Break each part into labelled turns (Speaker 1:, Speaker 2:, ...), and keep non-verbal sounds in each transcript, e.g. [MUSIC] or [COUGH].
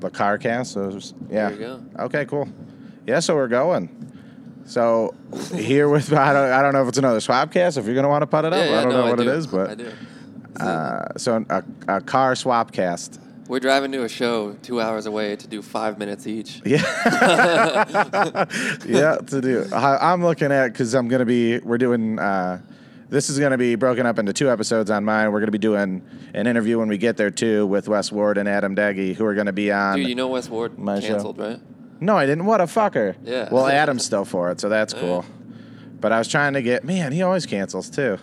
Speaker 1: the car cast. So it was- yeah.
Speaker 2: There you go.
Speaker 1: Okay, cool. Yeah, so we're going. So here with I don't I don't know if it's another swap cast. If you're gonna want to put it up, I don't
Speaker 2: no,
Speaker 1: know what
Speaker 2: do.
Speaker 1: it is,
Speaker 2: I
Speaker 1: but
Speaker 2: do.
Speaker 1: uh, so a, a car swap [LAUGHS] cast.
Speaker 2: We're driving to a show two hours away to do five minutes each. [LAUGHS]
Speaker 1: Yeah. yeah, to do. I, I'm looking at because I'm going to be, we're doing, uh, this is going to be broken up into two episodes on mine. We're going to be doing an interview when we get there too with Wes Ward and Adam Daggy, who are going to be on.
Speaker 2: Dude, you know West Ward
Speaker 1: My show.
Speaker 2: canceled, right?
Speaker 1: no, I didn't. What a fucker.
Speaker 2: Yeah.
Speaker 1: Well, Adam's still for it, so that's cool. But I was trying to get, man, he always cancels too.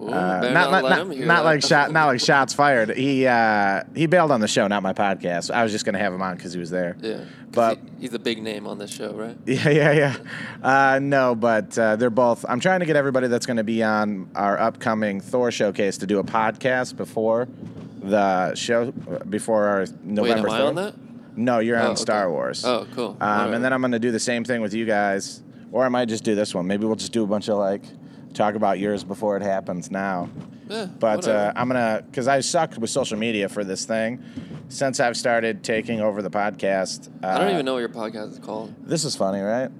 Speaker 2: Ooh,
Speaker 1: Uh,
Speaker 2: better
Speaker 1: not
Speaker 2: not,
Speaker 1: not,
Speaker 2: let
Speaker 1: not,
Speaker 2: him hear
Speaker 1: not
Speaker 2: that.
Speaker 1: like shot, not like shots fired. He uh, he bailed on the show, not my podcast. I was just gonna have him on because he was there.
Speaker 2: [LAUGHS] yeah, 'Cause
Speaker 1: but-
Speaker 2: he- he's a big name on this show, right?
Speaker 1: [LAUGHS] Yeah, yeah, yeah. Uh, no, but uh, they're both. I'm trying to get everybody that's going to be on our upcoming Thor showcase to do a podcast before the show, before our
Speaker 2: Wait,
Speaker 1: November.
Speaker 2: am I
Speaker 1: Thor-
Speaker 2: on that?
Speaker 1: No, you're on
Speaker 2: Oh, okay.
Speaker 1: Star Wars.
Speaker 2: Oh, cool.
Speaker 1: Um, And then I'm going to do the same thing with you guys, or I might just do this one. Maybe we'll just do a bunch of like talk about yours before it happens now.
Speaker 2: yeah,
Speaker 1: But uh,
Speaker 2: whatever.
Speaker 1: I'm gonna, because I sucked with social media for this thing. Since I've started taking over the podcast, uh,
Speaker 2: I don't even know what your podcast is called.
Speaker 1: This is funny, right?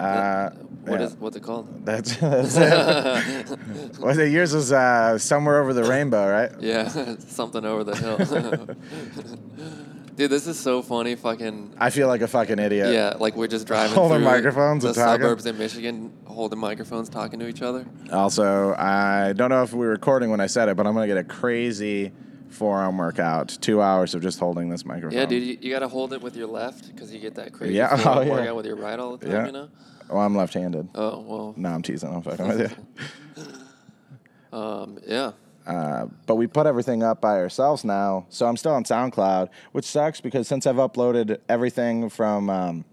Speaker 1: Uh,
Speaker 2: What
Speaker 1: yeah.
Speaker 2: is- what's it called?
Speaker 1: [LAUGHS]
Speaker 2: [LAUGHS]
Speaker 1: That's, that's it. Was it yours? Was uh, somewhere over the rainbow, right?
Speaker 2: yeah, [LAUGHS] something over
Speaker 1: [LAUGHS]
Speaker 2: the hill. [LAUGHS] Dude, this is so funny. Fucking
Speaker 1: I feel like a fucking idiot.
Speaker 2: Yeah, like we're just driving
Speaker 1: Holding
Speaker 2: through
Speaker 1: microphones
Speaker 2: the
Speaker 1: and talking.
Speaker 2: suburbs in Michigan, holding microphones, talking to each other.
Speaker 1: Also, I don't know if we were recording when I said it, but I'm gonna get a crazy forearm workout. Two hours of just holding this microphone.
Speaker 2: Yeah, dude, you, you gotta hold it with your left because you get that crazy
Speaker 1: Yeah, [LAUGHS]
Speaker 2: feeling
Speaker 1: oh,
Speaker 2: of
Speaker 1: yeah.
Speaker 2: workout with your right all the time.
Speaker 1: Yeah.
Speaker 2: You know?
Speaker 1: Well, I'm left-handed.
Speaker 2: Oh well.
Speaker 1: No, I'm teasing. I'm fucking with you.
Speaker 2: Um, yeah.
Speaker 1: Uh, but we put everything up by ourselves now. So I'm still on SoundCloud, which sucks because since I've uploaded everything from um,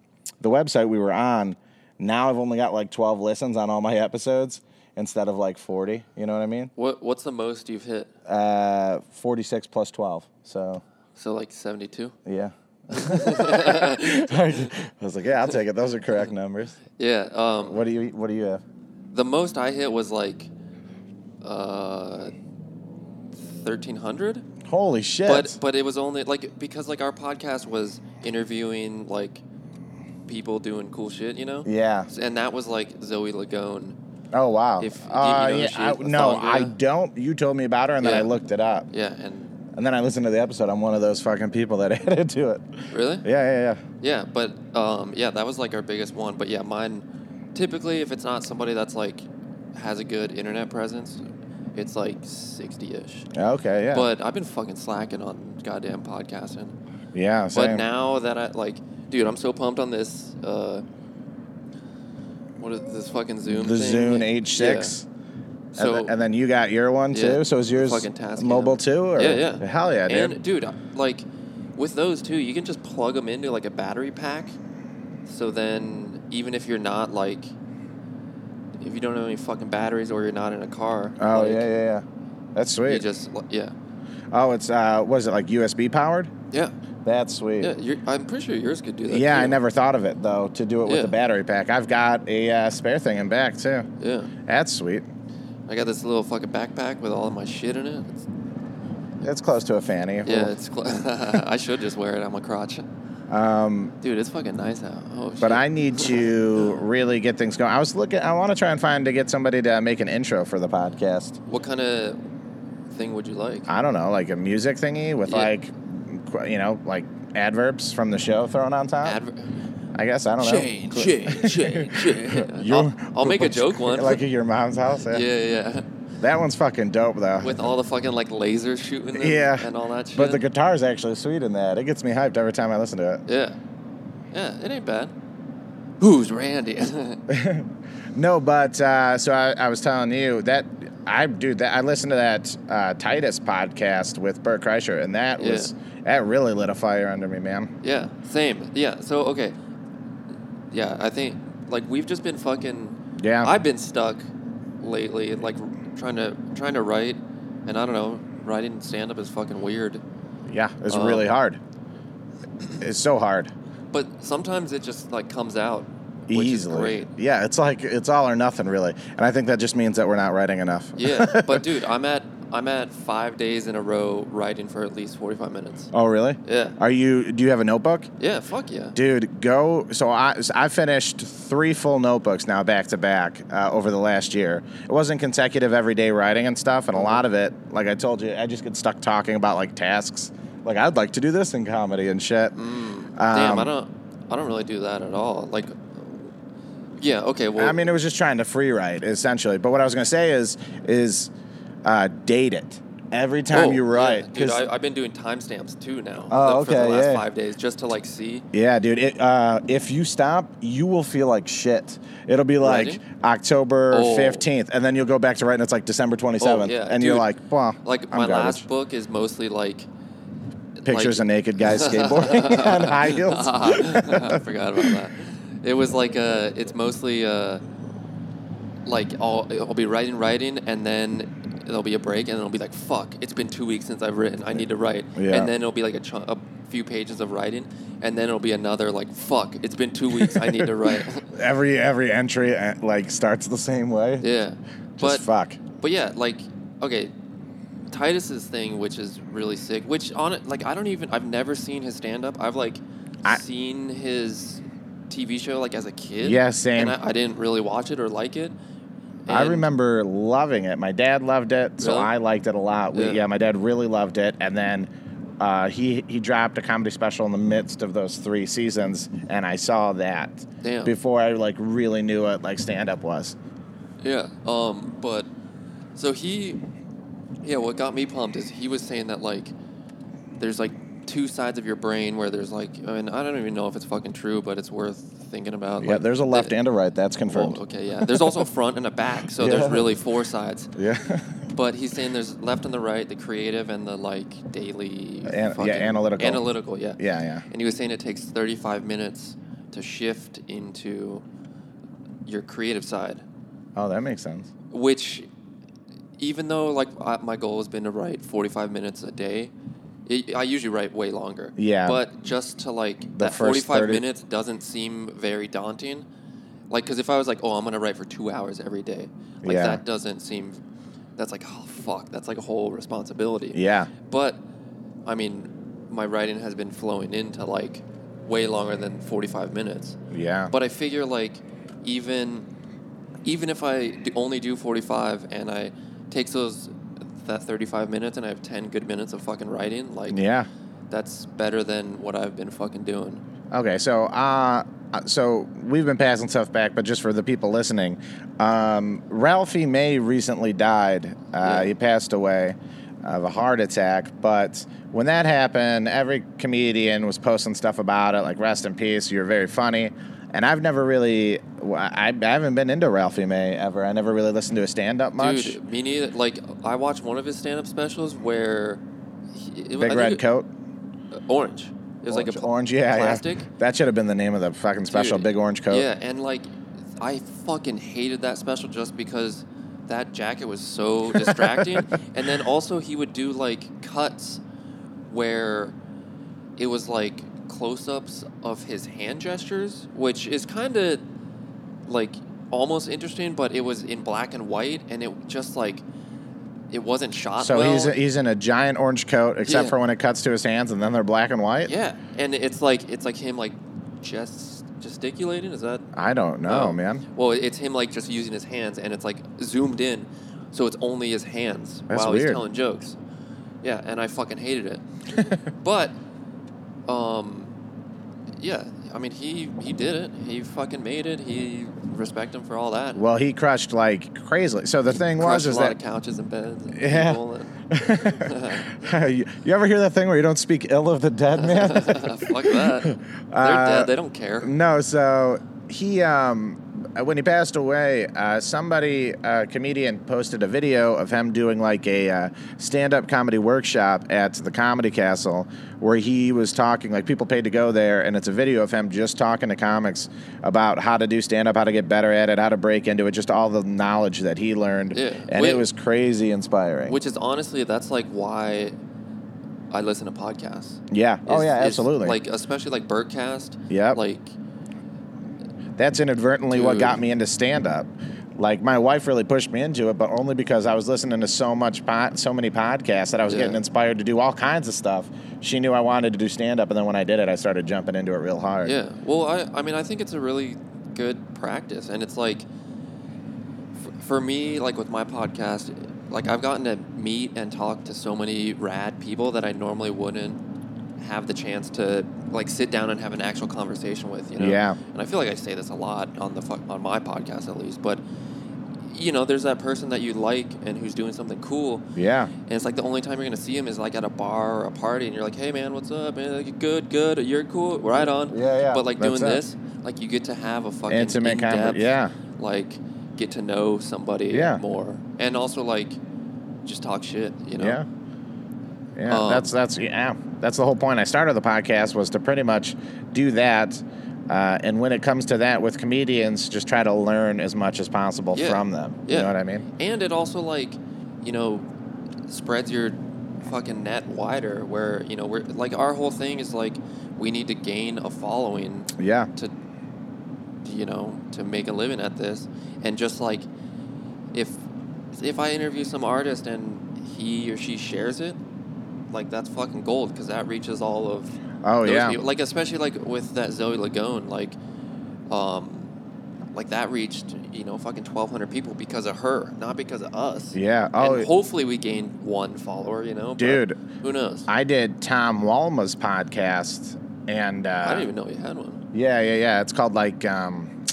Speaker 1: the website we were on, now I've only got like 12 listens on all my episodes instead of like 40. You know what I mean?
Speaker 2: What What's the most you've hit?
Speaker 1: Uh, 46 plus 12. So
Speaker 2: So like seventy-two. [LAUGHS]
Speaker 1: yeah. [LAUGHS] I was like, yeah, I'll take it. Those are correct numbers.
Speaker 2: Yeah. Um,
Speaker 1: What do you What do you have?
Speaker 2: the most I hit was like uh, thirteen hundred.
Speaker 1: Holy shit!
Speaker 2: But but it was only like because like our podcast was interviewing like people doing cool shit, you know.
Speaker 1: yeah.
Speaker 2: And that was like Zoe Lagone.
Speaker 1: Oh wow.
Speaker 2: If- you- you
Speaker 1: uh,
Speaker 2: know
Speaker 1: yeah,
Speaker 2: she-
Speaker 1: I,
Speaker 2: Lithondra?
Speaker 1: no, I don't. You told me about her, and then I
Speaker 2: Yeah.
Speaker 1: looked it up.
Speaker 2: Yeah, and
Speaker 1: And then I listened to the episode. I'm one of those fucking people that [LAUGHS] added to it.
Speaker 2: really?
Speaker 1: Yeah, yeah, yeah.
Speaker 2: Yeah, but um, yeah, that was like our biggest one. But yeah, mine typically, if it's not somebody that's like has a good internet presence, it's like 60 ish.
Speaker 1: Yeah, Okay, yeah.
Speaker 2: But I've been fucking slacking on goddamn podcasting.
Speaker 1: yeah, same.
Speaker 2: But now that I like, dude, I'm so pumped on this. Uh, what is this fucking Zoom?
Speaker 1: the
Speaker 2: thing.
Speaker 1: Zune
Speaker 2: Yeah.
Speaker 1: H6.
Speaker 2: So
Speaker 1: and, th- and then you got your one too.
Speaker 2: Yeah,
Speaker 1: so is
Speaker 2: the
Speaker 1: yours
Speaker 2: fucking task
Speaker 1: mobile
Speaker 2: cam.
Speaker 1: too? Or?
Speaker 2: Yeah, yeah.
Speaker 1: Hell yeah, dude.
Speaker 2: And dude, like with those two, you can just plug them into like a battery pack. So then, even if you're not like, if you don't have any fucking batteries or you're not in a car,
Speaker 1: oh
Speaker 2: like,
Speaker 1: yeah, yeah, yeah. That's
Speaker 2: you
Speaker 1: sweet.
Speaker 2: just like, yeah,
Speaker 1: oh, it's uh, what is it like USB powered?
Speaker 2: yeah,
Speaker 1: That's sweet.
Speaker 2: yeah. You're, I'm pretty sure yours could do that.
Speaker 1: Yeah, I
Speaker 2: too.
Speaker 1: never thought of it though to do it with
Speaker 2: Yeah.
Speaker 1: the battery pack. I've got a uh, spare thing in back too.
Speaker 2: Yeah,
Speaker 1: That's sweet.
Speaker 2: I got this little fucking backpack with all of my shit in it. It's,
Speaker 1: It's close to a fanny.
Speaker 2: yeah, it's. Cl- [LAUGHS] I should just wear it on my crotch.
Speaker 1: Um,
Speaker 2: Dude, it's fucking nice out. Oh shit.
Speaker 1: But I need to really get things going. I was looking. I want to try and find to get somebody to make an intro for the podcast.
Speaker 2: [LAUGHS] What kind of thing would you like?
Speaker 1: I don't know, like a music thingy with
Speaker 2: Yeah.
Speaker 1: like, qu- you know, like adverbs from the show thrown on top.
Speaker 2: Adver-
Speaker 1: I guess I don't
Speaker 2: Shane,
Speaker 1: know.
Speaker 2: Shane, Shane, Shane.
Speaker 1: [LAUGHS] Your-
Speaker 2: I'll, I'll make a joke
Speaker 1: [LAUGHS]
Speaker 2: one.
Speaker 1: like at your mom's house.
Speaker 2: yeah,
Speaker 1: Yeah.
Speaker 2: yeah.
Speaker 1: That one's fucking dope though.
Speaker 2: With all the fucking like laser shooting and,
Speaker 1: Yeah.
Speaker 2: and all that shit.
Speaker 1: but the guitar's actually sweet in that. It gets me hyped every time I listen to it.
Speaker 2: yeah. Yeah, it ain't bad. Who's Randy? [LAUGHS]
Speaker 1: No, but uh, so I, I was telling you that I dude that I listened to that uh, Titus podcast with Bert Kreischer, and that
Speaker 2: Yeah.
Speaker 1: was that really lit a fire under me, man.
Speaker 2: yeah, same. Yeah, so okay. Yeah, I think like we've just been fucking
Speaker 1: Yeah,
Speaker 2: I've been stuck lately like trying to trying to write and I don't know, writing stand up is fucking weird.
Speaker 1: yeah, it's
Speaker 2: Um,
Speaker 1: really hard. It's so hard,
Speaker 2: But sometimes it just like comes out, which
Speaker 1: easily.
Speaker 2: is
Speaker 1: [LAUGHS]
Speaker 2: great.
Speaker 1: Yeah, it's like it's all or nothing, really, and I think that just means that we're not writing enough.
Speaker 2: Yeah, but dude, I'm at I'm at five days in a row writing for at least 45 minutes.
Speaker 1: [LAUGHS] Oh, really?
Speaker 2: Yeah.
Speaker 1: Are you? Do you have a notebook?
Speaker 2: Yeah. Fuck yeah.
Speaker 1: Dude, go. So I, so I finished three full notebooks now back to back uh, over the last year. It wasn't consecutive everyday writing and stuff, and a lot of it, like I told you, I just get stuck talking about like tasks. Like I'd like to do this in comedy and shit.
Speaker 2: Mm. Damn. I
Speaker 1: Um,
Speaker 2: don't. I don't really do that at all. Like. Yeah. Okay. Well.
Speaker 1: I mean, it was just trying to free write essentially. But what I was gonna say is, is uh, date it every time
Speaker 2: oh,
Speaker 1: you write.
Speaker 2: Yeah, dude,
Speaker 1: 'cause-
Speaker 2: I, I've been doing timestamps too now.
Speaker 1: Oh,
Speaker 2: For the
Speaker 1: okay,
Speaker 2: last
Speaker 1: yeah.
Speaker 2: five days, just to like see.
Speaker 1: Yeah, dude. It, uh, if you stop, you will feel like shit. It'll be like
Speaker 2: Writing?
Speaker 1: October
Speaker 2: Oh.
Speaker 1: fifteenth, and then you'll go back to writing. It's like December twenty seventh,
Speaker 2: yeah,
Speaker 1: and you're
Speaker 2: dude.
Speaker 1: like, "Well,
Speaker 2: Like
Speaker 1: I'm
Speaker 2: my
Speaker 1: garbage."
Speaker 2: last book is mostly like
Speaker 1: pictures
Speaker 2: like-
Speaker 1: of naked
Speaker 2: [LAUGHS]
Speaker 1: guys skateboarding [LAUGHS] on high heels."
Speaker 2: I forgot about that. It was like uh, it's mostly uh, like I'll, I'll be writing, writing, and then there'll be a break, and then I'll be like, "Fuck, it's been two weeks since I've written. I need to write."
Speaker 1: Yeah.
Speaker 2: And then it'll be like a, chu- a few pages of writing, and then it'll be another like, "Fuck, it's been two weeks. I need to write." [LAUGHS]
Speaker 1: every every entry uh, like starts the same way.
Speaker 2: yeah,
Speaker 1: Just
Speaker 2: but
Speaker 1: fuck.
Speaker 2: but yeah, like okay, Titus's thing, which is really sick. Which on it, like I don't even I've never seen his stand up. I've like
Speaker 1: I-
Speaker 2: seen his TV show like as a kid.
Speaker 1: Yeah, same.
Speaker 2: And I, I didn't really watch it or like it.
Speaker 1: I
Speaker 2: And-
Speaker 1: remember loving it. My dad loved it, so
Speaker 2: Really?
Speaker 1: I liked it a lot. We,
Speaker 2: Yeah.
Speaker 1: yeah. my dad really loved it, and then uh, he he dropped a comedy special in the midst of those three seasons, and I saw that
Speaker 2: Damn.
Speaker 1: before I like really knew what like stand up was.
Speaker 2: Yeah. Um. But so he, yeah. What got me pumped is he was saying that like, there's like two sides of your brain where there's like, I mean, I don't even know if it's fucking true, but it's worth thinking about.
Speaker 1: Yeah, Oh,
Speaker 2: like,
Speaker 1: there's a left
Speaker 2: the-
Speaker 1: and a right. That's
Speaker 2: Well,
Speaker 1: confirmed.
Speaker 2: Oh, okay, yeah. There's also a front and a back, so
Speaker 1: Yeah.
Speaker 2: there's really four sides.
Speaker 1: Yeah,
Speaker 2: But he's saying there's left and the right, the creative and the like daily.
Speaker 1: An- yeah,
Speaker 2: fucking-
Speaker 1: analytical.
Speaker 2: Analytical, yeah.
Speaker 1: [LAUGHS] yeah, yeah.
Speaker 2: And he was saying it takes 35 minutes to shift into your creative side,
Speaker 1: Oh, that makes sense.
Speaker 2: which, even though like I, my goal has been to write 45 minutes a day, it, I usually write way longer.
Speaker 1: Yeah.
Speaker 2: But just to like that
Speaker 1: first
Speaker 2: 45
Speaker 1: 30
Speaker 2: minutes doesn't seem very daunting. Like, because if I was like, oh, I'm gonna write for two hours every day, like
Speaker 1: Yeah.
Speaker 2: that doesn't seem. That's like, oh fuck, that's like a whole responsibility.
Speaker 1: Yeah,
Speaker 2: But I mean, my writing has been flowing into like way longer than 45 minutes.
Speaker 1: yeah.
Speaker 2: But I figure like even even if I d- only do 45 and I takes those that 35 minutes and I have 10 good minutes of fucking writing, like
Speaker 1: yeah.
Speaker 2: that's better than what I've been fucking doing.
Speaker 1: Okay, so uh, so we've been passing stuff back, but just for the people listening, um, Ralphie May recently died. Uh,
Speaker 2: Yeah.
Speaker 1: He passed away of a heart attack. But when that happened, every comedian was posting stuff about it, like "Rest in peace, you're very funny." And I've never really, I, I haven't been into Ralphie May ever. I never really listened to a stand-up much.
Speaker 2: Dude, me neither. Like I watched one of his stand-up specials where he, it,
Speaker 1: Big red
Speaker 2: coat,
Speaker 1: coat,
Speaker 2: orange. It was like a
Speaker 1: Orange-
Speaker 2: pl-
Speaker 1: orange, yeah,
Speaker 2: plastic.
Speaker 1: yeah. That should have been the name of the fucking special,
Speaker 2: Dude,
Speaker 1: Big Orange Coat.
Speaker 2: Yeah, and like I fucking hated that special just because that jacket
Speaker 1: [LAUGHS]
Speaker 2: was so distracting. and then also he would do like cuts where it was like close-ups of his hand gestures, which is kind of like almost interesting, but it was in black and white and it just like it wasn't shot
Speaker 1: So
Speaker 2: Uh, well.
Speaker 1: he's he's in a giant orange coat, except
Speaker 2: Yeah.
Speaker 1: for when it cuts to his hands, and then they're black and white.
Speaker 2: yeah, and it's like it's like him like just gesticulating. Is that
Speaker 1: I don't know,
Speaker 2: Oh.
Speaker 1: man.
Speaker 2: Well, it's him like just using his hands, and it's like zoomed in, so it's only his hands
Speaker 1: That's
Speaker 2: while he's
Speaker 1: weird.
Speaker 2: telling jokes. Yeah, and I fucking hated it.
Speaker 1: [LAUGHS]
Speaker 2: but, um, yeah, I mean he he did it. He fucking made it. He respect him for all that.
Speaker 1: Well, he crushed like crazily. So the thing was
Speaker 2: Crushed
Speaker 1: is
Speaker 2: a lot
Speaker 1: that
Speaker 2: of couches and beds. And
Speaker 1: Yeah. [LAUGHS]
Speaker 2: people and- [LAUGHS]
Speaker 1: you, you ever hear that thing where you don't speak ill of the dead
Speaker 2: [LAUGHS]
Speaker 1: man?
Speaker 2: Fuck that. They're
Speaker 1: Uh,
Speaker 2: dead. They don't care.
Speaker 1: no. So he um when he passed away, uh, somebody a comedian posted a video of him doing like a uh, stand-up comedy workshop at the Comedy Castle where he was talking like people paid to go there, and it's a video of him just talking to comics about how to do stand-up, how to get better at it, how to break into it, just all the knowledge that he learned,
Speaker 2: Yeah.
Speaker 1: and
Speaker 2: Wait.
Speaker 1: it was crazy inspiring.
Speaker 2: Which is honestly, that's like why I listen to podcasts.
Speaker 1: yeah. oh
Speaker 2: Is-
Speaker 1: yeah,
Speaker 2: is,
Speaker 1: absolutely.
Speaker 2: Like especially like Birdcast.
Speaker 1: Yep.
Speaker 2: Like
Speaker 1: That's inadvertently what
Speaker 2: Dude.
Speaker 1: got me into stand up. Like my wife really pushed me into it, but only because I was listening to so much pod, so many podcasts that I was
Speaker 2: Yeah.
Speaker 1: getting inspired to do all kinds of stuff. She knew I wanted to do stand up, and then when I did it, I started jumping into it real hard.
Speaker 2: Yeah. Well, I, I mean, I think it's a really good practice. And it's like, f- for me, like with my podcast, like I've gotten to meet and talk to so many rad people that I normally wouldn't have the chance to like sit down and have an actual conversation with, you know?
Speaker 1: Yeah.
Speaker 2: And I feel like I say this a lot on the fu- on my podcast at least, but you know, there's that person that you like and who's doing something cool,
Speaker 1: Yeah.
Speaker 2: and it's like the only time you're gonna see him is like at a bar or a party, and you're like, "Hey man, what's up? Man, like, good, good. You're cool. Right on."
Speaker 1: Yeah, yeah,
Speaker 2: But like
Speaker 1: that's
Speaker 2: doing
Speaker 1: it.
Speaker 2: this, like you get to have a fucking
Speaker 1: Intimate
Speaker 2: in-depth,
Speaker 1: conver- yeah.
Speaker 2: Like get to know somebody
Speaker 1: Yeah.
Speaker 2: more, and also like just talk shit. You know.
Speaker 1: Yeah. Yeah,
Speaker 2: Um,
Speaker 1: that's that's yeah, that's the whole point. I started the podcast was to pretty much do that, uh, and when it comes to that with comedians, just try to learn as much as possible
Speaker 2: Yeah.
Speaker 1: from them. You
Speaker 2: Yeah.
Speaker 1: know what I mean?
Speaker 2: And it also like, you know, spreads your fucking net wider. Where you know we're like our whole thing is like we need to gain a following
Speaker 1: Yeah,
Speaker 2: to you know to make a living at this and just like if if i interview some artist and he or she shares it like that's fucking gold because that reaches all of
Speaker 1: Oh, yeah.
Speaker 2: people. like especially like with that zoe lagone like um like that reached you know fucking 1200 people because of her not because of us
Speaker 1: yeah.
Speaker 2: and
Speaker 1: Oh,
Speaker 2: hopefully we gain one follower you know but
Speaker 1: dude,
Speaker 2: who knows
Speaker 1: I did Tom Walma's podcast, and uh,
Speaker 2: I didn't even know you had one
Speaker 1: Yeah, yeah, yeah. It's called like um,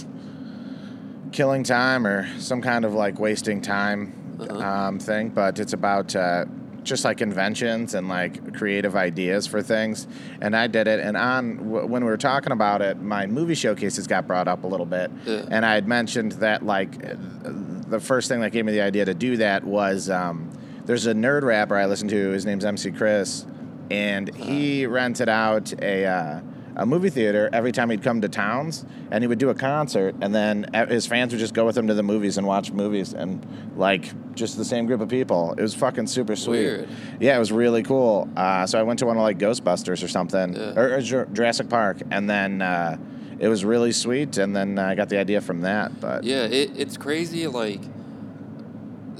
Speaker 1: killing time or some kind of like wasting time
Speaker 2: Uh-huh.
Speaker 1: um, thing. But it's about uh, just like inventions and like creative ideas for things. And I did it. And on w- when we were talking about it, my movie showcases got brought up a little bit,
Speaker 2: Yeah.
Speaker 1: and I had mentioned that like th- the first thing that gave me the idea to do that was um, there's a nerd rapper I listen to. His name's MC Chris and he rented out a uh, a movie theater every time he'd come to towns, and he would do a concert, and then uh, his fans would just go with him to the movies and watch movies, and like just the same group of people. It was fucking super sweet.
Speaker 2: Weird.
Speaker 1: Yeah, it was really cool. Uh, so I went to one of like Ghostbusters or something,
Speaker 2: Yeah.
Speaker 1: or, or Jur- Jurassic Park, and then. Uh, it was really sweet, and then I got the idea from that. But
Speaker 2: Yeah, it, it's crazy. Like,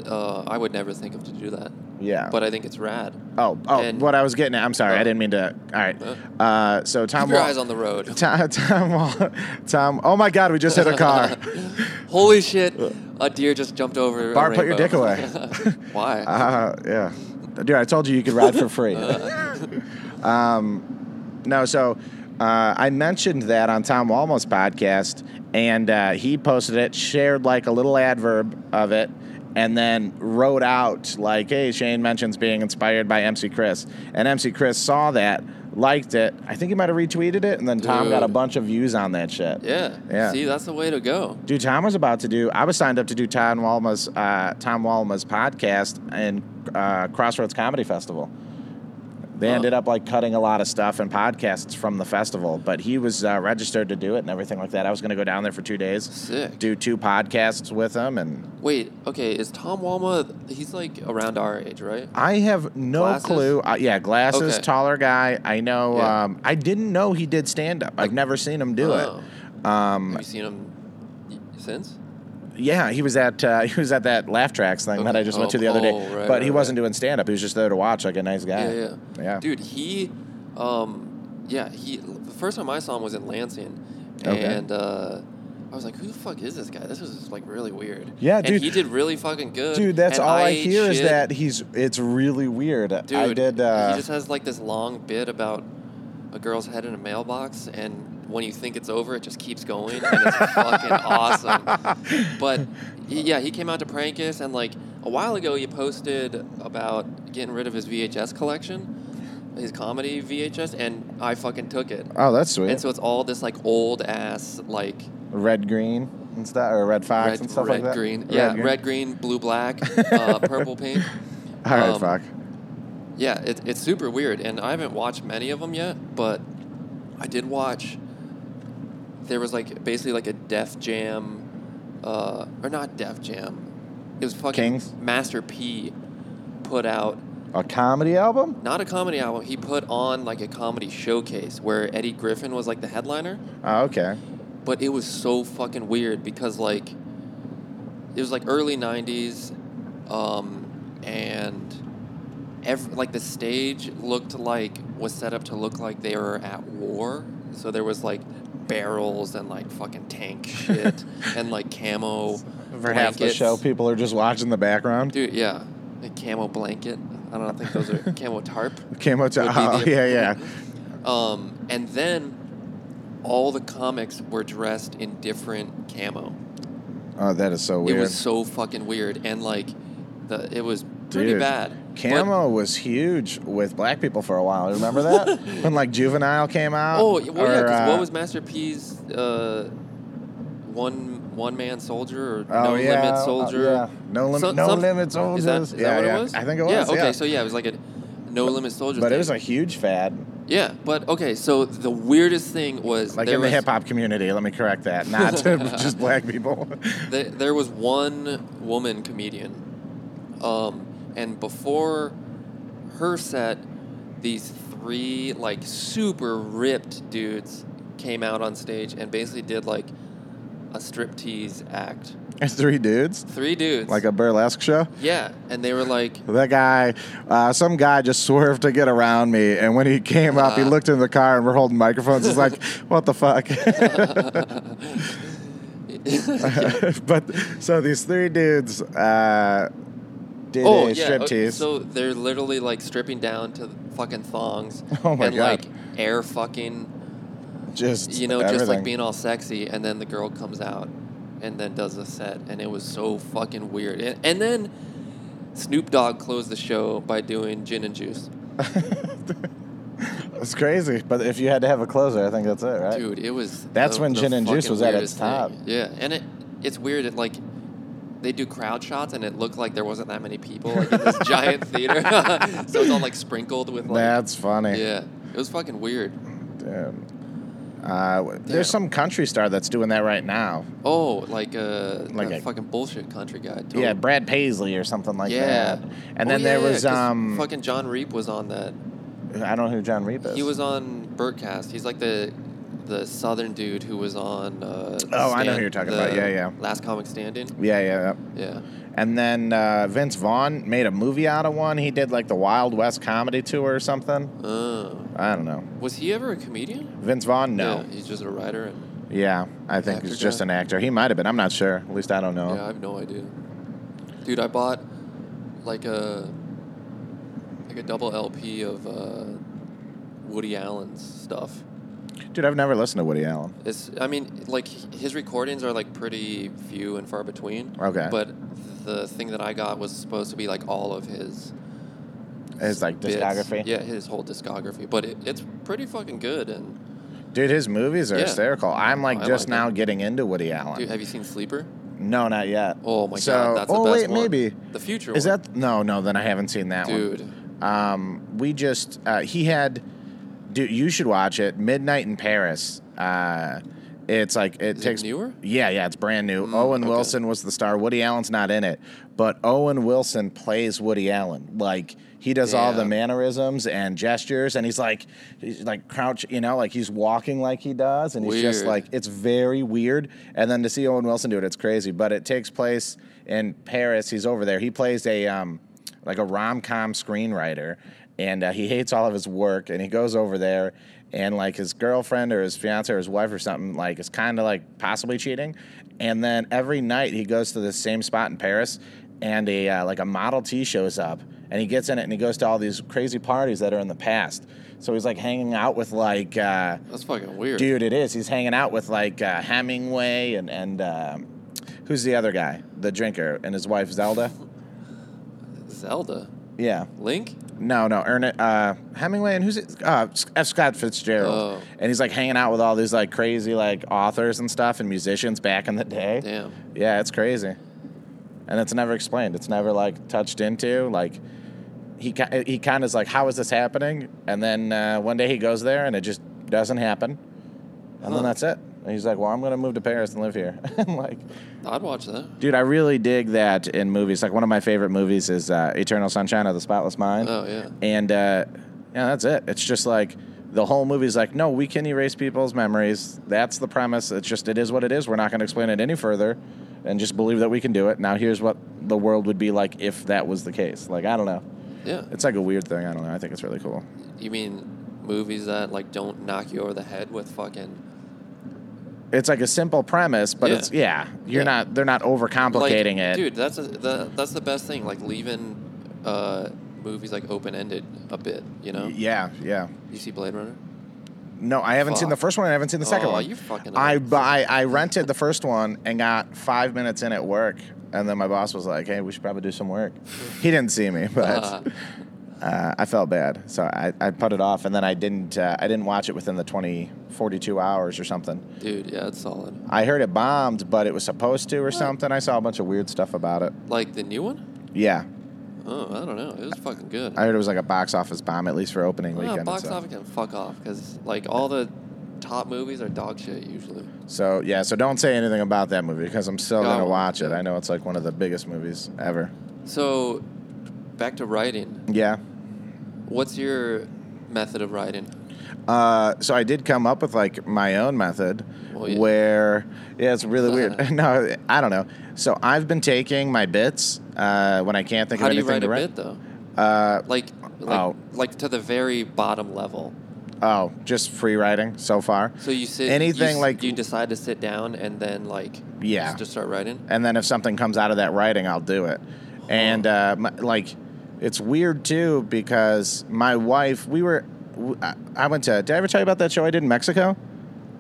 Speaker 2: uh, I would never think of to do that,
Speaker 1: yeah.
Speaker 2: but I think it's rad.
Speaker 1: oh, oh,
Speaker 2: and-
Speaker 1: what I was getting at. I'm sorry,
Speaker 2: Oh.
Speaker 1: I didn't mean to. All right. Uh, so Tom.
Speaker 2: Keep your
Speaker 1: Wa-
Speaker 2: eyes on the
Speaker 1: [LAUGHS]
Speaker 2: road.
Speaker 1: Tom, Tom, Wall- Tom. Oh my God, we just hit a
Speaker 2: [LAUGHS]
Speaker 1: car.
Speaker 2: [LAUGHS] Holy shit! A deer just jumped over. a
Speaker 1: Bart, Uh, put your
Speaker 2: rainbow.
Speaker 1: dick away.
Speaker 2: [LAUGHS]
Speaker 1: [LAUGHS]
Speaker 2: Why?
Speaker 1: Uh, yeah, dude, I told you you could ride for
Speaker 2: [LAUGHS]
Speaker 1: free.
Speaker 2: Uh.
Speaker 1: [LAUGHS] um, no, so uh, I mentioned that on Tom Walmo's podcast, and uh, he posted it, shared like a little adverb of it. And then wrote out like, "Hey, Shane mentions being inspired by MC Chris," and MC Chris saw that, liked it. I think he might have retweeted it, and then Tom got a
Speaker 2: Dude.
Speaker 1: bunch of views on that shit.
Speaker 2: yeah.
Speaker 1: Yeah.
Speaker 2: See, that's the way to go.
Speaker 1: Dude, Tom was about to do. I was signed up to do Tom Walma's uh, Tom Walma's podcast and uh, Crossroads Comedy Festival. They
Speaker 2: Huh.
Speaker 1: ended up like cutting a lot of stuff and podcasts from the festival, but he was uh, registered to do it and everything like that. I was going to go down there for two days,
Speaker 2: Sick.
Speaker 1: do two podcasts with him, and
Speaker 2: Wait. Okay. Is Tom Walma? He's like around our age, right?
Speaker 1: I have no
Speaker 2: Glasses?
Speaker 1: clue. Uh, yeah, glasses,
Speaker 2: Okay.
Speaker 1: taller guy. I know.
Speaker 2: Yeah.
Speaker 1: Um, I didn't know he did stand up. I've never seen him do
Speaker 2: Oh.
Speaker 1: it. Um,
Speaker 2: Have you seen him y- since?
Speaker 1: Yeah, he was at uh, [LAUGHS] he was at that laugh tracks thing that I just went to the other day.
Speaker 2: Oh, right,
Speaker 1: but he
Speaker 2: right,
Speaker 1: wasn't doing stand up. He was just there to watch, like a nice guy.
Speaker 2: Yeah, yeah.
Speaker 1: yeah.
Speaker 2: Dude, he, um, yeah, he. The first time I saw him was in Lansing,
Speaker 1: Okay.
Speaker 2: and uh, I was like, "Who the fuck is this guy? This is like really weird."
Speaker 1: Yeah,
Speaker 2: And
Speaker 1: dude.
Speaker 2: He did really fucking good.
Speaker 1: Dude, that's
Speaker 2: and
Speaker 1: all I,
Speaker 2: ate
Speaker 1: hear is
Speaker 2: shit.
Speaker 1: that he's it's really weird.
Speaker 2: Dude,
Speaker 1: I did. Uh, [LAUGHS]
Speaker 2: he just has like this long bit about a girl's head in a mailbox, and when you think it's over, it just keeps going, and
Speaker 1: [LAUGHS]
Speaker 2: it's fucking awesome. But he- yeah, he came out to prank us, and like a while ago, he posted about getting rid of his VHS collection, his comedy VHS, and I fucking took it.
Speaker 1: oh, that's sweet.
Speaker 2: And so it's all this like old ass like
Speaker 1: red green and stuff, or red fox
Speaker 2: red,
Speaker 1: and stuff
Speaker 2: red
Speaker 1: like that.
Speaker 2: green, yeah, red green, blue black,
Speaker 1: [LAUGHS]
Speaker 2: uh, purple pink.
Speaker 1: All right,
Speaker 2: um,
Speaker 1: fuck.
Speaker 2: Yeah, it, it's super weird, and I haven't watched many of them yet, but I did watch. There was like basically like a Def Jam, uh, or not Def Jam. It was fucking
Speaker 1: Kings?
Speaker 2: Master P put out
Speaker 1: A comedy album?
Speaker 2: not a comedy album. He put on like a comedy showcase where Eddie Griffin was like the headliner,
Speaker 1: Oh, okay.
Speaker 2: but it was so fucking weird because like it was like early '90s, um, and ev like the stage looked like was set up to look like they were at war. So there was like barrels and like fucking tank shit and like camo.
Speaker 3: For half
Speaker 1: The
Speaker 2: blankets.
Speaker 1: show people are just watching the background.
Speaker 2: Dude, yeah, a camo blanket. I don't know, I think those are camo tarp.
Speaker 1: Camo to
Speaker 2: would be
Speaker 1: oh, [LAUGHS]
Speaker 2: the-
Speaker 1: yeah, yeah.
Speaker 2: Um, and then all the comics were dressed in different camo.
Speaker 1: Oh, that is so weird.
Speaker 2: It was so fucking weird, and like, the it was pretty
Speaker 1: Dude,
Speaker 2: bad. But-
Speaker 1: Camo was huge with black people for a while. Remember
Speaker 2: [LAUGHS]
Speaker 1: that when like Juvenile came out?
Speaker 2: oh, well, yeah, 'cause
Speaker 1: Or, uh,
Speaker 2: what was Master P's uh, one one man soldier or
Speaker 1: oh,
Speaker 2: no
Speaker 1: yeah,
Speaker 2: limit
Speaker 1: uh,
Speaker 2: soldier?
Speaker 1: yeah. No limit.
Speaker 2: So-
Speaker 1: no
Speaker 2: some-
Speaker 1: limit
Speaker 2: Is
Speaker 1: soldiers.
Speaker 2: that, is that
Speaker 1: yeah,
Speaker 2: what
Speaker 1: yeah.
Speaker 2: it was?
Speaker 1: I think it was.
Speaker 2: Yeah. Okay. So yeah, it was like a no limit soldier.
Speaker 1: but
Speaker 2: thing.
Speaker 1: it was a huge fad,
Speaker 2: Yeah, but okay. So the weirdest thing was
Speaker 1: like
Speaker 2: there
Speaker 1: in the
Speaker 2: was-
Speaker 1: hip hop community. Let me correct that. [LAUGHS] Not
Speaker 2: [LAUGHS]
Speaker 1: to just black people. [LAUGHS]
Speaker 2: There, there was one woman comedian, um, and before her set, these three like super ripped dudes came out on stage and basically did like a striptease act.
Speaker 1: It's three dudes,
Speaker 2: Three dudes.
Speaker 1: like a burlesque show.
Speaker 2: yeah, and they
Speaker 1: [LAUGHS]
Speaker 2: were like, [LAUGHS]
Speaker 1: That guy, uh, some guy just swerved to get around me, and when he came up, he
Speaker 2: Uh.
Speaker 1: looked in the car, and we're holding microphones. It's like, what the
Speaker 2: [LAUGHS]
Speaker 1: fuck? [LAUGHS] but so these three dudes uh, did
Speaker 2: oh
Speaker 1: a
Speaker 2: yeah,
Speaker 1: striptease.
Speaker 2: uh, so they're literally like stripping down to fucking thongs
Speaker 1: Oh my
Speaker 2: and
Speaker 1: God.
Speaker 2: like air fucking
Speaker 1: just
Speaker 2: you know,
Speaker 1: everything.
Speaker 2: just like being all sexy, and then the girl comes out and then does the set, and it was so fucking weird. And, and then Snoop Dogg closed the show by doing gin and juice.
Speaker 1: It's crazy. But if you had to have a closer, I think that's it, right?
Speaker 2: Dude, it was.
Speaker 1: That's
Speaker 2: the-
Speaker 1: when
Speaker 2: the
Speaker 1: gin and juice
Speaker 2: fucking
Speaker 1: was at
Speaker 2: weirdest
Speaker 1: its top.
Speaker 2: thing. Yeah, and it it's weird. It like they do crowd shots, and it looked like there wasn't that many people like in
Speaker 1: [LAUGHS]
Speaker 2: this giant theater, [LAUGHS] so it's all like sprinkled with like.
Speaker 1: that's funny.
Speaker 2: yeah, it was fucking weird.
Speaker 1: Damn. Uh, w- there's some country star that's doing that right now.
Speaker 2: Oh, like uh,
Speaker 1: Like
Speaker 2: that
Speaker 1: a-
Speaker 2: fucking bullshit country guy.
Speaker 1: Yeah,
Speaker 2: totally.
Speaker 1: Brad Paisley or something like
Speaker 2: yeah.
Speaker 1: that. And
Speaker 2: Oh,
Speaker 1: then
Speaker 2: yeah,
Speaker 1: there
Speaker 2: yeah,
Speaker 1: was
Speaker 2: 'cause
Speaker 1: um,
Speaker 2: fucking John Reap was on that.
Speaker 1: I don't know who John Reap is.
Speaker 2: He was on Burtcast. He's like the the southern dude who was on. Uh,
Speaker 1: Oh, I know
Speaker 2: Stan-
Speaker 1: who you're talking
Speaker 2: the
Speaker 1: about. Yeah, yeah.
Speaker 2: Last Comic Standing.
Speaker 1: Yeah, yeah.
Speaker 2: Yeah.
Speaker 1: And then uh, Vince Vaughn made a movie out of one. He did like the Wild West comedy tour or something.
Speaker 2: Oh.
Speaker 1: I don't know.
Speaker 2: Was he ever a comedian?
Speaker 1: Vince Vaughn, no.
Speaker 2: Yeah, he's just a writer, and
Speaker 1: Yeah, I think
Speaker 2: Actor
Speaker 1: he's just
Speaker 2: guy?
Speaker 1: an actor. He might have been. I'm not sure. At least I don't know.
Speaker 2: yeah, I have no idea. Dude, I bought like a like a double LP of uh, Woody Allen's stuff.
Speaker 1: Dude, I've never listened to Woody Allen.
Speaker 2: It's I mean like his recordings are like pretty few and far between.
Speaker 1: Okay.
Speaker 2: But the thing that I got was supposed to be like all of his
Speaker 1: His like
Speaker 2: bits.
Speaker 1: discography.
Speaker 2: Yeah, his whole discography. But it, it's pretty fucking good. And
Speaker 1: Dude, his movies are
Speaker 2: Yeah.
Speaker 1: hysterical. I'm like
Speaker 2: I
Speaker 1: just
Speaker 2: like
Speaker 1: now
Speaker 2: it.
Speaker 1: getting into Woody Allen.
Speaker 2: dude, have you seen Sleeper?
Speaker 1: no, not yet.
Speaker 2: Oh my
Speaker 1: So-
Speaker 2: god, that's
Speaker 1: oh,
Speaker 2: the best
Speaker 1: wait,
Speaker 2: one.
Speaker 1: maybe.
Speaker 2: the future.
Speaker 1: Is
Speaker 2: one.
Speaker 1: that no, no? Then I haven't seen that one.
Speaker 2: dude?
Speaker 1: Um, we just uh, he had. Dude, you should watch it. Midnight in Paris. Uh, it's like it
Speaker 2: Is it
Speaker 1: takes.
Speaker 2: newer? Mm,
Speaker 1: Yeah, yeah, it's brand new. Owen
Speaker 2: okay.
Speaker 1: Wilson was the star. Woody Allen's not in it, but Owen Wilson plays Woody Allen. Like he does all the
Speaker 2: Damn.
Speaker 1: mannerisms and gestures, and he's like, he's like crouch, you know, like he's walking like he does, and he's just
Speaker 2: Weird.
Speaker 1: like it's very weird. And then to see Owen Wilson do it, it's crazy. But it takes place in Paris. He's over there. He plays a um, like a rom com screenwriter, and uh, he hates all of his work. And he goes over there, and like his girlfriend or his fiance or his wife or something like is kind of like possibly cheating. And then every night he goes to the same spot in Paris, and a uh, like a Model T shows up, and he gets in it, and he goes to all these crazy parties that are in the past. So he's like hanging out with like. Uh,
Speaker 2: That's fucking weird.
Speaker 1: Dude, it is. He's hanging out with like uh, Hemingway and and um, who's the other guy, the drinker, and his wife Zelda.
Speaker 2: Zelda,
Speaker 1: Yeah,
Speaker 2: Link.
Speaker 1: no, no, Ernest uh, Hemingway and who's it? Uh, F. Scott Fitzgerald.
Speaker 2: Oh.
Speaker 1: And he's like hanging out with all these like crazy like authors and stuff and musicians back in the day.
Speaker 2: Damn.
Speaker 1: Yeah, it's crazy, and it's never explained. It's never like touched into. Like he ki- he kind of is like, how is this happening? And then uh, one day he goes there, and it just doesn't happen, and
Speaker 2: Huh.
Speaker 1: then that's it. And he's like, well, I'm gonna move to Paris and live here. [LAUGHS] I'm like,
Speaker 2: I'd watch that.
Speaker 1: dude, I really dig that in movies. Like one of my favorite movies is uh, Eternal Sunshine of the Spotless Mind.
Speaker 2: Oh yeah.
Speaker 1: And uh, yeah, that's it. It's just like the whole movie's like, no, we can erase people's memories. That's the premise. It's just it is what it is. We're not going to explain it any further. and just believe that we can do it. Now here's what the world would be like if that was the case. Like I don't know.
Speaker 2: Yeah.
Speaker 1: It's like a weird thing. I don't know. I think it's really cool.
Speaker 2: You mean movies that like don't knock you over the head with fucking
Speaker 1: It's like a simple premise, but
Speaker 2: Yeah.
Speaker 1: it's yeah. You're
Speaker 2: Yeah.
Speaker 1: not. They're not overcomplicating it.
Speaker 2: like, dude. That's a, the that's the best thing. Like leaving uh, movies like open ended a bit. You know,
Speaker 1: Yeah, yeah.
Speaker 2: you see Blade Runner.
Speaker 1: No, I haven't seen
Speaker 2: Fuck.
Speaker 1: the first one. I haven't seen the second
Speaker 2: Oh,
Speaker 1: one.
Speaker 2: you fucking
Speaker 1: I,
Speaker 2: idiot.
Speaker 1: bu- I I rented the first one and got five minutes in at work, and then my boss was like, "Hey, we should probably do some work." he didn't see me, [LAUGHS] but.
Speaker 2: Uh.
Speaker 1: Uh. I felt bad, so I, I put it off, and then I didn't. Uh, I didn't watch it within the 20, 42 hours or something.
Speaker 2: Dude, yeah, it's solid.
Speaker 1: I heard it bombed, but it was supposed to or something. I saw a bunch of weird stuff about it.
Speaker 2: Like the new one?
Speaker 1: Yeah,
Speaker 2: Oh, I don't know. It was fucking good.
Speaker 1: I heard it was like a box office bomb, at least for opening
Speaker 2: Well,
Speaker 1: weekend. and
Speaker 2: box
Speaker 1: stuff.
Speaker 2: office can fuck off because like all the top movies are dog shit usually.
Speaker 1: So yeah, so don't say anything about that movie because I'm still
Speaker 2: No, I
Speaker 1: gonna
Speaker 2: won't.
Speaker 1: watch it. I know it's like one of the biggest movies ever.
Speaker 2: So, back to writing.
Speaker 1: Yeah.
Speaker 2: What's your method of writing?
Speaker 1: Uh, so I did come up with like my own method,
Speaker 2: Well, yeah.
Speaker 1: where yeah, it's really weird. [LAUGHS]
Speaker 2: [LAUGHS]
Speaker 1: no, I don't know. So I've been taking my bits uh, when I can't think
Speaker 2: How
Speaker 1: of
Speaker 2: do you
Speaker 1: anything
Speaker 2: write
Speaker 1: to
Speaker 2: a
Speaker 1: write.
Speaker 2: bit though?
Speaker 1: Uh,
Speaker 2: Like, like,
Speaker 1: Oh.
Speaker 2: like to the very bottom level.
Speaker 1: oh, just free writing so far.
Speaker 2: So you sit.
Speaker 1: Anything
Speaker 2: you, s-
Speaker 1: like-
Speaker 2: you decide to sit down and then like
Speaker 1: Yeah.
Speaker 2: s- just start writing.
Speaker 1: and then if something comes out of that writing, I'll do it. And uh, my, like, it's weird too because my wife, we were, w- I- I went to. Did I ever tell you about that show I did in Mexico?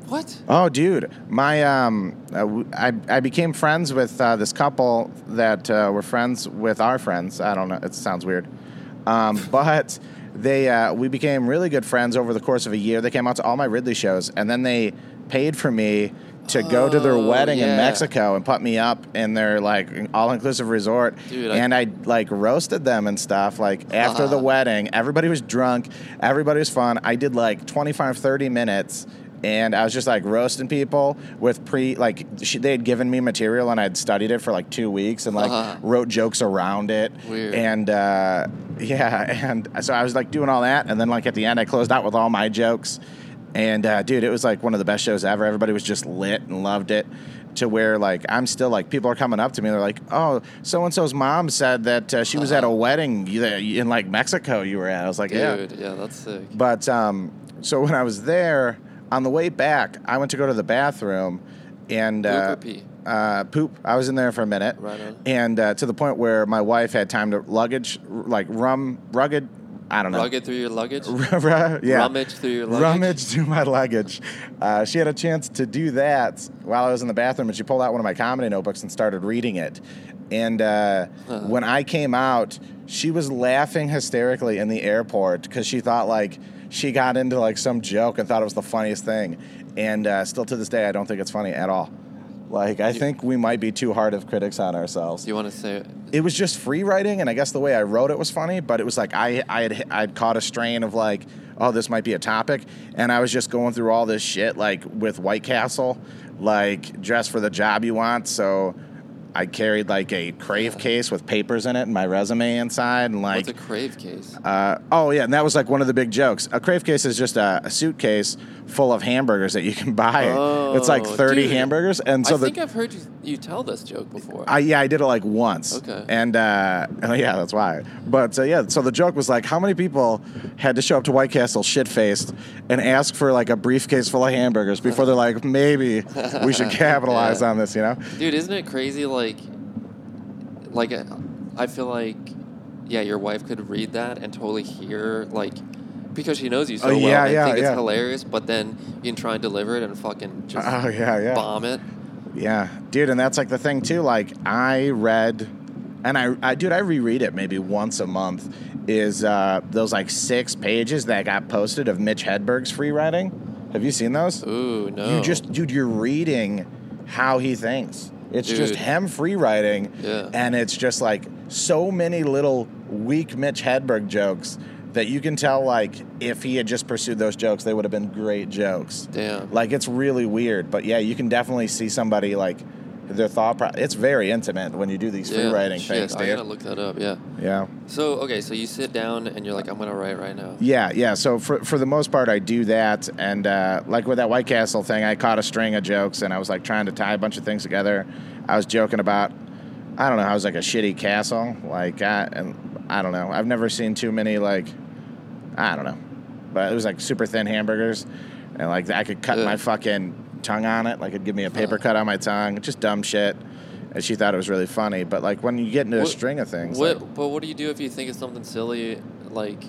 Speaker 2: What?
Speaker 1: Oh, dude, my um, uh, w- I, I became friends with uh, this couple that uh, were friends with our friends. I don't know. It sounds weird,
Speaker 2: [LAUGHS]
Speaker 1: um, but they uh, we became really good friends over the course of a year. They came out to all my Ridley shows, and then they paid for me to go to their
Speaker 2: Oh,
Speaker 1: wedding in
Speaker 2: yeah.
Speaker 1: Mexico and put me up in their like all inclusive resort.
Speaker 2: Dude, I-
Speaker 1: and I like roasted them and stuff. Like after the
Speaker 2: Uh-huh.
Speaker 1: wedding, everybody was drunk, everybody was fun. I did like 25, 30 minutes. And I was just like roasting people with pre like she, they had given me material and I'd studied it for like two weeks and like
Speaker 2: Uh-huh.
Speaker 1: wrote jokes around it
Speaker 2: Weird.
Speaker 1: and uh, yeah [LAUGHS] and so I was like doing all that and then like at the end I closed out with all my jokes and uh, dude it was like one of the best shows ever everybody was just lit and loved it to where like I'm still like people are coming up to me they're like oh so and so's mom said that uh, she was at a wedding you- that- in like Mexico you were at I was like yeah
Speaker 2: Dude, yeah, that's sick.
Speaker 1: but um, so when I was there on the way back I went to go to the bathroom and
Speaker 2: Poop
Speaker 1: uh,
Speaker 2: or pee?
Speaker 1: uh, poop. I was in there for a minute,
Speaker 2: Right on.
Speaker 1: and uh, to the point where my wife had time to luggage, r- like rum, rugged. I don't know. [LAUGHS]
Speaker 2: Rugged through your luggage.
Speaker 1: uh, yeah.
Speaker 2: Rummage through your luggage.
Speaker 1: Rummage [LAUGHS] through my luggage. Uh, she had a chance to do that while I was in the bathroom, and she pulled out one of my comedy notebooks and started reading it. And uh,
Speaker 2: Uh-huh.
Speaker 1: when I came out, she was laughing hysterically in the airport because she thought like she got into like some joke and thought it was the funniest thing. And uh, still to this day, I don't think it's funny at all. Like I think we might be too hard of critics on ourselves
Speaker 2: Do you want to say?
Speaker 1: it was just free writing and i guess the way i wrote it was funny but it was like i i had i'd caught a strain of like oh this might be a topic and i was just going through all this shit like with white castle like dress for the job you want so i carried like a crave case with papers in it and my resume inside and like
Speaker 2: What's a crave case?
Speaker 1: uh, oh yeah, and that was like one of the big jokes. A crave case is just a, a suitcase full of hamburgers that you can [LAUGHS] buy. it's like
Speaker 2: Oh,
Speaker 1: thirty
Speaker 2: dude.
Speaker 1: hamburgers, and so
Speaker 2: I
Speaker 1: the
Speaker 2: think I've heard you, you tell this joke before.
Speaker 1: I, yeah, I did it like once.
Speaker 2: Okay.
Speaker 1: And uh, [LAUGHS] oh, yeah, that's why. But uh, yeah, so the joke was like, how many people had to show up to White Castle shit faced and ask for like a briefcase full of hamburgers before they're like, maybe we
Speaker 2: [LAUGHS]
Speaker 1: should capitalize
Speaker 2: Yeah.
Speaker 1: on this, you know?
Speaker 2: Dude, isn't it crazy? Like, like uh, I feel like, yeah, your wife could read that and totally hear like, because she knows you so
Speaker 1: Oh,
Speaker 2: well.
Speaker 1: yeah,
Speaker 2: and
Speaker 1: yeah,
Speaker 2: think
Speaker 1: yeah.
Speaker 2: it's hilarious, but then you can try and deliver it and fucking just
Speaker 1: Oh yeah, yeah.
Speaker 2: bomb it.
Speaker 1: Yeah, dude, and that's like the thing too. Like I read, and I, I dude, I reread it maybe once a month. Is uh, those like six pages that got posted of Mitch Hedberg's free writing? Have you seen those?
Speaker 2: Ooh no!
Speaker 1: You just, dude, you're reading how he thinks. It's just
Speaker 2: Dude.
Speaker 1: him free writing,
Speaker 2: Yeah.
Speaker 1: and it's just like so many little weak Mitch Hedberg jokes that you can tell like if he had just pursued those jokes, they would have been great jokes.
Speaker 2: damn.
Speaker 1: Like it's really weird, but yeah, you can definitely see somebody like their thought pro- it's very intimate when you do these free
Speaker 2: yeah,
Speaker 1: writing
Speaker 2: shit,
Speaker 1: things,
Speaker 2: I
Speaker 1: dude.
Speaker 2: gotta look that up. Yeah.
Speaker 1: yeah.
Speaker 2: So okay, so you sit down and you're like, I'm gonna write right now.
Speaker 1: Yeah, yeah. So for for the most part, I do that, and uh, like with that White Castle thing, I caught a string of jokes, and I was like trying to tie a bunch of things together. I was joking about, I don't know, I was like a shitty castle, like I, and I don't know. I've never seen too many like, I don't know, but it was like super thin hamburgers, and like I could cut
Speaker 2: Ugh.
Speaker 1: my fucking tongue on it, like it'd give me a paper cut on my tongue, just dumb shit. And she thought it was really funny, but like when you get into a
Speaker 2: What-
Speaker 1: string of things,
Speaker 2: What,
Speaker 1: like-
Speaker 2: but what do you do if you think of something silly, like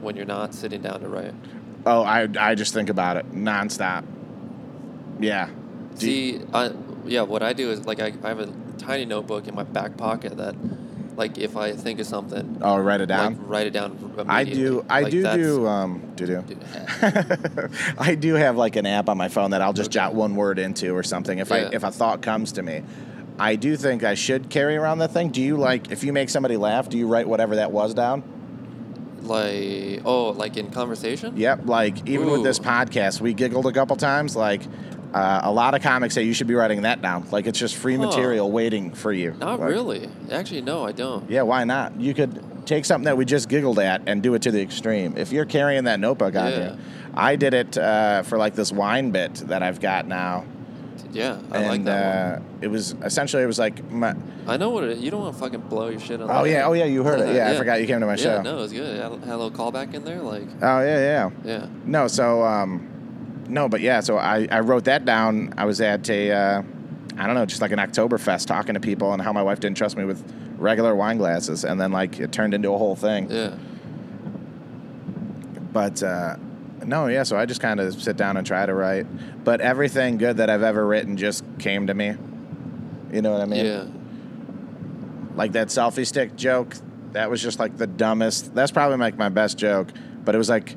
Speaker 2: when you're not sitting down to write?
Speaker 1: oh, I I just think about it nonstop. Yeah. Do you-
Speaker 2: See, I, yeah, what I do is like I, I have a tiny notebook in my back pocket that, like, if I think of something,
Speaker 1: Oh, write it
Speaker 2: like,
Speaker 1: down.
Speaker 2: write it down.
Speaker 1: I do.
Speaker 2: immediately.
Speaker 1: I
Speaker 2: Like,
Speaker 1: do
Speaker 2: that's-
Speaker 1: do. Um, do do.
Speaker 2: Dude,
Speaker 1: [LAUGHS] I do have like an app on my phone that I'll just jot one word into or something if I
Speaker 2: Yeah.
Speaker 1: if a thought comes to me. I do think I should carry around that thing. Do you like if you make somebody laugh? Do you write whatever that was down?
Speaker 2: like, oh, like in conversation.
Speaker 1: Yep. Like even with this
Speaker 2: Ooh.
Speaker 1: podcast, we giggled a couple times. Like uh, a lot of comics say you should be writing that down. Like it's just free
Speaker 2: Huh.
Speaker 1: material waiting for you.
Speaker 2: Not
Speaker 1: Like,
Speaker 2: really. Actually, no, I don't.
Speaker 1: Yeah, why not? You could take something that we just giggled at and do it to the extreme. If you're carrying that notebook on
Speaker 2: Yeah.
Speaker 1: you, I did it uh, for like this wine bit that I've got now,
Speaker 2: Yeah, I
Speaker 1: and
Speaker 2: like that.
Speaker 1: uh, it was essentially it was like, my,
Speaker 2: one. I know what it. You don't want to fucking blow your shit on.
Speaker 1: oh
Speaker 2: that.
Speaker 1: yeah, oh yeah, you heard it, yeah, I forgot you came to my
Speaker 2: yeah,
Speaker 1: show.
Speaker 2: no, it was good. Had a, had a little callback in there, like,
Speaker 1: Oh yeah, yeah.
Speaker 2: yeah.
Speaker 1: No, so um, no, but yeah, so I, I wrote that down. I was at a uh, I don't know, just like an Oktoberfest, talking to people and how my wife didn't trust me with regular wine glasses, and then like it turned into a whole thing.
Speaker 2: Yeah.
Speaker 1: But uh, no, yeah. So I just kind of sit down and try to write. But everything good that I've ever written just came to me. You know what I mean?
Speaker 2: yeah.
Speaker 1: Like that selfie stick joke. That was just like the dumbest. That's probably like my best joke. But it was like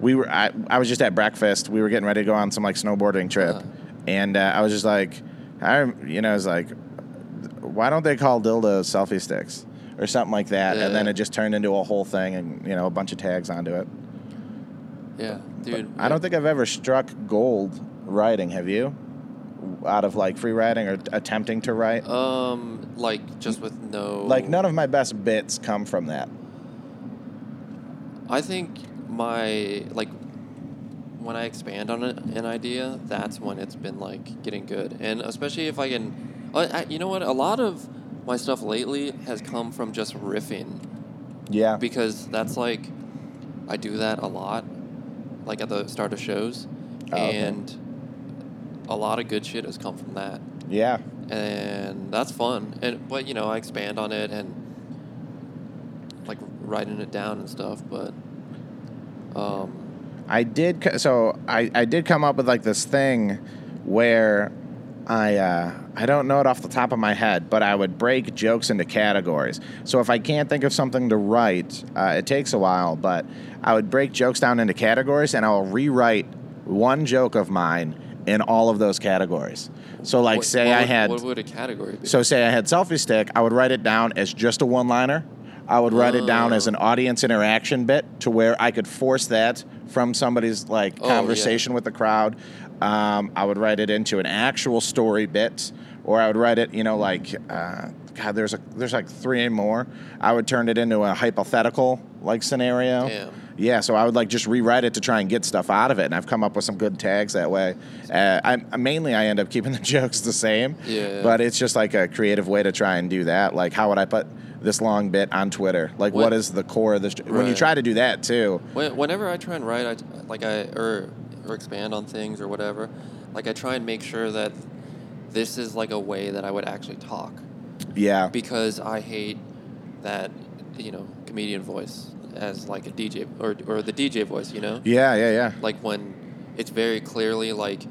Speaker 1: we were. I, I was just at breakfast. We were getting ready to go on some like snowboarding trip,
Speaker 2: Uh-huh.
Speaker 1: and uh, I was just like, I you know, I was like, why don't they call dildos selfie sticks or something like that?
Speaker 2: Yeah.
Speaker 1: And then it just turned into a whole thing, and you know, a bunch of tags onto it.
Speaker 2: Yeah, dude.
Speaker 1: I don't think I've ever struck gold writing. Have you? Out of like free writing or attempting to write.
Speaker 2: Um, like just with no.
Speaker 1: like none of my best bits come from that.
Speaker 2: I think my like when I expand on an an idea, that's when it's been like getting good, and especially if I can. I, I, you know what? A lot of my stuff lately has come from just riffing
Speaker 1: Yeah.
Speaker 2: because that's like I do that a lot, like at the start of shows,
Speaker 1: Oh, okay.
Speaker 2: and a lot of good shit has come from that.
Speaker 1: yeah.
Speaker 2: and that's fun. And but you know, I expand on it and like writing it down and stuff. But um,
Speaker 1: I did. co- So I, I did come up with like this thing where I uh, I don't know it off the top of my head, but I would break jokes into categories. So if I can't think of something to write, uh, it takes a while, but I would break jokes down into categories, and I'll rewrite one joke of mine in all of those categories. So like,
Speaker 2: what-
Speaker 1: say
Speaker 2: what
Speaker 1: I
Speaker 2: would-
Speaker 1: had
Speaker 2: what would a category be?
Speaker 1: so say I had selfie stick, I would write it down as just a one liner. I would write it down
Speaker 2: Oh.
Speaker 1: as an audience interaction bit to where I could force that from somebody's like
Speaker 2: Oh, yeah.
Speaker 1: conversation with the crowd. Um, I would write it into an actual story bit, or I would write it, you know, like uh, God, there's a there's like three more. I would turn it into a hypothetical like scenario.
Speaker 2: Damn.
Speaker 1: Yeah, so I would like just rewrite it to try and get stuff out of it, and I've come up with some good tags that way. Uh, I mainly I end up keeping the [LAUGHS] jokes the same,
Speaker 2: Yeah.
Speaker 1: but it's just like a creative way to try and do that. Like, how would I put this long bit on Twitter? Like, what
Speaker 2: What-
Speaker 1: is the core of this? When you
Speaker 2: Right.
Speaker 1: try to do that too,
Speaker 2: When- Whenever I try and write, I t- like I or or expand on things or whatever. Like I try and make sure that this is like a way that I would actually talk
Speaker 1: yeah,
Speaker 2: because I hate that you know comedian voice as like a DJ or or the DJ voice. You know.
Speaker 1: yeah, yeah, yeah,
Speaker 2: like when it's very clearly like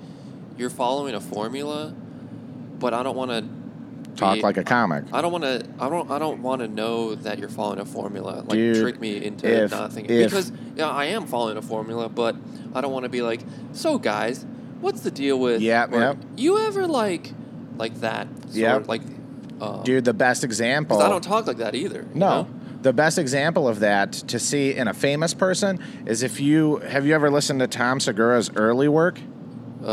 Speaker 2: you're following a formula but i don't want to
Speaker 1: talk like a comic.
Speaker 2: I don't want to. I don't. I don't want to know that you're following a formula. Like
Speaker 1: Dude,
Speaker 2: trick me into
Speaker 1: if-
Speaker 2: not thinking
Speaker 1: if-
Speaker 2: because yeah, I am following a formula, but I don't want to be like, so guys, what's the deal with?
Speaker 1: Yep,
Speaker 2: or,
Speaker 1: yep.
Speaker 2: You ever like like that? sort-
Speaker 1: Yep.
Speaker 2: Like, um,
Speaker 1: Dude, the best example.
Speaker 2: 'cause I don't talk like that either. you
Speaker 1: Oh. No.
Speaker 2: know?
Speaker 1: The best example of that to see in a famous person is if you have you ever listened to Tom Segura's early work?
Speaker 2: Uh,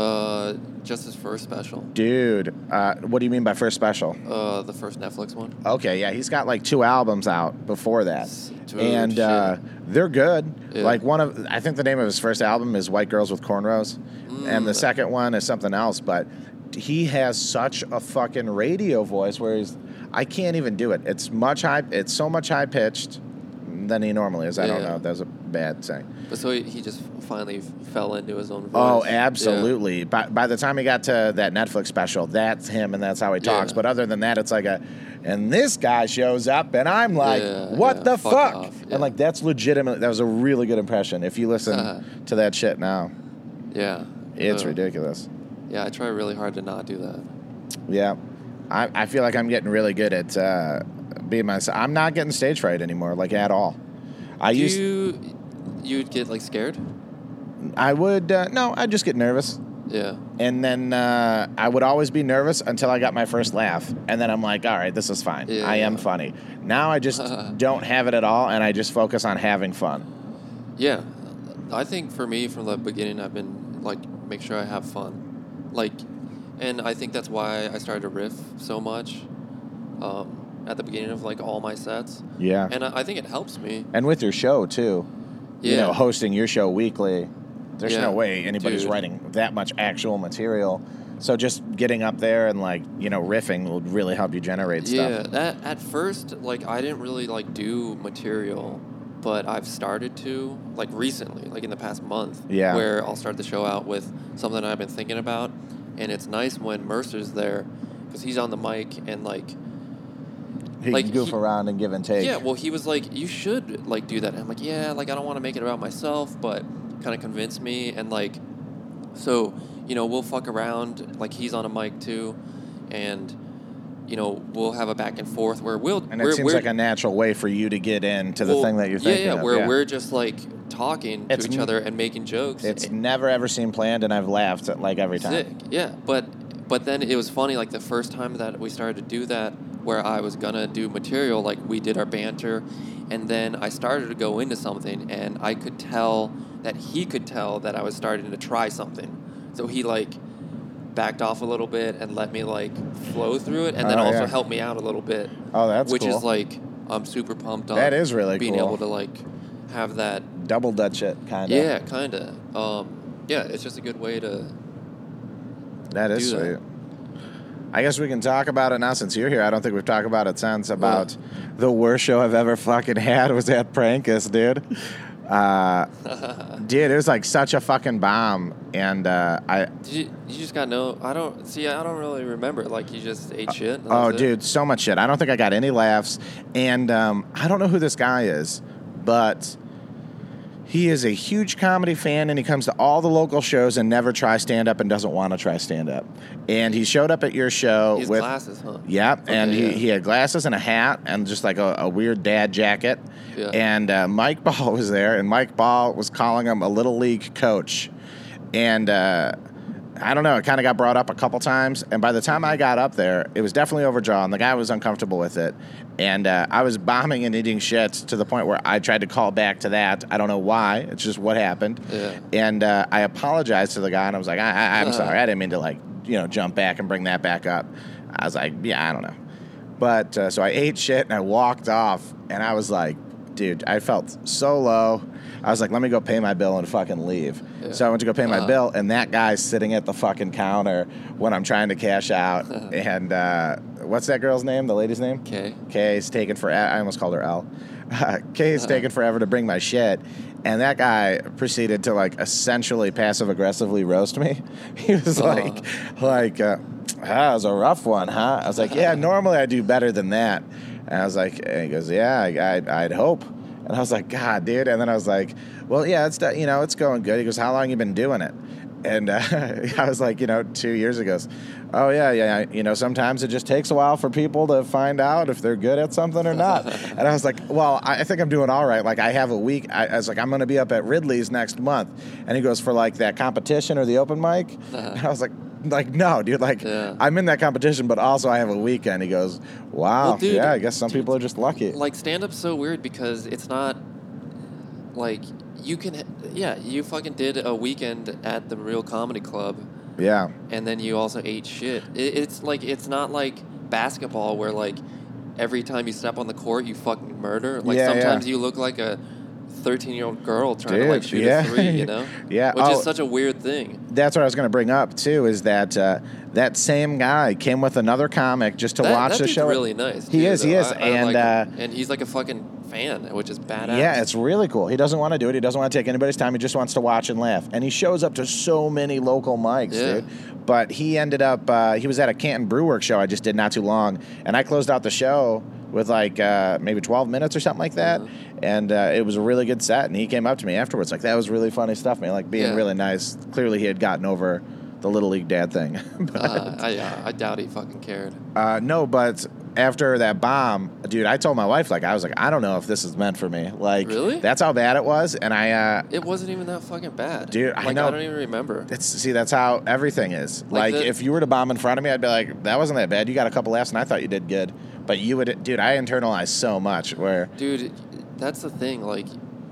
Speaker 2: Uh, just his first special.
Speaker 1: Dude, uh, what do you mean by first special?
Speaker 2: Uh, the first Netflix one.
Speaker 1: Okay, yeah, he's got like two albums out before that,
Speaker 2: Dude,
Speaker 1: and
Speaker 2: shit.
Speaker 1: uh, they're good.
Speaker 2: Yeah.
Speaker 1: Like one of, I think the name of his first album is White Girls with Cornrows, and the
Speaker 2: Mm.
Speaker 1: second one is something else. But he has such a fucking radio voice where he's, I can't even do it. It's much high. It's so much high pitched than he normally is. I don't
Speaker 2: Yeah.
Speaker 1: know. That's a bad thing.
Speaker 2: But so he, he just finally fell into his own voice.
Speaker 1: Oh,
Speaker 2: Yeah.
Speaker 1: absolutely. By, by the time he got to that Netflix special, that's him and that's how he talks.
Speaker 2: Yeah.
Speaker 1: But other than that, it's like a, and this guy shows up and I'm like,
Speaker 2: Yeah,
Speaker 1: what
Speaker 2: yeah,
Speaker 1: the
Speaker 2: fuck
Speaker 1: fuck?
Speaker 2: off, yeah.
Speaker 1: And like, that's legitimate. That was a really good impression. If you listen
Speaker 2: Uh-huh.
Speaker 1: to that shit now,
Speaker 2: Yeah.
Speaker 1: it's
Speaker 2: Uh,
Speaker 1: ridiculous.
Speaker 2: Yeah, I try really hard to not do that.
Speaker 1: Yeah. I, I feel like I'm getting really good at uh, being myself. I'm not getting stage fright anymore, like at all. I
Speaker 2: do
Speaker 1: used,
Speaker 2: you you'd get like scared?
Speaker 1: I would, uh, no, I just get nervous.
Speaker 2: Yeah.
Speaker 1: And then uh, I would always be nervous until I got my first laugh. And then I'm like, all right, this is fine.
Speaker 2: Yeah.
Speaker 1: I am funny. Now I
Speaker 2: [LAUGHS]
Speaker 1: just don't have it at all. And I just focus on having fun.
Speaker 2: Yeah. I think for me from the beginning I've been like make sure I have fun. Like and I think that's why I started to riff so much um, at the beginning of like all my sets.
Speaker 1: Yeah. And,
Speaker 2: And I, I think it helps me.
Speaker 1: with your show, too. You
Speaker 2: Yeah.
Speaker 1: know, hosting your show weekly, there's
Speaker 2: Yeah.
Speaker 1: no way anybody's
Speaker 2: Dude.
Speaker 1: writing that much actual material. So just getting up there and like, you know, riffing will really help you generate
Speaker 2: Yeah,
Speaker 1: stuff.
Speaker 2: that at first, like I didn't really like do material, but I've started to like recently, like in the past month.
Speaker 1: Yeah.
Speaker 2: Where I'll start the show out with something I've been thinking about, and it's nice when Mercer's there, because he's on the mic and like
Speaker 1: He
Speaker 2: Like,
Speaker 1: can goof
Speaker 2: he-
Speaker 1: around and give and take.
Speaker 2: yeah, well he was like you should like do that. And I'm like yeah, like I don't want to make it about myself, but kind of convince me and like so you know we'll fuck around like he's on a mic too, and. You know, we'll have a back and forth where we'll
Speaker 1: and it
Speaker 2: we're,
Speaker 1: seems
Speaker 2: we're,
Speaker 1: like a natural way for you to get into the
Speaker 2: Well,
Speaker 1: thing that you're
Speaker 2: yeah,
Speaker 1: thinking
Speaker 2: yeah,
Speaker 1: of.
Speaker 2: where we're just like talking
Speaker 1: It's
Speaker 2: to each
Speaker 1: n-
Speaker 2: other and making jokes.
Speaker 1: It's
Speaker 2: It-
Speaker 1: never ever seemed planned, and I've laughed at like every time.
Speaker 2: sick. Yeah, but but then it was funny. Like the first time that we started to do that, where I was gonna do material, like we did our banter, and then I started to go into something, and I could tell that he could tell that I was starting to try something. So he like backed off a little bit and let me like flow through it, and then
Speaker 1: Oh,
Speaker 2: also
Speaker 1: yeah.
Speaker 2: helped me out a little bit.
Speaker 1: Oh, that's
Speaker 2: which
Speaker 1: cool.
Speaker 2: is like I'm super pumped on.
Speaker 1: That is really
Speaker 2: being
Speaker 1: cool.
Speaker 2: able to like have that
Speaker 1: Double Dutch it, kind of.
Speaker 2: yeah, kind of. Um, yeah, it's just a good way to.
Speaker 1: that is
Speaker 2: do
Speaker 1: sweet.
Speaker 2: that.
Speaker 1: I guess we can talk about it now since you're here. I don't think we've talked about it since. About the worst show I've ever fucking had was at Prankus, dude.
Speaker 2: [LAUGHS]
Speaker 1: Uh, dude, it was like such a fucking bomb, and uh, I
Speaker 2: Did you, you just got no. I don't see. I don't really remember. Like you just ate shit. and that
Speaker 1: Oh,
Speaker 2: was it?
Speaker 1: dude, so much shit. I don't think I got any laughs. And um, I don't know who this guy is, but he is a huge comedy fan and he comes to all the local shows and never tries stand up and doesn't want to try stand up. And he showed up at your show
Speaker 2: These
Speaker 1: with.
Speaker 2: glasses, huh?
Speaker 1: Yep, and
Speaker 2: Okay,
Speaker 1: he,
Speaker 2: yeah.
Speaker 1: he had glasses and a hat and just like a, a weird dad jacket.
Speaker 2: Yeah.
Speaker 1: And uh, Mike [LAUGHS] Ball was there, and Mike Ball was calling him a little league coach. And uh, I don't know, it kind of got brought up a couple times. And by the time
Speaker 2: Mm-hmm.
Speaker 1: I got up there, it was definitely overdrawn. The guy was uncomfortable with it. And uh, I was bombing and eating shit to the point where I tried to call back to that. I don't know why, it's just what happened.
Speaker 2: Yeah.
Speaker 1: And uh, I apologized to the guy, and I was like, I, I, I'm sorry, I didn't mean to like you know jump back and bring that back up. I was like, yeah, I don't know. But uh, so I ate shit and I walked off, and I was like, dude, I felt so low. I was like, let me go pay my bill and fucking leave.
Speaker 2: Yeah.
Speaker 1: So I went to go pay my
Speaker 2: Uh-huh.
Speaker 1: bill, and that guy's sitting at the fucking counter when I'm trying to cash out. and uh, what's that girl's name? The lady's name?
Speaker 2: Okay.
Speaker 1: Kay's taking for I almost called her [LAUGHS] L. Uh, Kay's taking forever to bring my shit, and that guy proceeded to like essentially passive aggressively roast me. [LAUGHS] He was like, like, uh, ah, that was a rough one, huh? I was like, yeah, normally I do better than that, and I was like, and he goes, yeah, I, I, I'd hope, and I was like, God, dude, and then I was like, well, yeah, it's you know, it's going good. He goes, how long you been doing it? And uh, [LAUGHS] I was like, you know, two years ago. Oh yeah, yeah. You know, sometimes it just takes a while for people to find out if they're good at something or not. and I was like, well, I I think I'm doing all right. Like I have a week. I, I was like, I'm going to be up at Ridley's next month. And he goes for like that competition or the open mic. And I was like, like no, dude. Like
Speaker 2: Uh-huh. Yeah.
Speaker 1: I'm in that competition, but also I have a weekend. He goes, wow.
Speaker 2: Well, dude,
Speaker 1: yeah, I guess some
Speaker 2: dude,
Speaker 1: people are just lucky.
Speaker 2: Like stand up's so weird because it's not like you can yeah, you fucking did a weekend at the Real Comedy Club
Speaker 1: Yeah.
Speaker 2: and then you also ate shit. It, it's like it's not like basketball where like every time you step on the court you fucking murder. Like
Speaker 1: Yeah, yeah.
Speaker 2: sometimes you look like a thirteen year old girl trying to like
Speaker 1: Dude,
Speaker 2: shoot
Speaker 1: yeah.
Speaker 2: a three,
Speaker 1: [LAUGHS]
Speaker 2: you know?
Speaker 1: Yeah,
Speaker 2: Which
Speaker 1: oh.
Speaker 2: is such a weird thing.
Speaker 1: That's what I was going to bring up too. Is that uh, that same guy came with another comic just to
Speaker 2: That,
Speaker 1: watch
Speaker 2: that
Speaker 1: the
Speaker 2: dude's
Speaker 1: show?
Speaker 2: really nice.
Speaker 1: He
Speaker 2: dude,
Speaker 1: is, he
Speaker 2: though.
Speaker 1: is,
Speaker 2: I- I
Speaker 1: and,
Speaker 2: like him.
Speaker 1: uh,
Speaker 2: and he's like a fucking fan, which is badass.
Speaker 1: Yeah, it's really cool. He doesn't want to do it. He doesn't want to take anybody's time. He just wants to watch and laugh. And he shows up to so many local mics,
Speaker 2: Yeah.
Speaker 1: dude. But he ended up, uh, he was at a Canton Brew Works show I just did not too long. And I closed out the show with like uh, maybe 12 minutes or something like that.
Speaker 2: Mhm.
Speaker 1: And uh, it was a really good set. And he came up to me afterwards, like, that was really funny stuff, man. Like being
Speaker 2: Yeah.
Speaker 1: really nice. Clearly, he had gotten over the Little League Dad thing. [LAUGHS] But-
Speaker 2: Uh, I, uh, I doubt he fucking cared.
Speaker 1: uh, no, but after that bomb, dude, I told my wife, like, I was like, I don't know if this is meant for me. Like,
Speaker 2: Really?
Speaker 1: that's how bad it was. And I, uh,
Speaker 2: It wasn't even that fucking bad.
Speaker 1: Dude, I
Speaker 2: like,
Speaker 1: know.
Speaker 2: I don't even remember.
Speaker 1: it's see, that's how everything is. Like,
Speaker 2: Like the-
Speaker 1: if you were to bomb in front of me, I'd be like, that wasn't that bad. You got a couple laughs, and I thought you did good. But you would, dude, I internalized so much. Where,
Speaker 2: dude that's the thing like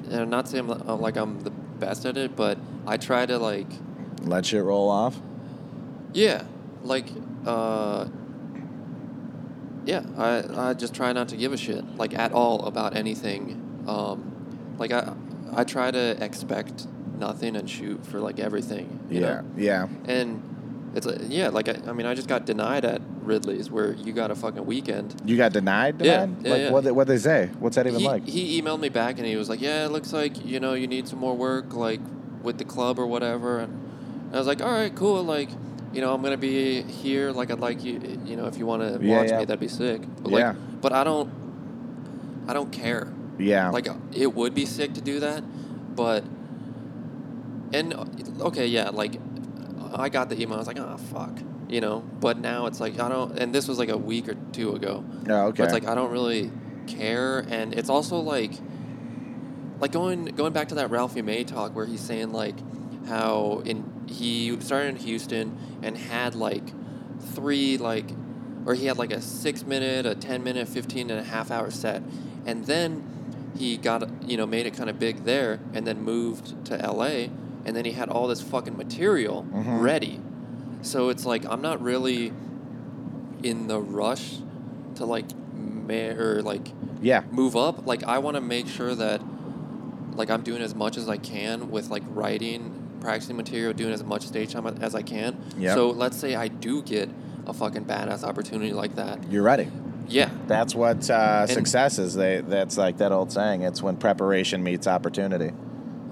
Speaker 2: and i'm not saying I'm, like i'm the best at it but i try to like
Speaker 1: let shit roll off.
Speaker 2: yeah like uh yeah i i just try not to give a shit like at all about anything um like i i try to expect nothing and shoot for like everything you
Speaker 1: yeah,
Speaker 2: know?
Speaker 1: yeah,
Speaker 2: and it's like yeah like I, I mean i just got denied at ridley's where you got a fucking weekend
Speaker 1: you got denied.
Speaker 2: Yeah,
Speaker 1: denied?
Speaker 2: yeah,
Speaker 1: like,
Speaker 2: yeah.
Speaker 1: what? They, what they say? What's that even
Speaker 2: he,
Speaker 1: like?
Speaker 2: he emailed me back and he was like, "Yeah, it looks like you know you need some more work like with the club or whatever." And I was like, "All right, cool. Like, you know, I'm gonna be here. Like, I'd like you, you know, if you want to
Speaker 1: Yeah,
Speaker 2: watch
Speaker 1: yeah.
Speaker 2: me, that'd be sick." But, like,
Speaker 1: Yeah.
Speaker 2: But I don't, I don't care.
Speaker 1: yeah,
Speaker 2: Like, it would be sick to do that, but and uh, okay, yeah, like I got the email. I was like, "Ah, fuck," you know. But now it's like I don't. And this was like a week or two ago.
Speaker 1: oh, okay,
Speaker 2: But it's like I don't really care, and it's also like, like going going back to that Ralphie May talk where he's saying like how in he started in Houston and had like three like, or he had like a six minute, a ten minute, 15 and a half hour set, and then he got you know made it kind of big there, and then moved to L.A. and then he had all this fucking material
Speaker 1: Mhm.
Speaker 2: ready, so it's like I'm not really in the rush to like ma- or like
Speaker 1: yeah,
Speaker 2: move up like i want to make sure that like i'm doing as much as i can with like writing practicing material doing as much stage time as i can
Speaker 1: Yeah.
Speaker 2: so let's say i do get a fucking badass opportunity like that
Speaker 1: you're ready.
Speaker 2: yeah
Speaker 1: That's what uh, success is. They, that's like that old saying. It's when preparation meets opportunity.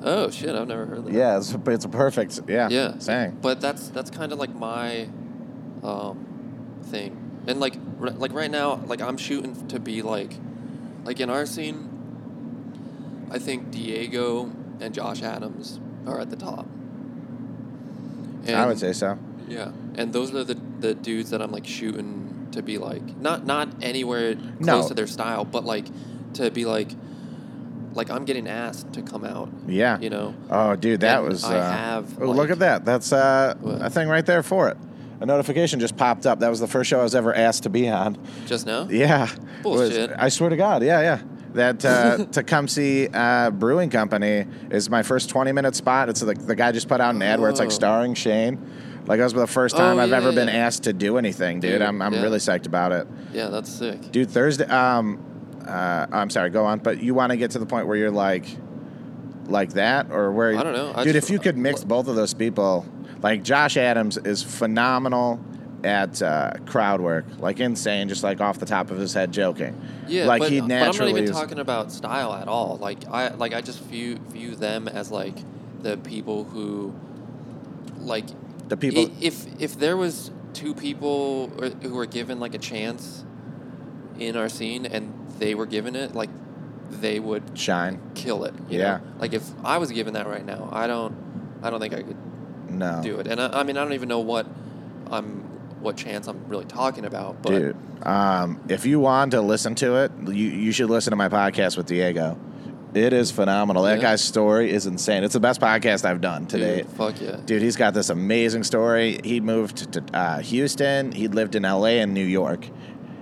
Speaker 2: oh shit i've never heard that
Speaker 1: Yeah, it's, it's a perfect. Yeah,
Speaker 2: yeah
Speaker 1: saying.
Speaker 2: but that's that's kind of like my um thing and like r- like right now like i'm shooting to be like like in our scene i think diego and josh adams are at the top and,
Speaker 1: I would say so.
Speaker 2: yeah and those are the the dudes that i'm like shooting to be like not not anywhere close
Speaker 1: No.
Speaker 2: to their style but like to be like like i'm getting asked to come out
Speaker 1: Yeah.
Speaker 2: you know
Speaker 1: Oh, dude, that
Speaker 2: And
Speaker 1: was.
Speaker 2: I
Speaker 1: uh,
Speaker 2: have,
Speaker 1: oh, look
Speaker 2: like-
Speaker 1: at that. That's uh,
Speaker 2: What?
Speaker 1: a thing right there for it. A notification just popped up. That was the first show I was ever asked to be on. [LAUGHS]
Speaker 2: just now
Speaker 1: Yeah. It was-
Speaker 2: Bullshit.
Speaker 1: I swear to God. Yeah, yeah. That uh, [LAUGHS] Tecumseh uh, Brewing Company is my first 20 minute spot. It's like the guy just put out an ad where it's like
Speaker 2: Oh.
Speaker 1: starring Shane. Like, that was the first
Speaker 2: Oh,
Speaker 1: time I've
Speaker 2: yeah,
Speaker 1: ever
Speaker 2: yeah,
Speaker 1: been
Speaker 2: yeah.
Speaker 1: asked to do anything, dude.
Speaker 2: Dude,
Speaker 1: I'm, I'm
Speaker 2: yeah.
Speaker 1: really psyched about it.
Speaker 2: yeah that's sick
Speaker 1: Dude, Thursday. Um, uh, I'm sorry. Go on. But you want to get to the point where you're like, like that, or where?
Speaker 2: I don't know. I
Speaker 1: dude,
Speaker 2: just-
Speaker 1: if you could mix both of those people, like Josh Adams is phenomenal at uh, crowd work, like insane, just like off the top of his head, joking.
Speaker 2: Yeah,
Speaker 1: like
Speaker 2: but,
Speaker 1: he
Speaker 2: but I'm
Speaker 1: naturally.
Speaker 2: not even
Speaker 1: is-
Speaker 2: talking about style at all. Like I like I just view view them as like the people who like
Speaker 1: the people.
Speaker 2: i- if if there was two people or- who were given like a chance in our scene and they were given it, like they would
Speaker 1: Shine,
Speaker 2: kill it. you
Speaker 1: Yeah.
Speaker 2: know? Like if I was given that right now, I don't I don't think I could
Speaker 1: no,
Speaker 2: do it. And I, I mean I don't even know what I'm what chance I'm really talking about, but
Speaker 1: dude. Um, if you want to listen to it, you you should listen to my podcast with Diego. It is phenomenal. That
Speaker 2: Yeah.
Speaker 1: guy's story is insane. It's the best podcast I've done to
Speaker 2: dude,
Speaker 1: date.
Speaker 2: fuck yeah.
Speaker 1: Dude, he's got this amazing story. He moved to uh, Houston. He lived in LA and New York.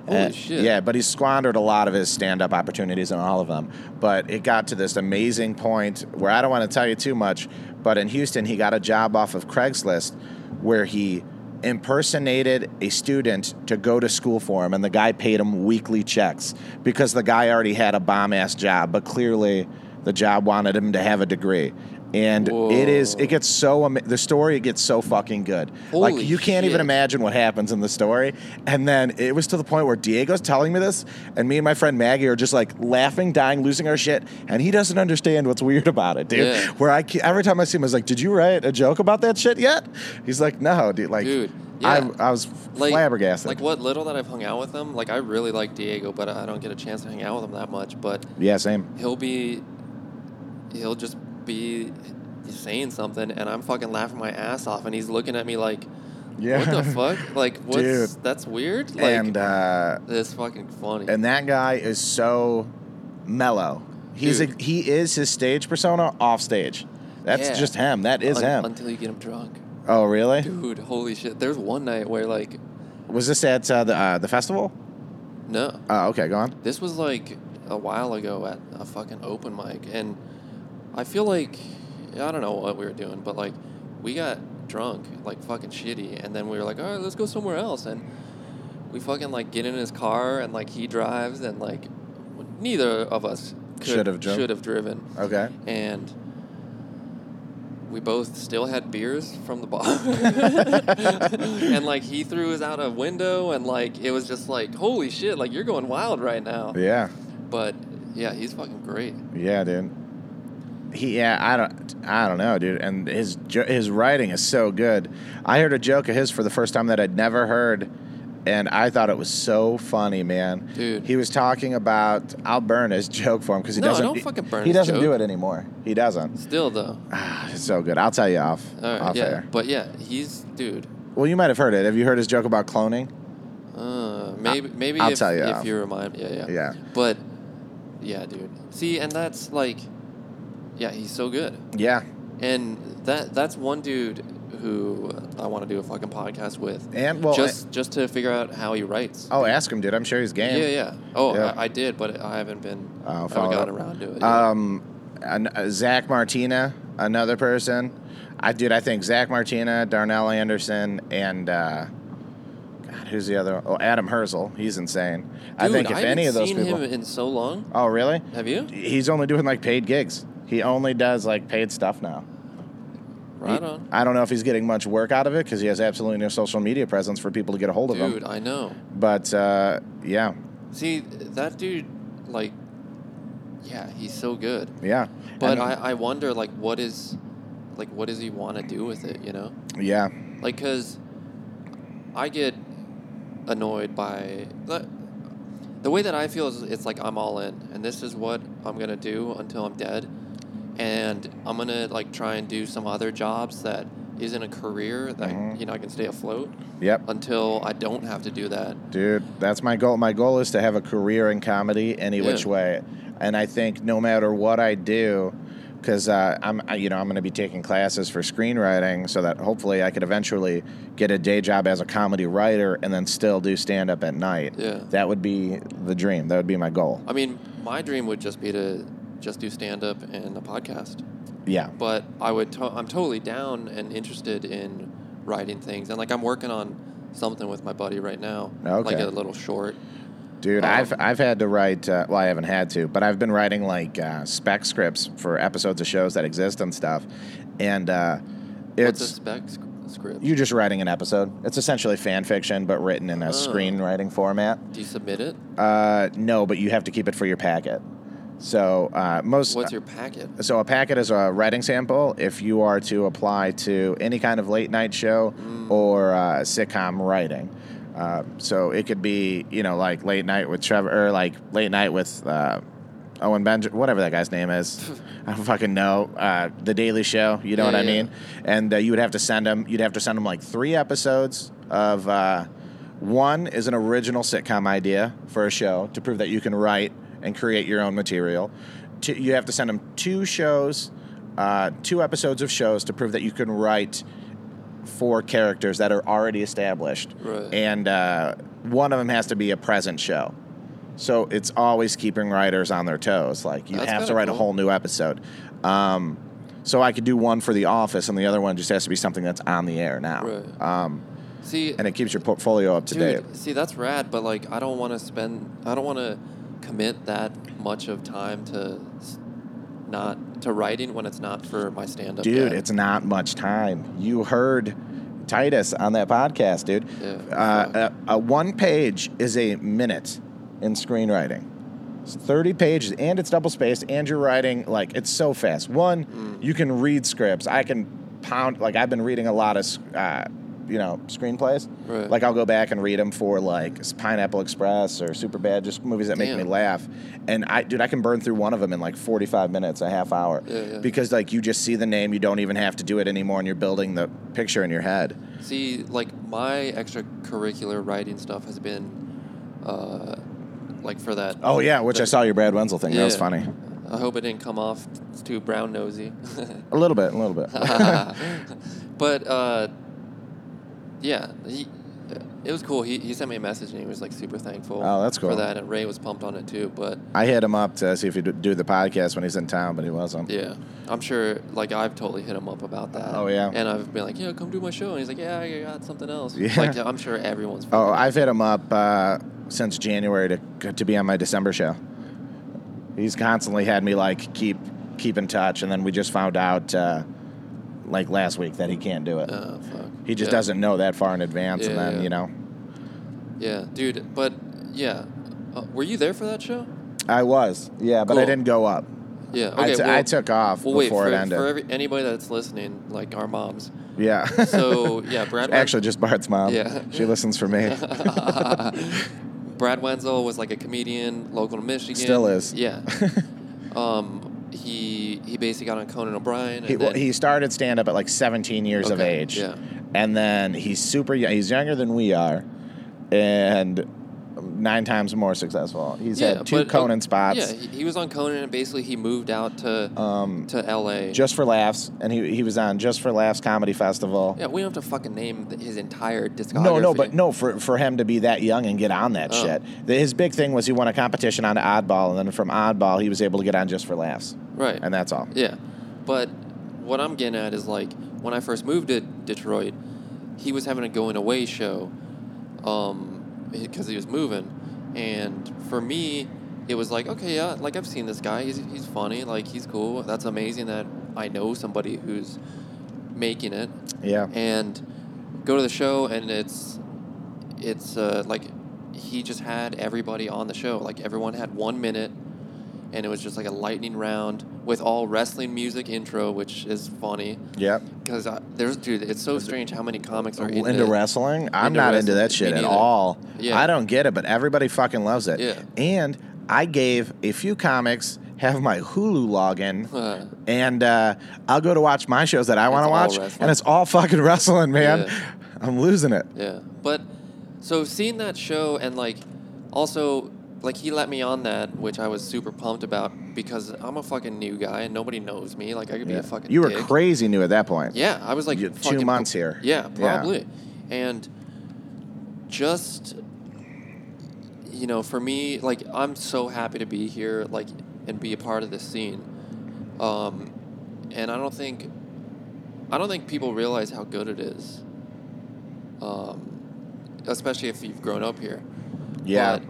Speaker 2: Holy
Speaker 1: Uh,
Speaker 2: shit.
Speaker 1: Yeah, but he squandered a lot of his stand up opportunities and all of them. But it got to this amazing point where I don't want to tell you too much, but in Houston, he got a job off of Craigslist where he impersonated a student to go to school for him, and the guy paid him weekly checks because the guy already had a bomb ass job, but clearly the job wanted him to have a degree. And it is,
Speaker 2: Whoa.
Speaker 1: it gets so, ama- the story gets so fucking good.
Speaker 2: Holy
Speaker 1: like, you can't
Speaker 2: shit.
Speaker 1: even imagine imagine what happens in the story. And then it was to the point where Diego's telling me this, and me and my friend Maggie are just like laughing, dying, losing our shit. And he doesn't understand what's weird about it, dude.
Speaker 2: Yeah.
Speaker 1: Where I ke- every time I see him, I was like, "Did you write a joke about that shit yet?" He's like, "No, dude." Like,
Speaker 2: Dude, yeah.
Speaker 1: I, I was
Speaker 2: Like,
Speaker 1: flabbergasted.
Speaker 2: Like what little that I've hung out with him, like I really like Diego, but I don't get a chance to hang out with him that much. But
Speaker 1: yeah, same.
Speaker 2: he'll be, he'll just be saying something, and I'm fucking laughing my ass off, and he's looking at me like,
Speaker 1: Yeah. [LAUGHS]
Speaker 2: what the fuck? Like, what's
Speaker 1: Dude.
Speaker 2: that's weird? Like,
Speaker 1: and uh,
Speaker 2: this fucking funny.
Speaker 1: and that guy is so mellow. He's a,
Speaker 2: Dude.
Speaker 1: he is his stage persona off stage. That's
Speaker 2: Yeah.
Speaker 1: just him. That is
Speaker 2: Un-
Speaker 1: him.
Speaker 2: until you get him drunk,
Speaker 1: [LAUGHS] oh, really?
Speaker 2: dude. Holy shit! There's one night where like,
Speaker 1: Was this at uh, the uh, the festival?
Speaker 2: no,
Speaker 1: Oh, okay, go on.
Speaker 2: This was like a while ago at a fucking open mic, and I feel like I don't know what we were doing, but like we got drunk, like fucking shitty, and then we were like, all right, let's go somewhere else, and we fucking like get in his car, and like he drives, and like neither of us could-
Speaker 1: Should have driven.
Speaker 2: should have driven,
Speaker 1: Okay.
Speaker 2: and. We both still had beers from the
Speaker 1: [LAUGHS]
Speaker 2: bar, and like he threw us out a window, and like it was just like, holy shit, like you're going wild right now.
Speaker 1: Yeah.
Speaker 2: But yeah, he's fucking great.
Speaker 1: Yeah, dude. He yeah, I don't I don't know, dude. And his jo- his writing is so good. I heard a joke of his for the first time that I'd never heard and I thought it was so funny, man.
Speaker 2: Dude.
Speaker 1: He was talking about I'll burn his joke for him because he
Speaker 2: No,
Speaker 1: doesn't e-,
Speaker 2: don't fucking burn
Speaker 1: He
Speaker 2: his
Speaker 1: doesn't do
Speaker 2: joke.
Speaker 1: it anymore. He doesn't.
Speaker 2: Still though.
Speaker 1: Ah, it's so good. I'll tell you off
Speaker 2: All right,
Speaker 1: off
Speaker 2: yeah.
Speaker 1: air.
Speaker 2: But yeah, he's dude.
Speaker 1: Well, you might have heard it. Have you heard his joke about cloning?
Speaker 2: Uh, maybe maybe
Speaker 1: I'll
Speaker 2: if,
Speaker 1: tell you
Speaker 2: if
Speaker 1: off.
Speaker 2: you remind yeah, yeah.
Speaker 1: Yeah.
Speaker 2: But yeah, dude. See, and that's like yeah, he's so good.
Speaker 1: Yeah.
Speaker 2: And that that's one dude who I want to do a fucking podcast with.
Speaker 1: And well
Speaker 2: just just to figure out how he writes.
Speaker 1: Oh, ask him, dude. I'm sure he's game.
Speaker 2: Yeah, yeah. Oh,
Speaker 1: Yeah.
Speaker 2: I, I did, but I haven't been.
Speaker 1: I'll
Speaker 2: I haven't
Speaker 1: follow
Speaker 2: gotten
Speaker 1: up.
Speaker 2: around to it. yeah.
Speaker 1: Um, an, uh, Zach Martina, another person. I dude, I think Zach Martina, Darnell Anderson, and uh, God, who's the other? Oh, Adam Herzl. He's insane. I
Speaker 2: Dude,
Speaker 1: think if
Speaker 2: haven't
Speaker 1: any of those
Speaker 2: seen
Speaker 1: people.
Speaker 2: him in so long.
Speaker 1: oh, really?
Speaker 2: Have you?
Speaker 1: He's only doing like paid gigs. He only does like paid stuff now.
Speaker 2: Right
Speaker 1: He-
Speaker 2: on.
Speaker 1: I don't know if he's getting much work out of it because he has absolutely no social media presence for people to get a hold of
Speaker 2: Dude,
Speaker 1: him.
Speaker 2: I know.
Speaker 1: But uh, yeah,
Speaker 2: See, that dude, like, yeah, he's so good.
Speaker 1: yeah.
Speaker 2: But
Speaker 1: And-
Speaker 2: I, I wonder, like, what is, like, what does he want to do with it, you know?
Speaker 1: yeah,
Speaker 2: Like, because I get annoyed by, the, the way that I feel is it's like I'm all in, and this is what I'm going to do until I'm dead. And I'm going to, like, try and do some other jobs that isn't a career that,
Speaker 1: Mhm.
Speaker 2: you know, I can stay afloat
Speaker 1: yep.
Speaker 2: until I don't have to do that.
Speaker 1: Dude, that's my goal. My goal is to have a career in comedy any
Speaker 2: Yeah.
Speaker 1: which way. And I think no matter what I do, because uh, I'm, I- you know, I'm going to be taking classes for screenwriting, so that hopefully I could eventually get a day job as a comedy writer and then still do stand up at night.
Speaker 2: Yeah.
Speaker 1: That would be the dream. That would be my goal.
Speaker 2: I mean, my dream would just be to just do stand up and a podcast.
Speaker 1: Yeah.
Speaker 2: But I would to- I'm totally down and interested in writing things. And like I'm working on something with my buddy right now. Like
Speaker 1: Okay.
Speaker 2: a little short.
Speaker 1: Dude,
Speaker 2: Um,
Speaker 1: I've I've had to write. Uh, well, I haven't had to, but I've been writing like uh, spec scripts for episodes of shows that exist and stuff. And uh,
Speaker 2: What's a
Speaker 1: it's
Speaker 2: spec sc- script?
Speaker 1: You're just writing an episode. It's essentially fan fiction, but written in a
Speaker 2: Oh.
Speaker 1: screenwriting format.
Speaker 2: Do you submit it?
Speaker 1: Uh, no, but you have to keep it for your packet. So uh, most.
Speaker 2: What's your packet?
Speaker 1: so a packet is a writing sample. If you are to apply to any kind of late night show
Speaker 2: Mm.
Speaker 1: or uh, sitcom writing, uh, so it could be you know like late night with Trevor or like late night with uh, Owen Benjamin, whatever that guy's name
Speaker 2: [LAUGHS]
Speaker 1: is. I don't fucking know. Uh, the Daily Show, you know
Speaker 2: Yeah,
Speaker 1: what I
Speaker 2: yeah, yeah.
Speaker 1: mean? And uh, you would have to send them. You'd have to send them like three episodes of. Uh, one is an original sitcom idea for a show to prove that you can write and create your own material. Two, you have to send them two shows, uh, two episodes of shows to prove that you can write four characters that are already established,
Speaker 2: Right.
Speaker 1: and uh, one of them has to be a present show. So it's always keeping writers on their toes. Like you
Speaker 2: That's
Speaker 1: have to
Speaker 2: kinda
Speaker 1: write a
Speaker 2: cool.
Speaker 1: whole new episode. Um, so I could do one for The Office, and the other one just has to be something that's on the air now.
Speaker 2: Right.
Speaker 1: Um,
Speaker 2: See,
Speaker 1: and it keeps your portfolio up to date.
Speaker 2: Dude, see, that's rad, but like, I don't want to spend, I don't want to commit that much of time to s- not to writing when it's not for my stand up.
Speaker 1: Dude, it's not much time. You heard Titus on that podcast, dude.
Speaker 2: Yeah,
Speaker 1: uh, a, a one page is a minute in screenwriting. It's 30 pages and it's double spaced and you're writing like it's so fast. One,
Speaker 2: Mm.
Speaker 1: you can read scripts. I can pound like I've been reading a lot of uh, you know screenplays.
Speaker 2: Right.
Speaker 1: Like I'll go back and read them for like Pineapple Express or Superbad, just movies that make
Speaker 2: Damn.
Speaker 1: me laugh. And I dude, I can burn through one of them in like 45 minutes, a half hour
Speaker 2: Yeah, yeah.
Speaker 1: because like you just see the name, you don't even have to do it anymore, and you're building the picture in your head.
Speaker 2: See, like my extracurricular writing stuff has been, uh, like for that.
Speaker 1: Oh yeah, which I saw your Brad Wenzel thing. That was
Speaker 2: Yeah.
Speaker 1: funny.
Speaker 2: I hope it didn't come off t- too
Speaker 1: [LAUGHS]
Speaker 2: brown nosy. [LAUGHS]
Speaker 1: A little bit, a little bit.
Speaker 2: Uh-huh. but uh, yeah, he, uh, it was cool. He, he sent me a message and he was like super thankful.
Speaker 1: Oh, that's cool.
Speaker 2: for that. And Ray was pumped on it too. But
Speaker 1: I hit him up to see if he'd do the podcast when he's in town, but he wasn't.
Speaker 2: yeah, I'm sure. Like I've totally hit him up about that.
Speaker 1: Oh, yeah.
Speaker 2: And I've been like, yeah, come do my show. And he's like, yeah, I got something else.
Speaker 1: Yeah.
Speaker 2: Like I'm sure everyone's.
Speaker 1: Oh, I've hit him up uh, since January to to be on my December show. He's constantly had me like keep keep in touch, and then we just found out uh, like last week that he can't do it.
Speaker 2: Oh, fuck.
Speaker 1: he just
Speaker 2: Yeah.
Speaker 1: doesn't know that far in advance, and
Speaker 2: Yeah,
Speaker 1: then
Speaker 2: yeah.
Speaker 1: you know.
Speaker 2: Yeah, dude. But yeah, uh, were you there for that show?
Speaker 1: I was, yeah, but I
Speaker 2: Cool.
Speaker 1: didn't go up.
Speaker 2: Yeah.
Speaker 1: I
Speaker 2: Okay.
Speaker 1: t-
Speaker 2: well,
Speaker 1: I took off
Speaker 2: well,
Speaker 1: before
Speaker 2: wait,
Speaker 1: it
Speaker 2: for,
Speaker 1: ended.
Speaker 2: For every, anybody that's listening, like
Speaker 1: [LAUGHS]
Speaker 2: our moms.
Speaker 1: Yeah.
Speaker 2: So yeah, Brad. Wen-
Speaker 1: [LAUGHS] Actually, [LAUGHS] just Bart's mom.
Speaker 2: Yeah.
Speaker 1: She listens for me.
Speaker 2: [LAUGHS] Brad Wenzel was like a comedian, local to Michigan.
Speaker 1: Still is. [LAUGHS]
Speaker 2: Yeah. um, he he basically got on Conan O'Brien. And
Speaker 1: he, well,
Speaker 2: then,
Speaker 1: he started stand up at like 17 years of
Speaker 2: Okay,
Speaker 1: age.
Speaker 2: yeah.
Speaker 1: And then he's super young. He's younger than we are and nine times more successful. He's
Speaker 2: yeah,
Speaker 1: had two
Speaker 2: but, uh,
Speaker 1: Conan spots.
Speaker 2: Yeah, he, he was on Conan, and basically he moved out to
Speaker 1: Um,
Speaker 2: to L.A.
Speaker 1: Just for Laughs. And he, he was on Just for Laughs Comedy Festival.
Speaker 2: yeah, we don't have to fucking name th- his entire discography.
Speaker 1: No, no, but no, for, for him to be that young and get on that
Speaker 2: Oh.
Speaker 1: shit. The- his big thing was he won a competition on Oddball, and then from Oddball, he was able to get on Just for Laughs.
Speaker 2: Right.
Speaker 1: And that's all.
Speaker 2: Yeah, but what I'm getting at is like when I first moved to Detroit, he was having a going away show, um, because he was moving, and for me, it was like okay, yeah, like I've seen this guy, he's he's funny, like he's cool. That's amazing that I know somebody who's making it,
Speaker 1: Yeah.
Speaker 2: and go to the show, and it's it's uh, like he just had everybody on the show, like everyone had one minute and it was just like a lightning round with all wrestling music intro, which is funny
Speaker 1: Yep.
Speaker 2: because there's dude, it's so strange how many comics are
Speaker 1: into,
Speaker 2: into,
Speaker 1: wrestling. I'm
Speaker 2: into
Speaker 1: not
Speaker 2: wrestling.
Speaker 1: into that
Speaker 2: Me
Speaker 1: shit at
Speaker 2: neither.
Speaker 1: all.
Speaker 2: Yeah.
Speaker 1: I don't get it, but everybody fucking loves it.
Speaker 2: Yeah.
Speaker 1: And I gave a few comics have my Hulu login.
Speaker 2: Huh.
Speaker 1: And uh, I'll go to watch my shows that I want to
Speaker 2: all
Speaker 1: watch,
Speaker 2: wrestling.
Speaker 1: and it's all fucking [LAUGHS] wrestling, man.
Speaker 2: Yeah.
Speaker 1: I'm losing it.
Speaker 2: Yeah, but so seeing that show and like also like he let me on that, which I was super pumped about because I'm a fucking new guy and nobody knows me. Like I could be a fucking
Speaker 1: you were
Speaker 2: dick.
Speaker 1: crazy new at that point.
Speaker 2: Yeah, I was like
Speaker 1: You- two
Speaker 2: fucking-
Speaker 1: months here.
Speaker 2: Yeah,
Speaker 1: Yeah.
Speaker 2: probably. And just you know, for me, like I'm so happy to be here, like and be a part of this scene. Um, and I don't think I don't think people realize how good it is. Um, especially if you've grown up here.
Speaker 1: Yeah.
Speaker 2: But-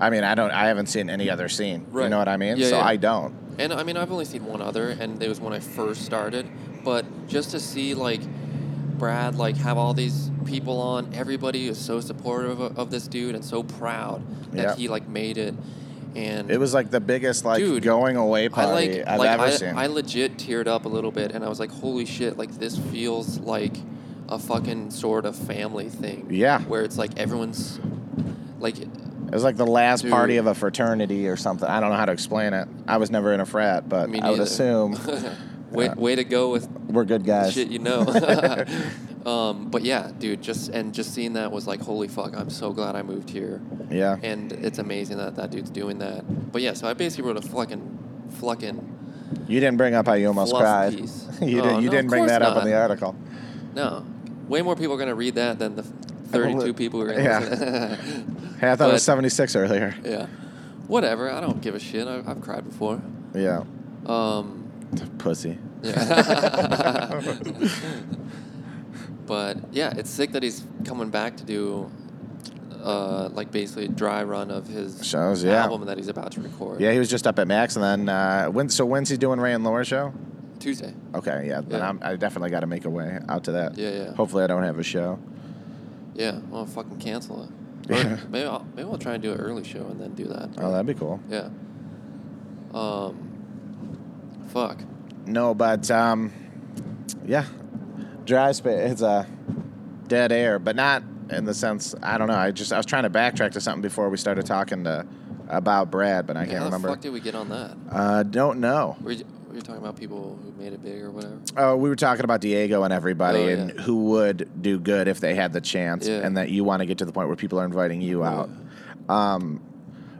Speaker 1: I mean, I don't. I haven't seen any other scene. You
Speaker 2: Right.
Speaker 1: know what I mean?
Speaker 2: Yeah,
Speaker 1: so
Speaker 2: yeah.
Speaker 1: I don't.
Speaker 2: And I mean, I've only seen one other, and it was when I first started. But just to see like Brad like have all these people on, everybody is so supportive of, of this dude and so proud that
Speaker 1: Yeah.
Speaker 2: he like made it. And
Speaker 1: It was like the biggest like
Speaker 2: Dude,
Speaker 1: going away
Speaker 2: I
Speaker 1: party
Speaker 2: like
Speaker 1: I've
Speaker 2: like
Speaker 1: ever
Speaker 2: I,
Speaker 1: seen.
Speaker 2: I legit teared up a little bit, and I was like, holy shit! Like this feels like a fucking sort of family thing.
Speaker 1: Yeah.
Speaker 2: where it's like everyone's like [LAUGHS]
Speaker 1: It was like the last
Speaker 2: Dude.
Speaker 1: party of a fraternity or something. I don't know how to explain it. I was never in a frat, but
Speaker 2: Me
Speaker 1: I would
Speaker 2: neither. [LAUGHS]
Speaker 1: assume
Speaker 2: way, way to go with
Speaker 1: we're good guys.
Speaker 2: shit you know [LAUGHS] um, but yeah dude just and just seeing that was like holy fuck i'm so glad i moved here
Speaker 1: Yeah.
Speaker 2: and it's amazing that that dude's doing that but yeah so i basically wrote a fucking fucking
Speaker 1: You didn't bring up how you almost
Speaker 2: Fluff
Speaker 1: cried.
Speaker 2: piece.
Speaker 1: [LAUGHS] you didn't. You
Speaker 2: Oh, no,
Speaker 1: didn't
Speaker 2: of
Speaker 1: bring
Speaker 2: course
Speaker 1: that up in
Speaker 2: not.
Speaker 1: the article.
Speaker 2: no way more people are going to read that than the 32 people who are going to
Speaker 1: Yeah.
Speaker 2: listen.
Speaker 1: Hey, I thought it was
Speaker 2: But-
Speaker 1: 76 earlier.
Speaker 2: [LAUGHS] yeah. Whatever. I don't give a shit. I, I've cried before.
Speaker 1: Yeah.
Speaker 2: Um,
Speaker 1: Pussy.
Speaker 2: yeah. [LAUGHS] but yeah, it's sick that he's coming back to do uh, like basically a dry run of his
Speaker 1: Shows, yeah.
Speaker 2: album that he's about to
Speaker 1: [LAUGHS]
Speaker 2: record.
Speaker 1: Yeah, he was just up at Max, and then uh, when? So when's he doing Ray and Laura show?
Speaker 2: Tuesday.
Speaker 1: Okay, yeah, then
Speaker 2: Yeah.
Speaker 1: I'm, I definitely got to make a way out to that.
Speaker 2: Yeah, yeah.
Speaker 1: Hopefully, I don't have a show.
Speaker 2: Yeah. Well, fucking cancel it. Or
Speaker 1: Yeah.
Speaker 2: Maybe I'll maybe I'll try and do an early show and then do that.
Speaker 1: Oh, that'd be cool.
Speaker 2: Yeah. Um. Fuck.
Speaker 1: No, but um, yeah, dry space. It's a dead air, but not in the sense. I don't know. I just I was trying to backtrack to something before we started talking to about Brad, but I can't
Speaker 2: How
Speaker 1: remember.
Speaker 2: the fuck did we get on that?
Speaker 1: uh, don't know.
Speaker 2: Were you, were you talking about people who made it big or whatever?
Speaker 1: Oh, we were talking about Diego and everybody,
Speaker 2: Oh, yeah.
Speaker 1: and who would do good if they had the chance,
Speaker 2: Yeah.
Speaker 1: and that you want to get to the point where people are inviting you
Speaker 2: Yeah.
Speaker 1: out. Um,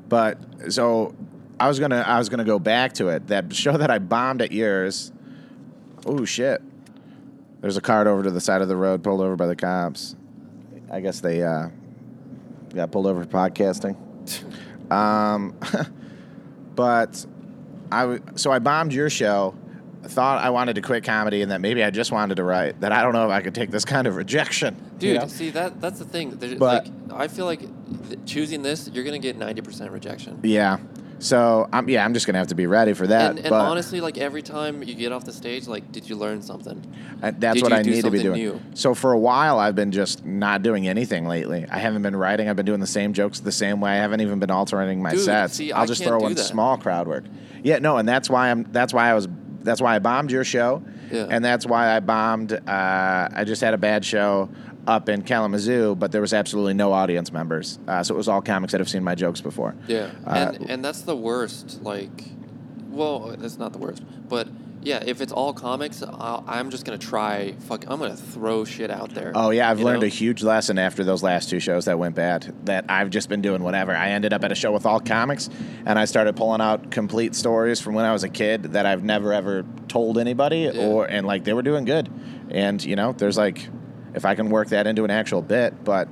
Speaker 1: but so I was gonna, I was gonna go back to it. That show that I bombed at yours. Oh shit! There's a card over to the side of the road, pulled over by the cops. I guess they uh, got pulled over for podcasting. Um, [LAUGHS] but I w- so I bombed your show. Thought I wanted to quit comedy and that maybe I just wanted to write. That I don't know if I could take this kind of rejection.
Speaker 2: Dude,
Speaker 1: you know?
Speaker 2: see that that's the thing. There's,
Speaker 1: But-
Speaker 2: like I feel like th- choosing this, you're gonna get ninety percent rejection.
Speaker 1: Yeah. So I'm yeah I'm just gonna have to be ready for that.
Speaker 2: and and
Speaker 1: but
Speaker 2: honestly, like every time you get off the stage, like did you learn something?
Speaker 1: I- Uh, that's
Speaker 2: did
Speaker 1: what
Speaker 2: you
Speaker 1: I
Speaker 2: do
Speaker 1: need to be doing.
Speaker 2: something new?
Speaker 1: So for a while I've been just not doing anything lately. I haven't been writing. I've been doing the same jokes the same way. I haven't even been altering my
Speaker 2: Dude,
Speaker 1: sets.
Speaker 2: see,
Speaker 1: I'll
Speaker 2: I
Speaker 1: just
Speaker 2: can't
Speaker 1: throw
Speaker 2: do
Speaker 1: in
Speaker 2: that.
Speaker 1: small crowd work. Yeah. No. And that's why I'm. That's why I was. That's why I bombed your show.
Speaker 2: Yeah.
Speaker 1: And that's why I bombed. Uh, I just had a bad show up in Kalamazoo, but there was absolutely no audience members. Uh, so it was all comics that have seen my jokes before.
Speaker 2: Yeah.
Speaker 1: Uh,
Speaker 2: and and that's the worst. Like, well, that's not the worst, but yeah, if it's all comics, I'll, I'm just gonna try. Fuck, I'm gonna throw shit out there.
Speaker 1: Oh yeah, I've
Speaker 2: you
Speaker 1: learned
Speaker 2: know?
Speaker 1: a huge lesson after those last two shows that went bad. That I've just been doing whatever. I ended up at a show with all comics, and I started pulling out complete stories from when I was a kid that I've never ever told anybody,
Speaker 2: Yeah.
Speaker 1: or and like they were doing good. And you know, there's like, if I can work that into an actual bit, but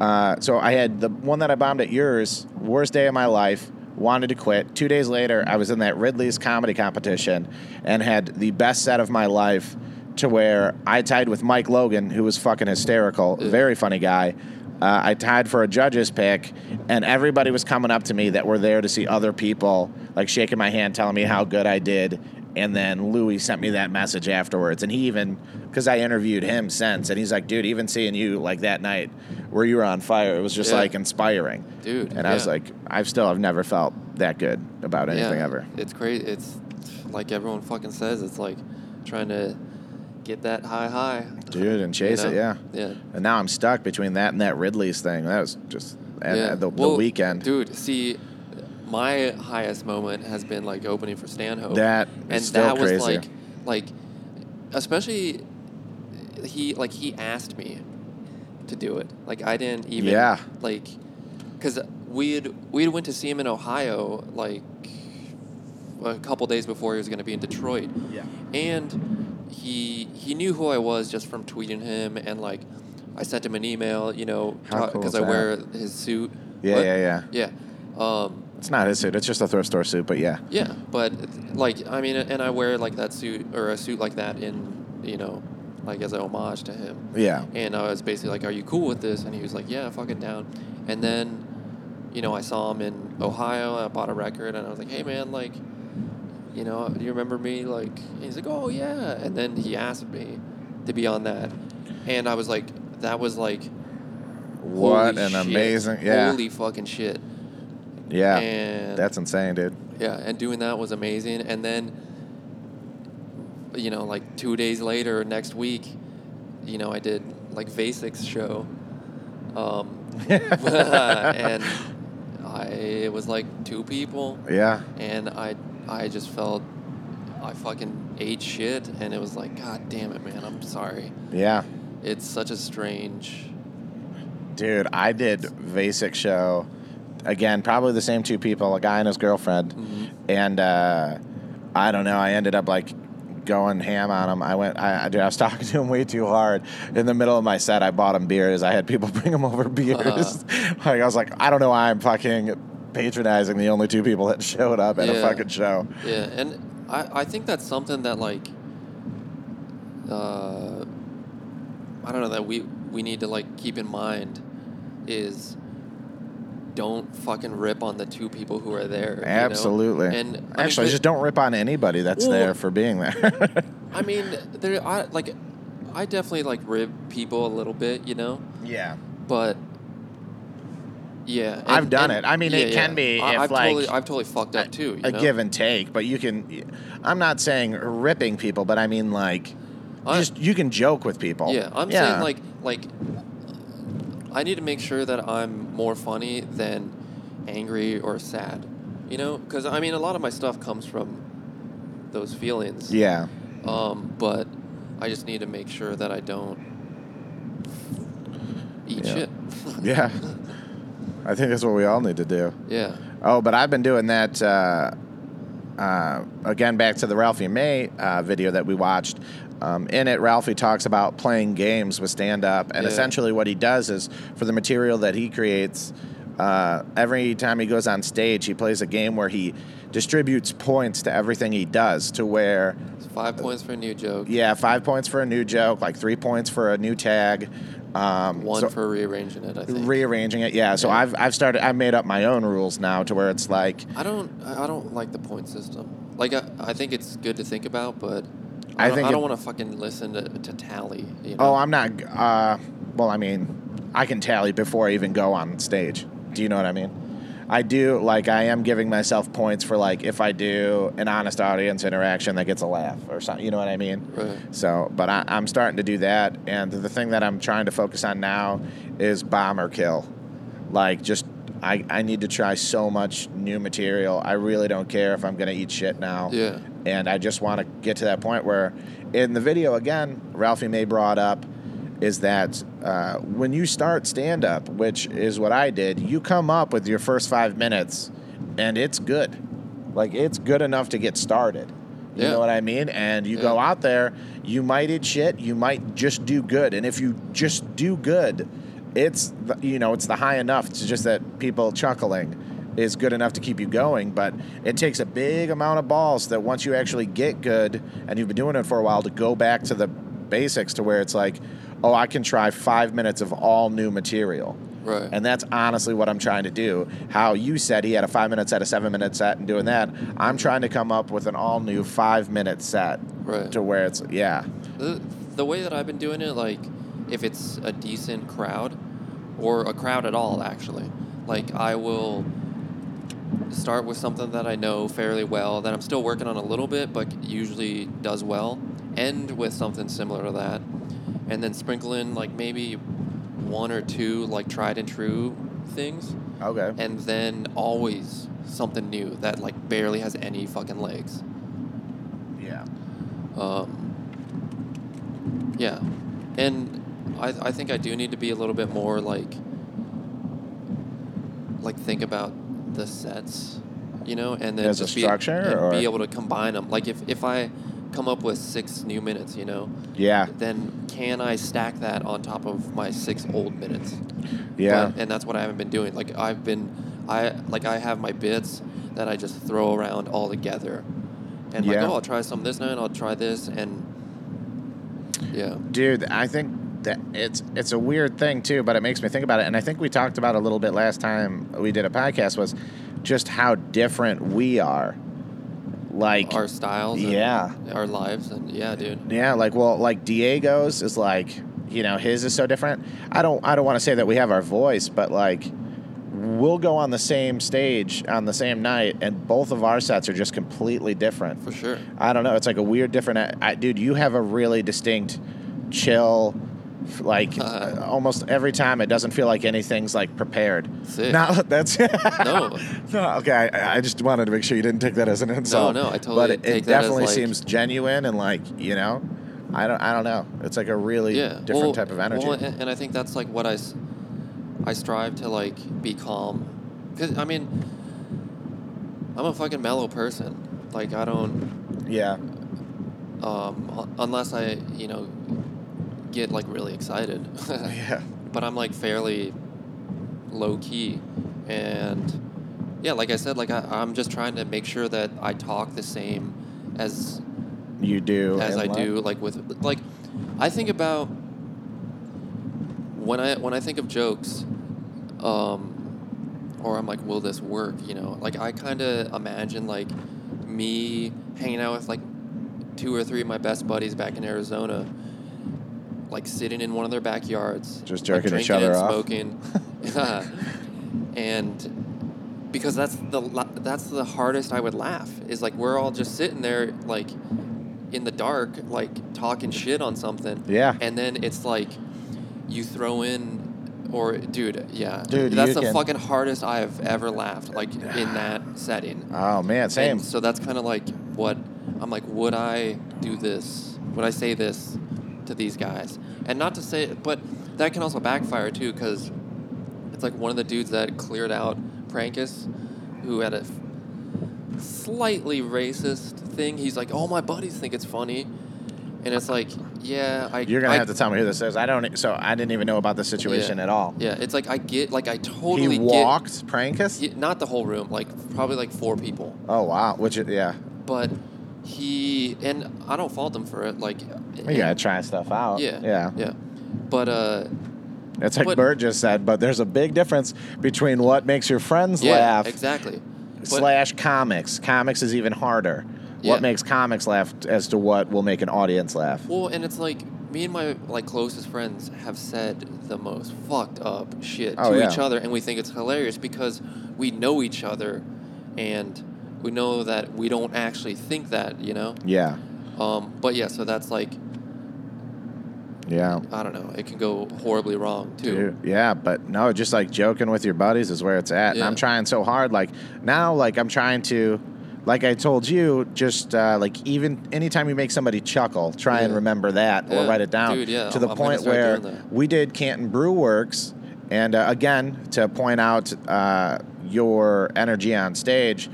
Speaker 1: uh, so I had the one that I bombed at yours, worst day of my life. Wanted to quit. Two days later, I was in that Ridley's comedy competition and had the best set of my life to where I tied with Mike Logan, who was fucking hysterical, very funny guy. Uh, I tied for a judge's pick, and everybody was coming up to me that were there to see other people, like shaking my hand, telling me how good I did. And then Louis sent me that message afterwards, and he even, because I interviewed him since, and he's like, "Dude, even seeing you like that night where you were on fire, it was just
Speaker 2: Yeah.
Speaker 1: like inspiring."
Speaker 2: dude.
Speaker 1: And I was
Speaker 2: yeah.
Speaker 1: like, "I've still, I've never felt that good about anything
Speaker 2: yeah,
Speaker 1: ever."
Speaker 2: It's crazy. It's like everyone fucking says. It's like trying to get that high high.
Speaker 1: Dude, and
Speaker 2: you
Speaker 1: chase it,
Speaker 2: know?
Speaker 1: yeah.
Speaker 2: Yeah.
Speaker 1: And now I'm stuck between that and that Ridley's thing. That was just and
Speaker 2: yeah.
Speaker 1: uh, the, the
Speaker 2: Well,
Speaker 1: weekend.
Speaker 2: Dude, see, my highest moment has been like opening for Stanhope.
Speaker 1: That is
Speaker 2: and
Speaker 1: still
Speaker 2: that was
Speaker 1: crazy.
Speaker 2: like, like, especially he like he asked me to do it. Like I didn't even
Speaker 1: Yeah.
Speaker 2: like because we had we had went to see him in Ohio like a couple days before he was going to be in Detroit.
Speaker 1: Yeah.
Speaker 2: and he he knew who I was just from tweeting him and like I sent him an email, you know,
Speaker 1: How cool
Speaker 2: because
Speaker 1: is
Speaker 2: I wear his suit.
Speaker 1: Yeah,
Speaker 2: But-
Speaker 1: yeah, yeah.
Speaker 2: yeah. Um,
Speaker 1: It's not his suit. It's just a thrift store suit, but yeah.
Speaker 2: yeah, but like I mean, and I wear like that suit or a suit like that in you know, like as a homage to him.
Speaker 1: Yeah.
Speaker 2: And I was basically like, "Are you cool with this?" And he was like, "Yeah, fucking down." And then, you know, I saw him in Ohio. And I bought a record, and I was like, "Hey, man, like, you know, do you remember me?" Like, and he's like, "Oh yeah." And then he asked me to be on that, and I was like, "That was like,
Speaker 1: What
Speaker 2: holy
Speaker 1: an
Speaker 2: shit.
Speaker 1: amazing yeah.
Speaker 2: holy fucking shit."
Speaker 1: yeah.
Speaker 2: And
Speaker 1: That's insane, dude.
Speaker 2: yeah, and doing that was amazing. And then, you know, like two days later, next week, you know, I did like Vasic's show, um, [LAUGHS] and I it was like two people,
Speaker 1: Yeah.
Speaker 2: and I I just felt I fucking ate shit, and it was like, God damn it, man, I'm sorry.
Speaker 1: Yeah.
Speaker 2: It's such a strange.
Speaker 1: Dude, I did Vasic show again, probably the same two people, a guy and his girlfriend. And uh, I don't know, I ended up like going ham on him. I went, I, I- dude, I was [LAUGHS] talking to him way too hard. In the middle of my set, I bought him beers. I had people [LAUGHS] bring him over beers. [LAUGHS] like,
Speaker 2: Uh-huh.
Speaker 1: I was like, I don't know why I'm fucking patronizing the only two people that [LAUGHS] showed up at a
Speaker 2: Yeah.
Speaker 1: fucking show.
Speaker 2: Yeah, and I, I think that's something that like uh, I don't know that we we need to like keep in mind is don't fucking rip on the two people who are there. you know?
Speaker 1: Absolutely.
Speaker 2: And I mean,
Speaker 1: actually,
Speaker 2: the-
Speaker 1: just don't rip on anybody that's
Speaker 2: Well-
Speaker 1: there for being there. [LAUGHS]
Speaker 2: I mean, there I like I definitely like rib people a little bit, you know,
Speaker 1: yeah.
Speaker 2: but. Yeah, and-
Speaker 1: I've done
Speaker 2: and-
Speaker 1: it. I mean, it can be
Speaker 2: I,
Speaker 1: if,
Speaker 2: I've
Speaker 1: like,
Speaker 2: totally, I've totally fucked up too. You
Speaker 1: a
Speaker 2: know?
Speaker 1: give and take, but you can. I'm not saying ripping people, but I mean like,
Speaker 2: I-
Speaker 1: just you can joke with people.
Speaker 2: Yeah, I'm saying like like I need to make sure that I'm more funny than angry or sad. You know, because I mean, a lot of my stuff comes from those feelings.
Speaker 1: yeah,
Speaker 2: Um, but I just need to make sure that I don't eat
Speaker 1: Yeah. [LAUGHS]
Speaker 2: shit. [LAUGHS]
Speaker 1: yeah. I think that's what we all need to do.
Speaker 2: yeah.
Speaker 1: Oh, but I've been doing that. Uh, uh, again, back to the Ralphie May uh, video that we watched. Um, in it, Ralphie talks about playing games with stand up. And
Speaker 2: Yeah.
Speaker 1: essentially, what he does is for the material that he creates, uh, every time he goes on stage, he plays a game where he distributes points to everything he does to where
Speaker 2: It's five points for a new joke.
Speaker 1: Uh, yeah, five points for a new joke, like three points for a new tag. Um,
Speaker 2: One
Speaker 1: so-
Speaker 2: for rearranging it. I think.
Speaker 1: rearranging it. Yeah, so
Speaker 2: Yeah.
Speaker 1: I've I've started. I've made up my own rules now to where it's like
Speaker 2: I don't. I I don't like the point system. Like I, I think it's good to think about, but
Speaker 1: I
Speaker 2: I, don't-
Speaker 1: think
Speaker 2: I
Speaker 1: it-
Speaker 2: don't want to fucking listen to, to tally. You know?
Speaker 1: Oh, I'm not. Uh, well, I mean, I can tally before I even go on stage. Do you know what I mean? I do. Like, I am giving myself points for like if I do an honest audience interaction that gets a laugh or something. You know what I mean?
Speaker 2: Right.
Speaker 1: So, but I, I'm starting to do that, and the thing that I'm trying to focus on now is bomb or kill. Like, just I, I need to try so much new material. I really don't care if I'm gonna eat shit now.
Speaker 2: Yeah.
Speaker 1: And I just want to get to that point where, in the video again, Ralphie May brought up is that uh, when you start stand up, which is what I did, you come up with your first five minutes and it's good. Like it's good enough to get started. You
Speaker 2: Yeah.
Speaker 1: know what I mean? And you go
Speaker 2: Yeah.
Speaker 1: out there, you might eat shit, you might just do good. And if you just do good, it's, the, you know, it's the high enough to just that people chuckling is good enough to keep you going. But it takes a big amount of balls that once you actually get good and you've been doing it for a while to go back to the basics to where it's like, oh, I can try five minutes of all new material.
Speaker 2: Right.
Speaker 1: And that's honestly what I'm trying to do. How you said he had a five minute set, a seven minute set, and doing that, I'm trying to come up with an all new five minute set
Speaker 2: Right.
Speaker 1: to where it's, yeah,
Speaker 2: the, the way that I've been doing it, like, if it's a decent crowd, or a crowd at all, actually, like, I will start with something that I know fairly well, that I'm still working on a little bit, but usually does well, end with something similar to that, and then sprinkle in, like, maybe one or two, like, tried and true things,
Speaker 1: okay.
Speaker 2: and then always something new that, like, barely has any fucking legs.
Speaker 1: Yeah.
Speaker 2: Um, yeah, and I, I think I do need to be a little bit more like like think about the sets, you know, and then
Speaker 1: As a
Speaker 2: just be-
Speaker 1: structure,
Speaker 2: and
Speaker 1: or-
Speaker 2: be able to combine them. Like if if I come up with six new minutes, you know,
Speaker 1: Yeah.
Speaker 2: then can I stack that on top of my six old minutes?
Speaker 1: Yeah.
Speaker 2: But- and that's what I haven't been doing. Like I've been, I like I have my bits that I just throw around all together, and like
Speaker 1: Yeah.
Speaker 2: oh I'll try some this night, I'll try this, and yeah,
Speaker 1: Dude, I think that it's it's a weird thing too, but it makes me think about it. And I think we talked about it a little bit last time we did a podcast was just how different we are. Like
Speaker 2: our styles, and
Speaker 1: Yeah.
Speaker 2: our lives, and yeah, dude,
Speaker 1: yeah, like well, like Diego's is like you know his is so different. I don't I don't want to say that we have our voice, but like we'll go on the same stage on the same night, and both of our sets are just completely different.
Speaker 2: for sure.
Speaker 1: I don't know. It's like a weird, different. I, dude, you have a really distinct, chill, f- like
Speaker 2: Uh.
Speaker 1: uh, almost every time. It doesn't feel like anything's like prepared.
Speaker 2: Sick.
Speaker 1: Not [LAUGHS] that's
Speaker 2: No,
Speaker 1: no. Okay, I, I just wanted to make sure you didn't take that as an insult.
Speaker 2: no, I totally
Speaker 1: But it,
Speaker 2: take
Speaker 1: it
Speaker 2: that as,
Speaker 1: definitely
Speaker 2: like-
Speaker 1: seems genuine and like you know, I don't. I don't know. It's like a [LAUGHS] really
Speaker 2: yeah,
Speaker 1: different
Speaker 2: Well-
Speaker 1: type of energy.
Speaker 2: Well, and, and I think that's like what I, s- I strive to like be calm, cause I mean, I'm a fucking mellow person. Like I don't.
Speaker 1: yeah.
Speaker 2: um, unless I, you know, get like really excited. [LAUGHS]
Speaker 1: Yeah.
Speaker 2: but I'm like fairly low key, and yeah, like I said, like I, I'm just trying to make sure that I talk the same as
Speaker 1: You do.
Speaker 2: as
Speaker 1: and
Speaker 2: I
Speaker 1: like-
Speaker 2: do, like with like, I think about when I when I think of jokes, um, or I'm like, will this work? You know, like I kind of imagine like me hanging out with like two or three of my best buddies back in Arizona, like sitting in one of their backyards,
Speaker 1: Just
Speaker 2: like,
Speaker 1: jerking each
Speaker 2: drinking
Speaker 1: other off.
Speaker 2: and
Speaker 1: [LAUGHS]
Speaker 2: smoking, [LAUGHS] and because that's the la- that's the hardest I would laugh is like we're all just sitting there like in the dark like talking shit on something
Speaker 1: Yeah.
Speaker 2: and then it's like you throw in or dude yeah
Speaker 1: Dude,
Speaker 2: that's
Speaker 1: you
Speaker 2: the
Speaker 1: can-
Speaker 2: fucking hardest I've ever laughed like in that setting
Speaker 1: Oh man, same.
Speaker 2: and so that's kind of like what I'm like would I do this would I say this to these guys and not to say but that can also backfire too because it's like one of the dudes that cleared out Prankus, who had a slightly racist thing. He's like, "Oh, my buddies think it's funny," and it's like, "Yeah, I."
Speaker 1: You're gonna
Speaker 2: I-
Speaker 1: have to tell me who this is. I don't. e, So I didn't even know about the situation at all.
Speaker 2: Yeah, it's like I get, like I
Speaker 1: he
Speaker 2: totally
Speaker 1: walked Prankus.
Speaker 2: get. y- Not the whole room, like probably like four people,
Speaker 1: Oh wow, which is- yeah,
Speaker 2: but he and I don't fault him for it. Like,
Speaker 1: we gotta try stuff out.
Speaker 2: yeah,
Speaker 1: yeah.
Speaker 2: yeah. But uh,
Speaker 1: It's like
Speaker 2: But-
Speaker 1: Bert just said, but there's a big difference between what makes your friends
Speaker 2: yeah,
Speaker 1: laugh
Speaker 2: exactly. But-
Speaker 1: slash comics. Comics is even harder.
Speaker 2: Yeah.
Speaker 1: What makes comics laugh as to what will make an audience laugh.
Speaker 2: Well, and it's like me and my like closest friends have said the most fucked up shit
Speaker 1: Oh,
Speaker 2: to
Speaker 1: yeah.
Speaker 2: each other, and we think it's hilarious because we know each other, and we know that we don't actually think that, you know.
Speaker 1: Yeah,
Speaker 2: Um, but yeah, so that's like
Speaker 1: yeah.
Speaker 2: I don't know, it can go horribly wrong too.
Speaker 1: Dude, yeah, but no, just like joking with your buddies is where it's at. And
Speaker 2: Yeah.
Speaker 1: I'm trying so hard. Like now, like I'm trying to, like I told you, just uh, like even anytime you make somebody chuckle, try and
Speaker 2: Yeah.
Speaker 1: remember that or
Speaker 2: Yeah.
Speaker 1: write it down
Speaker 2: Dude, yeah,
Speaker 1: to the
Speaker 2: I'm- I'm gonna
Speaker 1: point
Speaker 2: start
Speaker 1: where
Speaker 2: doing that.
Speaker 1: we did Canton Brew Works. And uh, again, to point out uh, your energy on stage,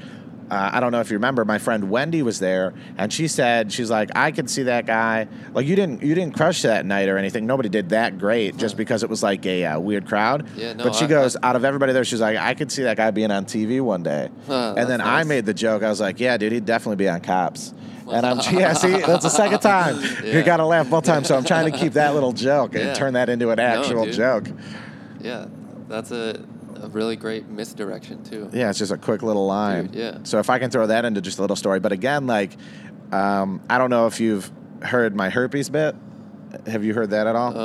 Speaker 1: uh, I don't know if you remember, my friend Wendy was there, and she said she's like, I could see that guy. Like you didn't you didn't crush that night or anything. Nobody did that great, just because it was like a uh, weird crowd.
Speaker 2: Yeah, no,
Speaker 1: but she
Speaker 2: I-
Speaker 1: goes, out of everybody there, she's like, I could see that guy being on TV one day.
Speaker 2: Huh,
Speaker 1: and then
Speaker 2: that's
Speaker 1: I
Speaker 2: nice.
Speaker 1: made the joke. I was like, Yeah, dude, he'd definitely be on Cops. And I'm [LAUGHS] yeah, see, that's the second time you
Speaker 2: [LAUGHS] Yeah.
Speaker 1: got to laugh both times. So I'm trying to keep that little joke and
Speaker 2: Yeah.
Speaker 1: turn that into an actual
Speaker 2: dude.
Speaker 1: joke.
Speaker 2: Yeah, that's a, a really great misdirection too.
Speaker 1: Yeah, it's just a quick little line.
Speaker 2: Dude, yeah.
Speaker 1: So if I can throw that into just a little story, but again, like, um, I don't know if you've heard my herpes bit. Have you heard that at
Speaker 2: Uh.
Speaker 1: all?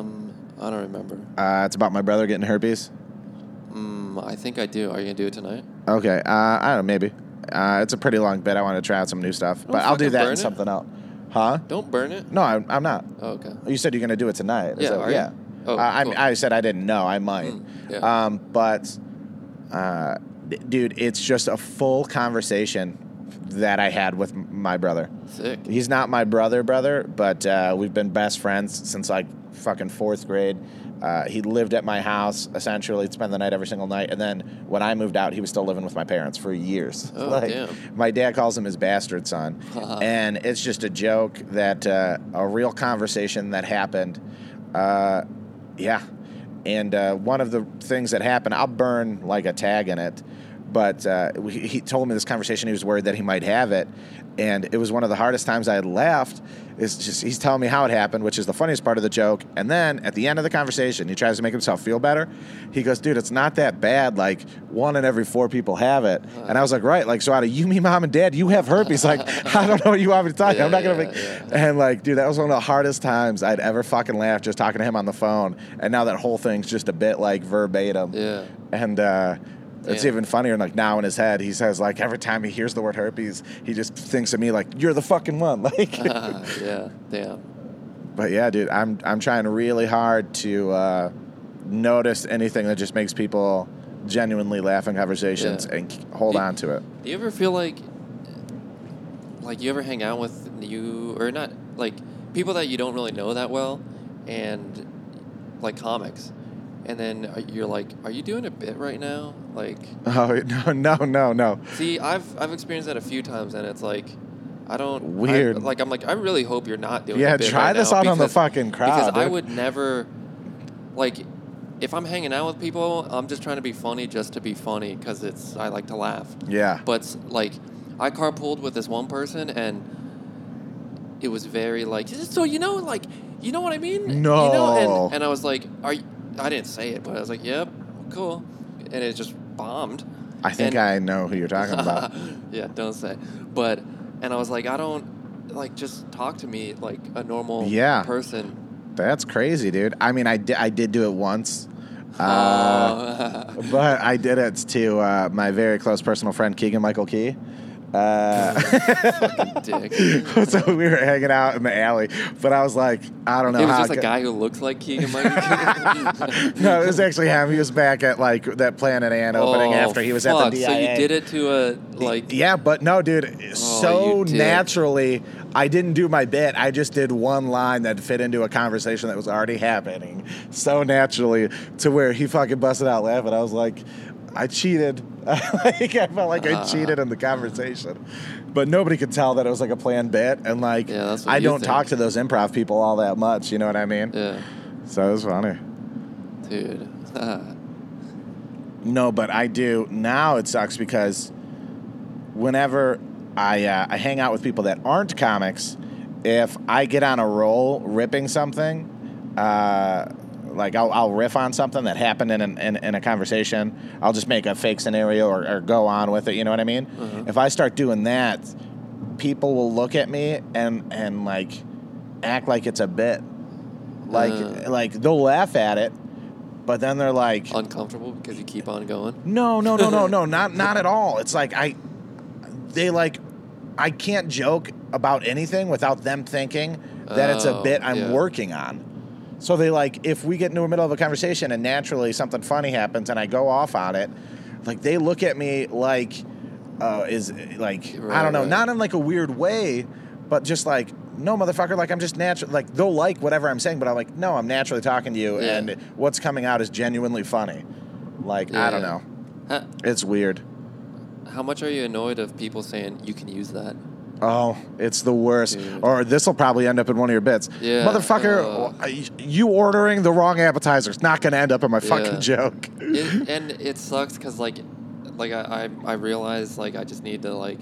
Speaker 2: Um, I don't remember.
Speaker 1: Uh, it's about my brother getting herpes.
Speaker 2: Mm, I think I do. Are you gonna do it tonight?
Speaker 1: Okay, uh, I don't know, maybe. Uh, it's a pretty long bit. I want to try out some new stuff, but I'll do
Speaker 2: fucking
Speaker 1: that
Speaker 2: burn
Speaker 1: in
Speaker 2: it.
Speaker 1: something else. Huh?
Speaker 2: Don't burn it.
Speaker 1: No, I'm, I'm not.
Speaker 2: Oh, okay.
Speaker 1: You said you're going to do it tonight. Is
Speaker 2: Yeah,
Speaker 1: that-
Speaker 2: are you?
Speaker 1: yeah.
Speaker 2: Oh,
Speaker 1: Uh, I'm-
Speaker 2: cool.
Speaker 1: I said I didn't know. I might.
Speaker 2: Mm, yeah.
Speaker 1: Um, but, uh, d- dude, it's just a full conversation that I had with m- my brother. [LAUGHS]
Speaker 2: Sick.
Speaker 1: He's not my brother, brother, but uh, we've been best friends since like fucking fourth grade. Uh, he lived at my house essentially, he'd spend the night every single night. And then when I moved out, he was still living with my parents for years. [LAUGHS]
Speaker 2: Oh, damn.
Speaker 1: My dad calls him his bastard
Speaker 2: [LAUGHS]
Speaker 1: son. and it's just a joke that uh, a real conversation that happened. Uh, yeah. And uh, one of the things that happened, I'll burn like a tag in it, but uh, he he told me this conversation, he was worried that he might have it. And it was one of the hardest times I had laughed. Is just he's telling me how it happened, which is the funniest part of the joke. And then at the end of the conversation, he tries to make himself feel better. He goes, "Dude, it's not that bad. Like one in every four people have it." And I was like, "Right." Like so, out of you, me, mom, and dad, you have herpes.
Speaker 2: [LAUGHS]
Speaker 1: Like I don't know what you want me to tell you. I'm not gonna
Speaker 2: Yeah,
Speaker 1: make.
Speaker 2: yeah,
Speaker 1: And like, dude, that was one of the hardest times I'd ever fucking laughed just talking to him on the phone. And now that whole thing's just a bit like verbatim.
Speaker 2: Yeah. [LAUGHS]
Speaker 1: And uh, it's
Speaker 2: Yeah.
Speaker 1: even funnier. And like now in his head, he says like every time he hears the word herpes, he just thinks of me like you're the fucking one. [LAUGHS] Like,
Speaker 2: Uh-huh. yeah. Damn.
Speaker 1: but yeah, dude, I'm I'm trying really hard to uh, notice anything that just makes people genuinely laugh in conversations
Speaker 2: Yeah.
Speaker 1: and k- hold
Speaker 2: You-
Speaker 1: on to it. [LAUGHS]
Speaker 2: Do you ever feel like, like you ever hang out with you or not like people that you don't really know that well, and like comics, and then are- you're like, are you doing a bit right now? Like,
Speaker 1: Oh [LAUGHS] no no no no.
Speaker 2: see, I've I've experienced that a few times, and it's like, I don't I-
Speaker 1: Weird.
Speaker 2: like I'm like I really hope you're not doing.
Speaker 1: Yeah,
Speaker 2: a bit
Speaker 1: try
Speaker 2: right
Speaker 1: this
Speaker 2: now
Speaker 1: out on the
Speaker 2: because-
Speaker 1: fucking crowd,
Speaker 2: Because I
Speaker 1: dude.
Speaker 2: would never, like, if I'm hanging out with people, I'm just trying to be funny just to be funny because it's I like to laugh.
Speaker 1: Yeah.
Speaker 2: But like, I carpooled with this one person and it was very like so you know like you know what I mean? You know,
Speaker 1: No.
Speaker 2: and, and I was like, are you, I didn't say it, but I was like, yep, cool, and it just bombed.
Speaker 1: I think
Speaker 2: And-
Speaker 1: I know who you're talking
Speaker 2: [LAUGHS]
Speaker 1: about.
Speaker 2: yeah, don't say. But and I was like, I don't like just talk to me like a normal
Speaker 1: Yeah.
Speaker 2: person.
Speaker 1: That's crazy, dude. I mean, I did, I did do it once. Uh,
Speaker 2: Uh, [LAUGHS]
Speaker 1: but I did it to uh, my very close personal friend, Keegan Michael Key.
Speaker 2: [LAUGHS]
Speaker 1: Uh, [LAUGHS]
Speaker 2: dick.
Speaker 1: so we were hanging out in the alley, but I was like, I don't know
Speaker 2: it was
Speaker 1: how.
Speaker 2: just
Speaker 1: it
Speaker 2: a
Speaker 1: got-
Speaker 2: guy who looked like Keegan Michael.
Speaker 1: [LAUGHS]
Speaker 2: Key.
Speaker 1: no, it was actually him. He was back at like that Planet Ant opening
Speaker 2: [LAUGHS] Oh,
Speaker 1: after he was at
Speaker 2: fuck,
Speaker 1: the DIA.
Speaker 2: So you did it to a like Oh,
Speaker 1: yeah, but no, dude. so
Speaker 2: you did.
Speaker 1: naturally, I didn't do my bit. I just did one line that fit into a conversation that was already happening. So naturally, to where he fucking busted out laughing. I was like, I cheated. [LAUGHS] like I felt like I
Speaker 2: Ah.
Speaker 1: cheated in the conversation, but nobody could tell that it was like a planned bit. And like,
Speaker 2: Yeah, that's what
Speaker 1: I
Speaker 2: you
Speaker 1: don't
Speaker 2: think.
Speaker 1: talk to those improv people all that much. You know what I mean?
Speaker 2: yeah,
Speaker 1: So it was funny.
Speaker 2: dude. [LAUGHS]
Speaker 1: No, but I do now. It sucks because whenever I uh, I hang out with people that aren't comics, if I get on a roll ripping something, uh, like I'll, I'll riff on something that happened in, an, in in a conversation, I'll just make a fake scenario or, or go on with it. You know what I mean? If I start doing that, people will look at me and and like act like it's a bit, like
Speaker 2: Uh.
Speaker 1: like they'll laugh at it, but then they're like,
Speaker 2: uncomfortable because you keep on going.
Speaker 1: no, no, no, no, no,
Speaker 2: [LAUGHS]
Speaker 1: not not at all. It's like I they like I can't joke about anything without them thinking that it's a
Speaker 2: Oh,
Speaker 1: bit I'm
Speaker 2: yeah.
Speaker 1: working on. So they like if we get into the middle of a conversation and naturally something funny happens and I go off on it, like they look at me like uh, is like I
Speaker 2: Right,
Speaker 1: don't know,
Speaker 2: right.
Speaker 1: not in like a weird way, but just like no motherfucker, like I'm just natural. Like they'll like whatever I'm saying, but I'm like no, I'm naturally talking to you,
Speaker 2: Yeah.
Speaker 1: and what's coming out is genuinely funny. Like I don't
Speaker 2: Yeah.
Speaker 1: know.
Speaker 2: Huh,
Speaker 1: It's weird.
Speaker 2: How much are you annoyed of people saying you can use that?
Speaker 1: Oh, it's the worst.
Speaker 2: Dude.
Speaker 1: Or this will probably end up in one of your bits.
Speaker 2: Yeah, Uh.
Speaker 1: Motherfucker, uh, you ordering the wrong appetizer is not going to end up in my fucking [LAUGHS]
Speaker 2: Yeah.
Speaker 1: joke.
Speaker 2: it, and it sucks because like like I, I i realize like i just need to like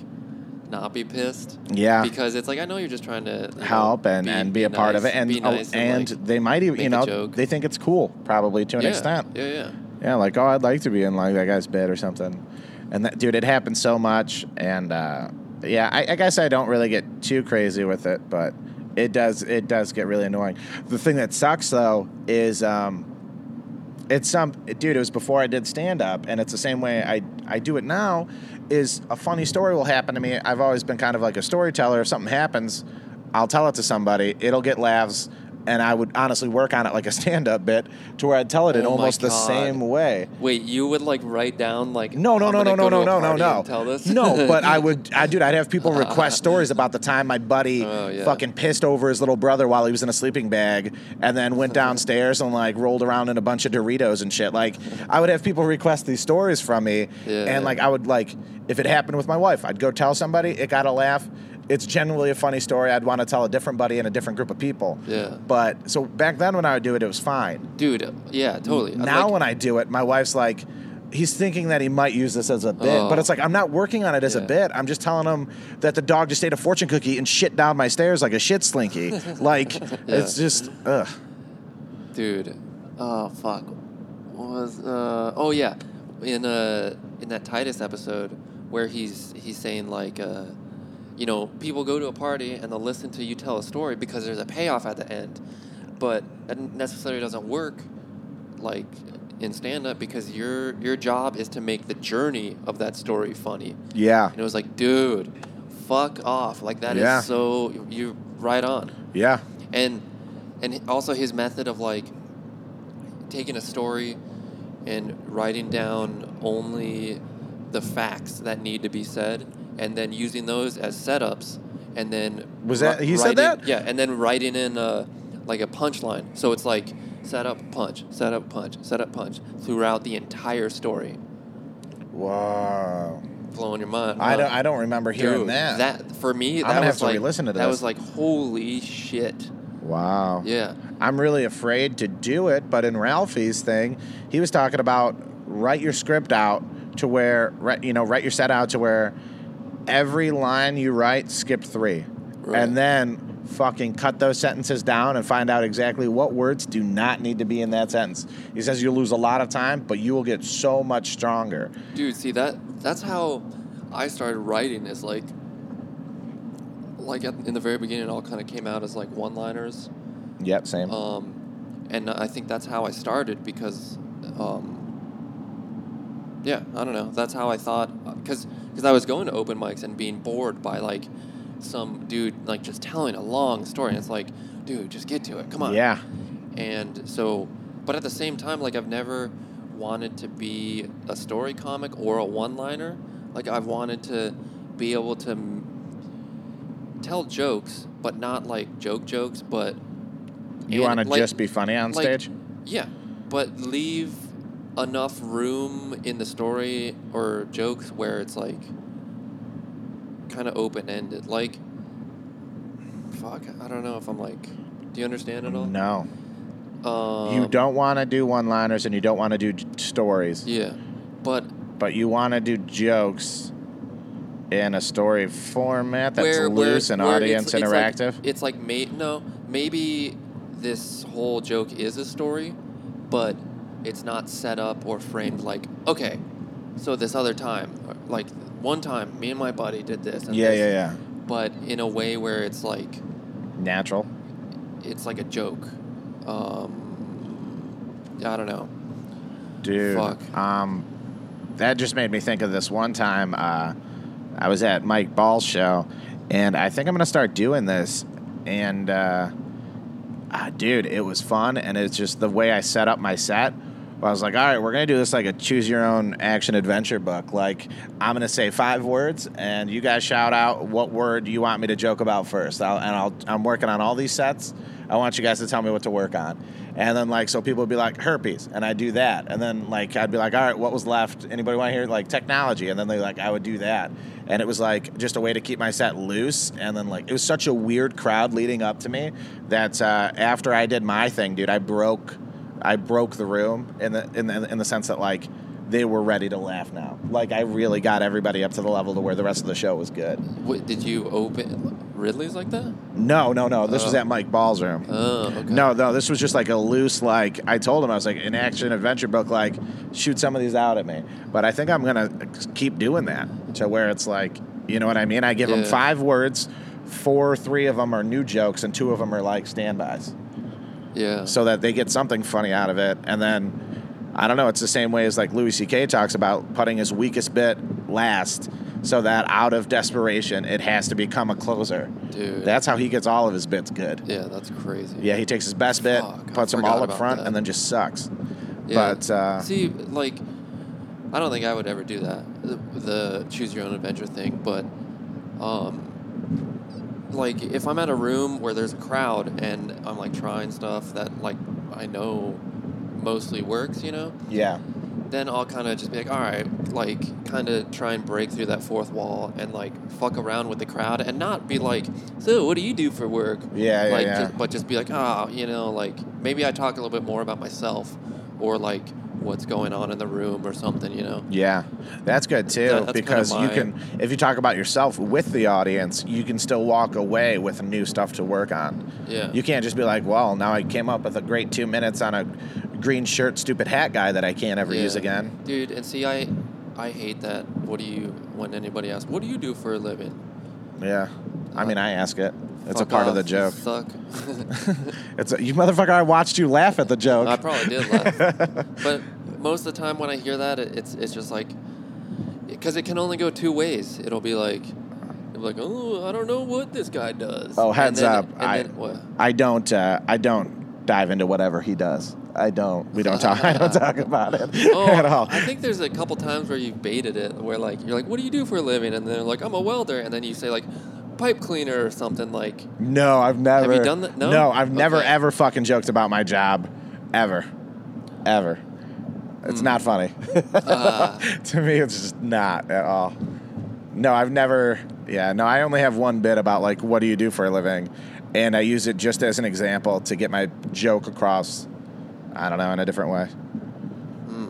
Speaker 2: not be pissed
Speaker 1: Yeah.
Speaker 2: because it's like i know you're just trying to you know,
Speaker 1: Help and, and be a part of
Speaker 2: nice-
Speaker 1: it. And
Speaker 2: be nice
Speaker 1: oh, and,
Speaker 2: like,
Speaker 1: they might even,
Speaker 2: make
Speaker 1: you
Speaker 2: a
Speaker 1: know,
Speaker 2: joke.
Speaker 1: they think it's cool probably to an
Speaker 2: yeah,
Speaker 1: extent.
Speaker 2: yeah yeah
Speaker 1: Yeah, like, oh, I'd like to be in like that guy's bed or something. And that, dude, it happens so much. And uh, yeah, I, I guess I don't really get too crazy with it, but it does it does get really annoying. The thing that sucks though is um, it's some dude it was before i did stand up and it's the same way I, I do it now is a funny story will happen to me i've always been kind of like a storyteller if something happens i'll tell it to somebody it'll get laughs and i would honestly work on it like a [LAUGHS] stand-up bit to where i'd tell it in
Speaker 2: Oh my
Speaker 1: almost the
Speaker 2: God.
Speaker 1: same way
Speaker 2: wait you would like write down like
Speaker 1: no, no,
Speaker 2: I'm
Speaker 1: no, no, no,
Speaker 2: gonna go to
Speaker 1: no, no,
Speaker 2: a
Speaker 1: no,
Speaker 2: party and
Speaker 1: no.
Speaker 2: tell this
Speaker 1: No, but I would, I dude, I'd have people
Speaker 2: [LAUGHS]
Speaker 1: request stories about the time my buddy
Speaker 2: Oh, yeah.
Speaker 1: fucking pissed over his little brother while he was in a sleeping bag, and then
Speaker 2: [LAUGHS]
Speaker 1: went downstairs and like rolled around in a bunch of Doritos and shit. Like, I would have people request these stories from me,
Speaker 2: Yeah.
Speaker 1: and like I would like if it happened with my wife, I'd go tell somebody. It got a laugh. It's generally a funny story. I'd want to tell a different buddy and a different group of people.
Speaker 2: Yeah.
Speaker 1: But so back then when I would do it, it was fine
Speaker 2: [LAUGHS] dude yeah totally
Speaker 1: now
Speaker 2: like,
Speaker 1: when I do it, my wife's like, he's thinking that he might use this as a bit,
Speaker 2: Oh.
Speaker 1: but it's like I'm not working on it as a
Speaker 2: Yeah.
Speaker 1: bit. I'm just telling him that the dog just ate a fortune cookie and shit down my stairs like a shit slinky.
Speaker 2: [LAUGHS]
Speaker 1: like it's just ugh.
Speaker 2: dude oh fuck What was uh oh yeah in uh in that titus episode where he's he's saying like uh you know people go to a party and they'll listen to you tell a story because there's a payoff at the end but that necessarily doesn't work like in stand up because your your job is to make the journey of that story funny
Speaker 1: Yeah,
Speaker 2: and it was like dude fuck off like that is
Speaker 1: Yeah.
Speaker 2: so you're right on
Speaker 1: yeah,
Speaker 2: and and also his method of like taking a story and writing down only the facts that need to be said and then using those as setups and then
Speaker 1: Was
Speaker 2: ri-
Speaker 1: that- he said
Speaker 2: writing-
Speaker 1: that?
Speaker 2: yeah and then writing in a like a punchline so it's like set up punch set up punch set up punch throughout the entire story
Speaker 1: wow.
Speaker 2: blowing your mind.
Speaker 1: I
Speaker 2: mind.
Speaker 1: don't. I don't remember hearing
Speaker 2: Dude,
Speaker 1: that.
Speaker 2: That for me,
Speaker 1: I'm
Speaker 2: that
Speaker 1: gonna
Speaker 2: was
Speaker 1: have to
Speaker 2: like
Speaker 1: re-listen to
Speaker 2: that
Speaker 1: this.
Speaker 2: was like holy shit.
Speaker 1: Wow.
Speaker 2: Yeah,
Speaker 1: I'm really afraid to do it, but in Ralphie's thing, he was talking about write your script out to where write- you know write your set out to where every line you write, skip three,
Speaker 2: Right.
Speaker 1: and then fucking cut those sentences down and find out exactly what words do not need to be in that sentence. He says you lose a lot of time, but you will get so much stronger.
Speaker 2: dude. See that? That's how I started writing. Is like, like at, in the very beginning, it all kind of came out as like one-liners.
Speaker 1: Yep, same.
Speaker 2: Um, and I think that's how I started because, um, yeah, I don't know. That's how I thought because because I was going to open mics and being bored by like some dude like just telling a long story and it's like, dude, just get to it. Come on.
Speaker 1: Yeah.
Speaker 2: And so, but at the same time, like I've never wanted to be a story comic or a one-liner. Like I've wanted to be able to m- tell jokes, but not like joke jokes, but
Speaker 1: You
Speaker 2: and,
Speaker 1: want to
Speaker 2: like-
Speaker 1: just be funny on
Speaker 2: like-
Speaker 1: stage?
Speaker 2: yeah, but leave enough room in the story or jokes where it's like kind of open ended. Like, fuck, I don't know if I'm like, do you understand at all?
Speaker 1: No.
Speaker 2: Um,
Speaker 1: you don't want to do one-liners and you don't want to do j- stories.
Speaker 2: Yeah, but
Speaker 1: but you want to do jokes in a story format that's
Speaker 2: where
Speaker 1: loose
Speaker 2: where,
Speaker 1: and
Speaker 2: where
Speaker 1: audience
Speaker 2: it's,
Speaker 1: interactive.
Speaker 2: It's like, it's like may, no, maybe this whole joke is a story, but it's not set up or framed like okay. So this other time, or, like one time, me and my buddy did this. And
Speaker 1: yeah,
Speaker 2: this,
Speaker 1: yeah, yeah.
Speaker 2: But in a way where it's like
Speaker 1: Natural.
Speaker 2: it's like a joke. Um, I don't know.
Speaker 1: Dude.
Speaker 2: Fuck.
Speaker 1: Um that just made me think of this one time uh, I was at Mike Ball's show and I think I'm gonna start doing this and uh, ah, dude, it was fun and it's just the way I set up my set. I was like, all right, we're gonna do this like a choose your own action adventure book. Like, I'm gonna say five words, and you guys shout out what word you want me to joke about first. I'll, and I'll, I'm working on all these sets. I want you guys to tell me what to work on. And then like, so people would be like herpes, and I do that. And then like, I'd be like, all right, what was left? Anybody want to hear like technology? And then they like, I would do that. And it was like just a way to keep my set loose. And then like, it was such a weird crowd leading up to me that uh, after I did my thing, dude, I broke. I broke the room in the in the, in the sense that like they were ready to laugh now. Like I really got everybody up to the level to where the rest of the show was good.
Speaker 2: What, did you open Ridley's like that?
Speaker 1: No, no, no. This was
Speaker 2: Oh.
Speaker 1: at Mike Ball's room.
Speaker 2: Oh, okay.
Speaker 1: No, no. This was just like a loose like I told him I was like an action adventure book. Like shoot some of these out at me. But I think I'm gonna keep doing that to where it's like you know what I mean. I give them
Speaker 2: Yeah.
Speaker 1: five words. Four, three of them are new jokes, and two of them are like standbys.
Speaker 2: Yeah.
Speaker 1: so that they get something funny out of it. And then I don't know, it's the same way as like Louis C.K. talks about putting his weakest bit last so that out of desperation it has to become a closer.
Speaker 2: Dude.
Speaker 1: That's how he gets all of his bits good.
Speaker 2: yeah, that's crazy.
Speaker 1: Yeah, he takes his best bit,
Speaker 2: Fuck, I
Speaker 1: puts them
Speaker 2: forgot
Speaker 1: all up
Speaker 2: about
Speaker 1: front,
Speaker 2: that.
Speaker 1: and then just sucks.
Speaker 2: Yeah.
Speaker 1: But uh,
Speaker 2: See, like, I don't think I would ever do that, the, the choose your own adventure thing. But, um, like, if I'm at a room where there's a crowd and I'm like trying stuff that like I know mostly works, you know,
Speaker 1: yeah,
Speaker 2: then I'll kind of just be like, all right, like, kind of try and break through that fourth wall and like fuck around with the crowd and not be like, so what do you do for work?
Speaker 1: Yeah, yeah,
Speaker 2: like,
Speaker 1: yeah.
Speaker 2: Just, but just be like, ah, you know, like maybe I talk a little bit more about myself or like what's going on in the room or something, you know?
Speaker 1: yeah, that's good too
Speaker 2: That- that's kinda
Speaker 1: because you
Speaker 2: my-
Speaker 1: can, if you talk about yourself with the audience, you can still walk away with new stuff to work on.
Speaker 2: Yeah.
Speaker 1: You can't just be like, well, now I came up with a great two minutes on a green shirt, stupid hat guy that I can't ever
Speaker 2: Yeah.
Speaker 1: use again.
Speaker 2: Dude, and see, I, I hate that. What do you, when anybody asks, what do you do for a living?
Speaker 1: Yeah. I mean, I ask it. It's a
Speaker 2: Fuck
Speaker 1: part of
Speaker 2: off,
Speaker 1: the
Speaker 2: you
Speaker 1: joke. [LAUGHS]
Speaker 2: Suck.
Speaker 1: It's a, you motherfucker. I watched you laugh at the joke.
Speaker 2: I probably did laugh. but most of the time when I hear that, it, it's it's just like, because it can only go two ways. It'll be like, it'll be like, oh, I don't know what this guy does.
Speaker 1: Oh,
Speaker 2: And
Speaker 1: heads
Speaker 2: then-
Speaker 1: up,
Speaker 2: and
Speaker 1: I-
Speaker 2: then- what?
Speaker 1: I don't. Uh, I don't dive into whatever he does. I don't. We don't talk. [LAUGHS] I don't talk about it [LAUGHS]
Speaker 2: Oh,
Speaker 1: at all.
Speaker 2: I think there's a couple times where you've baited it, where like you're like, "What do you do for a living?" And they're like, "I'm a welder," and then you say like, "Pipe cleaner" or something like.
Speaker 1: [LAUGHS] no, I've never.
Speaker 2: you done that? No?
Speaker 1: I've never
Speaker 2: Okay.
Speaker 1: ever fucking joked about my job, ever, ever. It's not funny. [LAUGHS]
Speaker 2: Uh,
Speaker 1: to me, it's just not at all. No, I've never. Yeah, no, I only have one bit about like what do you do for a living, and I use it just as an example to get my joke across. I don't know in a different way.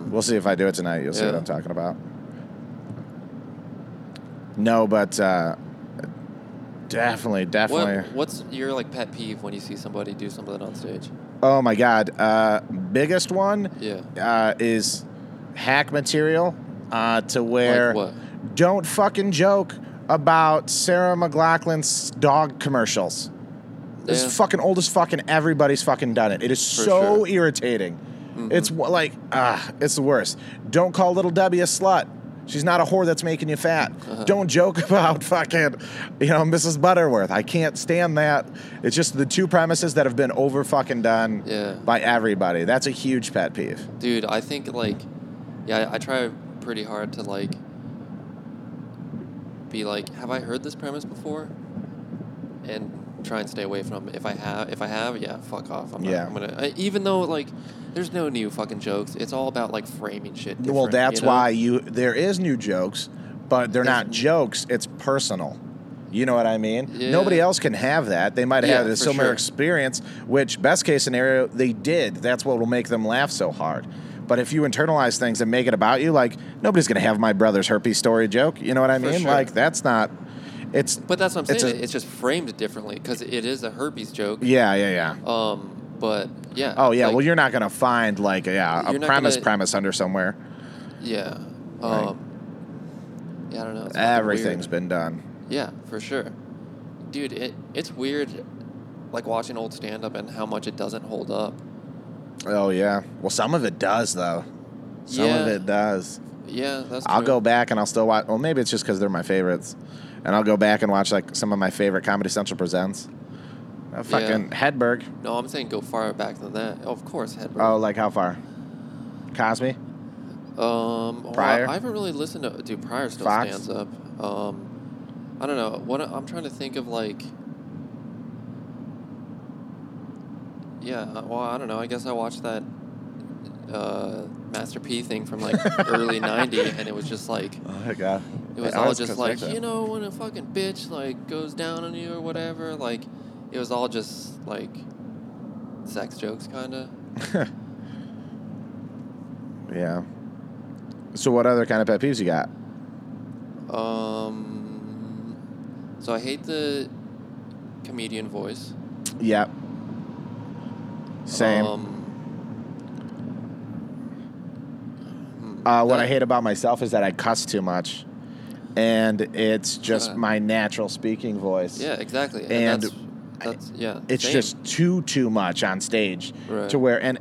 Speaker 1: We'll see if I do it tonight. You'll see what
Speaker 2: Hmm. Yeah.
Speaker 1: I'm talking about. No, but uh, definitely, definitely.
Speaker 2: What, what's your like pet peeve when you see somebody do something on stage?
Speaker 1: Oh my god, uh, biggest one
Speaker 2: Yeah.
Speaker 1: uh, is hack material uh, to where
Speaker 2: Like what?
Speaker 1: don't fucking joke about Sarah McLaughlin's dog commercials. This
Speaker 2: Yeah.
Speaker 1: is fucking old as fucking everybody's fucking done it. It is
Speaker 2: For
Speaker 1: so
Speaker 2: sure. Mm-hmm.
Speaker 1: irritating. It's wh- like ah, it's the worst. Don't call little Debbie a slut. She's not a whore that's making you fat.
Speaker 2: Uh-huh.
Speaker 1: Don't joke [LAUGHS] about fucking, you know, Mrs. Butterworth. I can't stand that. It's just the two premises that have been over fucking done
Speaker 2: Yeah.
Speaker 1: by everybody. That's a huge pet peeve.
Speaker 2: Dude, I think like, yeah, I I try pretty hard to like be like, have I heard this premise before? And try and stay away from. If I have, if I have, yeah, fuck off. I'm
Speaker 1: Yeah.
Speaker 2: Not, I'm gonna. I, even though like, there's no new fucking jokes. It's all about like framing shit.
Speaker 1: well,
Speaker 2: different,
Speaker 1: that's
Speaker 2: you know?
Speaker 1: why you there is new jokes, but they're
Speaker 2: There's-
Speaker 1: not jokes. It's personal. You know what I mean?
Speaker 2: Yeah.
Speaker 1: Nobody else can have that. They might
Speaker 2: Yeah,
Speaker 1: have a
Speaker 2: for
Speaker 1: similar
Speaker 2: sure.
Speaker 1: experience, which best case scenario they did. That's what will make them laugh so hard. But if you internalize things and make it about you, like nobody's gonna have my brother's herpes story joke. You know what I
Speaker 2: For
Speaker 1: mean?
Speaker 2: sure.
Speaker 1: Like that's not. It's
Speaker 2: But that's what I'm
Speaker 1: It's
Speaker 2: saying.
Speaker 1: a-
Speaker 2: it's just framed differently because it is a herpes joke.
Speaker 1: yeah, yeah, yeah.
Speaker 2: Um, but yeah.
Speaker 1: Oh yeah.
Speaker 2: like,
Speaker 1: well, you're not gonna find like yeah a
Speaker 2: You're not
Speaker 1: premise
Speaker 2: gonna-
Speaker 1: premise under somewhere.
Speaker 2: Yeah.
Speaker 1: Right.
Speaker 2: Um, yeah, I don't know. It's fucking weird.
Speaker 1: Everything's been done.
Speaker 2: Yeah, for sure. Dude, it it's weird like watching old stand up and how much it doesn't hold up.
Speaker 1: Oh yeah. Well, some of it does though. Some of
Speaker 2: Yeah.
Speaker 1: it does.
Speaker 2: Yeah, that's
Speaker 1: I'll
Speaker 2: true.
Speaker 1: go back and I'll still watch. Well, maybe it's just because they're my favorites, and I'll go back and watch like some of my favorite Comedy Central presents. Uh, fucking Hedberg.
Speaker 2: No, I'm saying go farther back than that. Oh, of course, Hedberg.
Speaker 1: Oh, like how far? Cosby.
Speaker 2: um well,
Speaker 1: Pryor?
Speaker 2: I, haven't really listened to dude Pryor still
Speaker 1: Fox?
Speaker 2: stands up. Um I don't know. What I'm trying to think of like Yeah, uh, well, I don't know. I guess I watched that uh, Master P thing from like
Speaker 1: [LAUGHS]
Speaker 2: early 90 and it was just like
Speaker 1: Oh my god.
Speaker 2: It was
Speaker 1: Yeah,
Speaker 2: all
Speaker 1: that's
Speaker 2: just
Speaker 1: 'cause
Speaker 2: like
Speaker 1: they're-
Speaker 2: you know when a fucking bitch like goes down on you or whatever. Like it was all just like sex jokes, kind of.
Speaker 1: Yeah. So what other kind of pet peeves you got?
Speaker 2: Um, so I hate the comedian voice.
Speaker 1: Yep. Same.
Speaker 2: Um, hmm,
Speaker 1: uh, what
Speaker 2: that-
Speaker 1: I hate about myself is that I cuss too much, and it's just
Speaker 2: Uh.
Speaker 1: my natural speaking voice.
Speaker 2: Yeah, exactly. And,
Speaker 1: And
Speaker 2: that's, that's yeah.
Speaker 1: it's
Speaker 2: same.
Speaker 1: just too too much on stage
Speaker 2: Right.
Speaker 1: to where and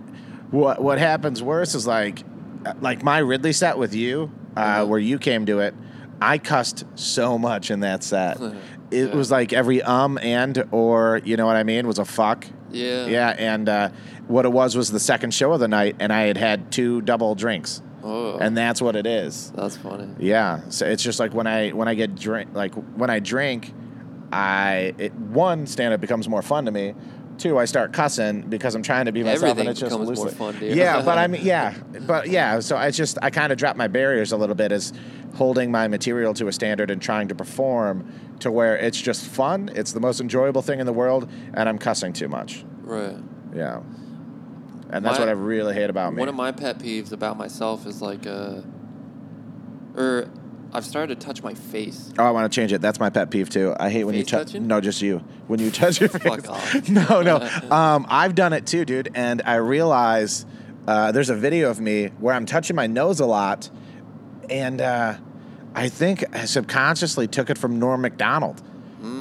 Speaker 1: what what happens worse is like uh, like my Ridley set with you uh,
Speaker 2: Mhm.
Speaker 1: where you came to it I cussed so much in that
Speaker 2: [LAUGHS]
Speaker 1: set it
Speaker 2: Yeah.
Speaker 1: was like every um and or you know what I mean was a fuck
Speaker 2: [LAUGHS] yeah.
Speaker 1: yeah and uh, what it was was the second show of the night and I had had two double drinks
Speaker 2: Oh,
Speaker 1: and that's what it is
Speaker 2: that's funny.
Speaker 1: yeah, so it's just like when I when I get drink like when I drink, I it, one stand up becomes more fun to me. Two, I start cussing because I'm trying to be myself,
Speaker 2: Everything
Speaker 1: and it's just
Speaker 2: becomes more
Speaker 1: loosely-
Speaker 2: fun, dude.
Speaker 1: Yeah, but
Speaker 2: [LAUGHS]
Speaker 1: I mean, yeah, but yeah. So I just I kind of drop my barriers a little bit as holding my material to a standard and trying to perform to where it's just fun. It's the most enjoyable thing in the world, and I'm cussing too much.
Speaker 2: Right.
Speaker 1: Yeah, and that's
Speaker 2: My-
Speaker 1: what I really hate about me.
Speaker 2: One of my pet peeves about myself is like, uh, or I've started to touch my face.
Speaker 1: Oh, I want to change it. That's my pet peeve too. I hate when
Speaker 2: Face
Speaker 1: you touch.
Speaker 2: touching?
Speaker 1: No, just you. When you touch
Speaker 2: [LAUGHS]
Speaker 1: your face.
Speaker 2: Fuck
Speaker 1: [LAUGHS]
Speaker 2: off.
Speaker 1: No,
Speaker 2: [LAUGHS]
Speaker 1: no. Um, I've done it too, dude. And I realize uh, there's a video of me where I'm touching my nose a lot, and uh, I think I subconsciously took it from Norm Macdonald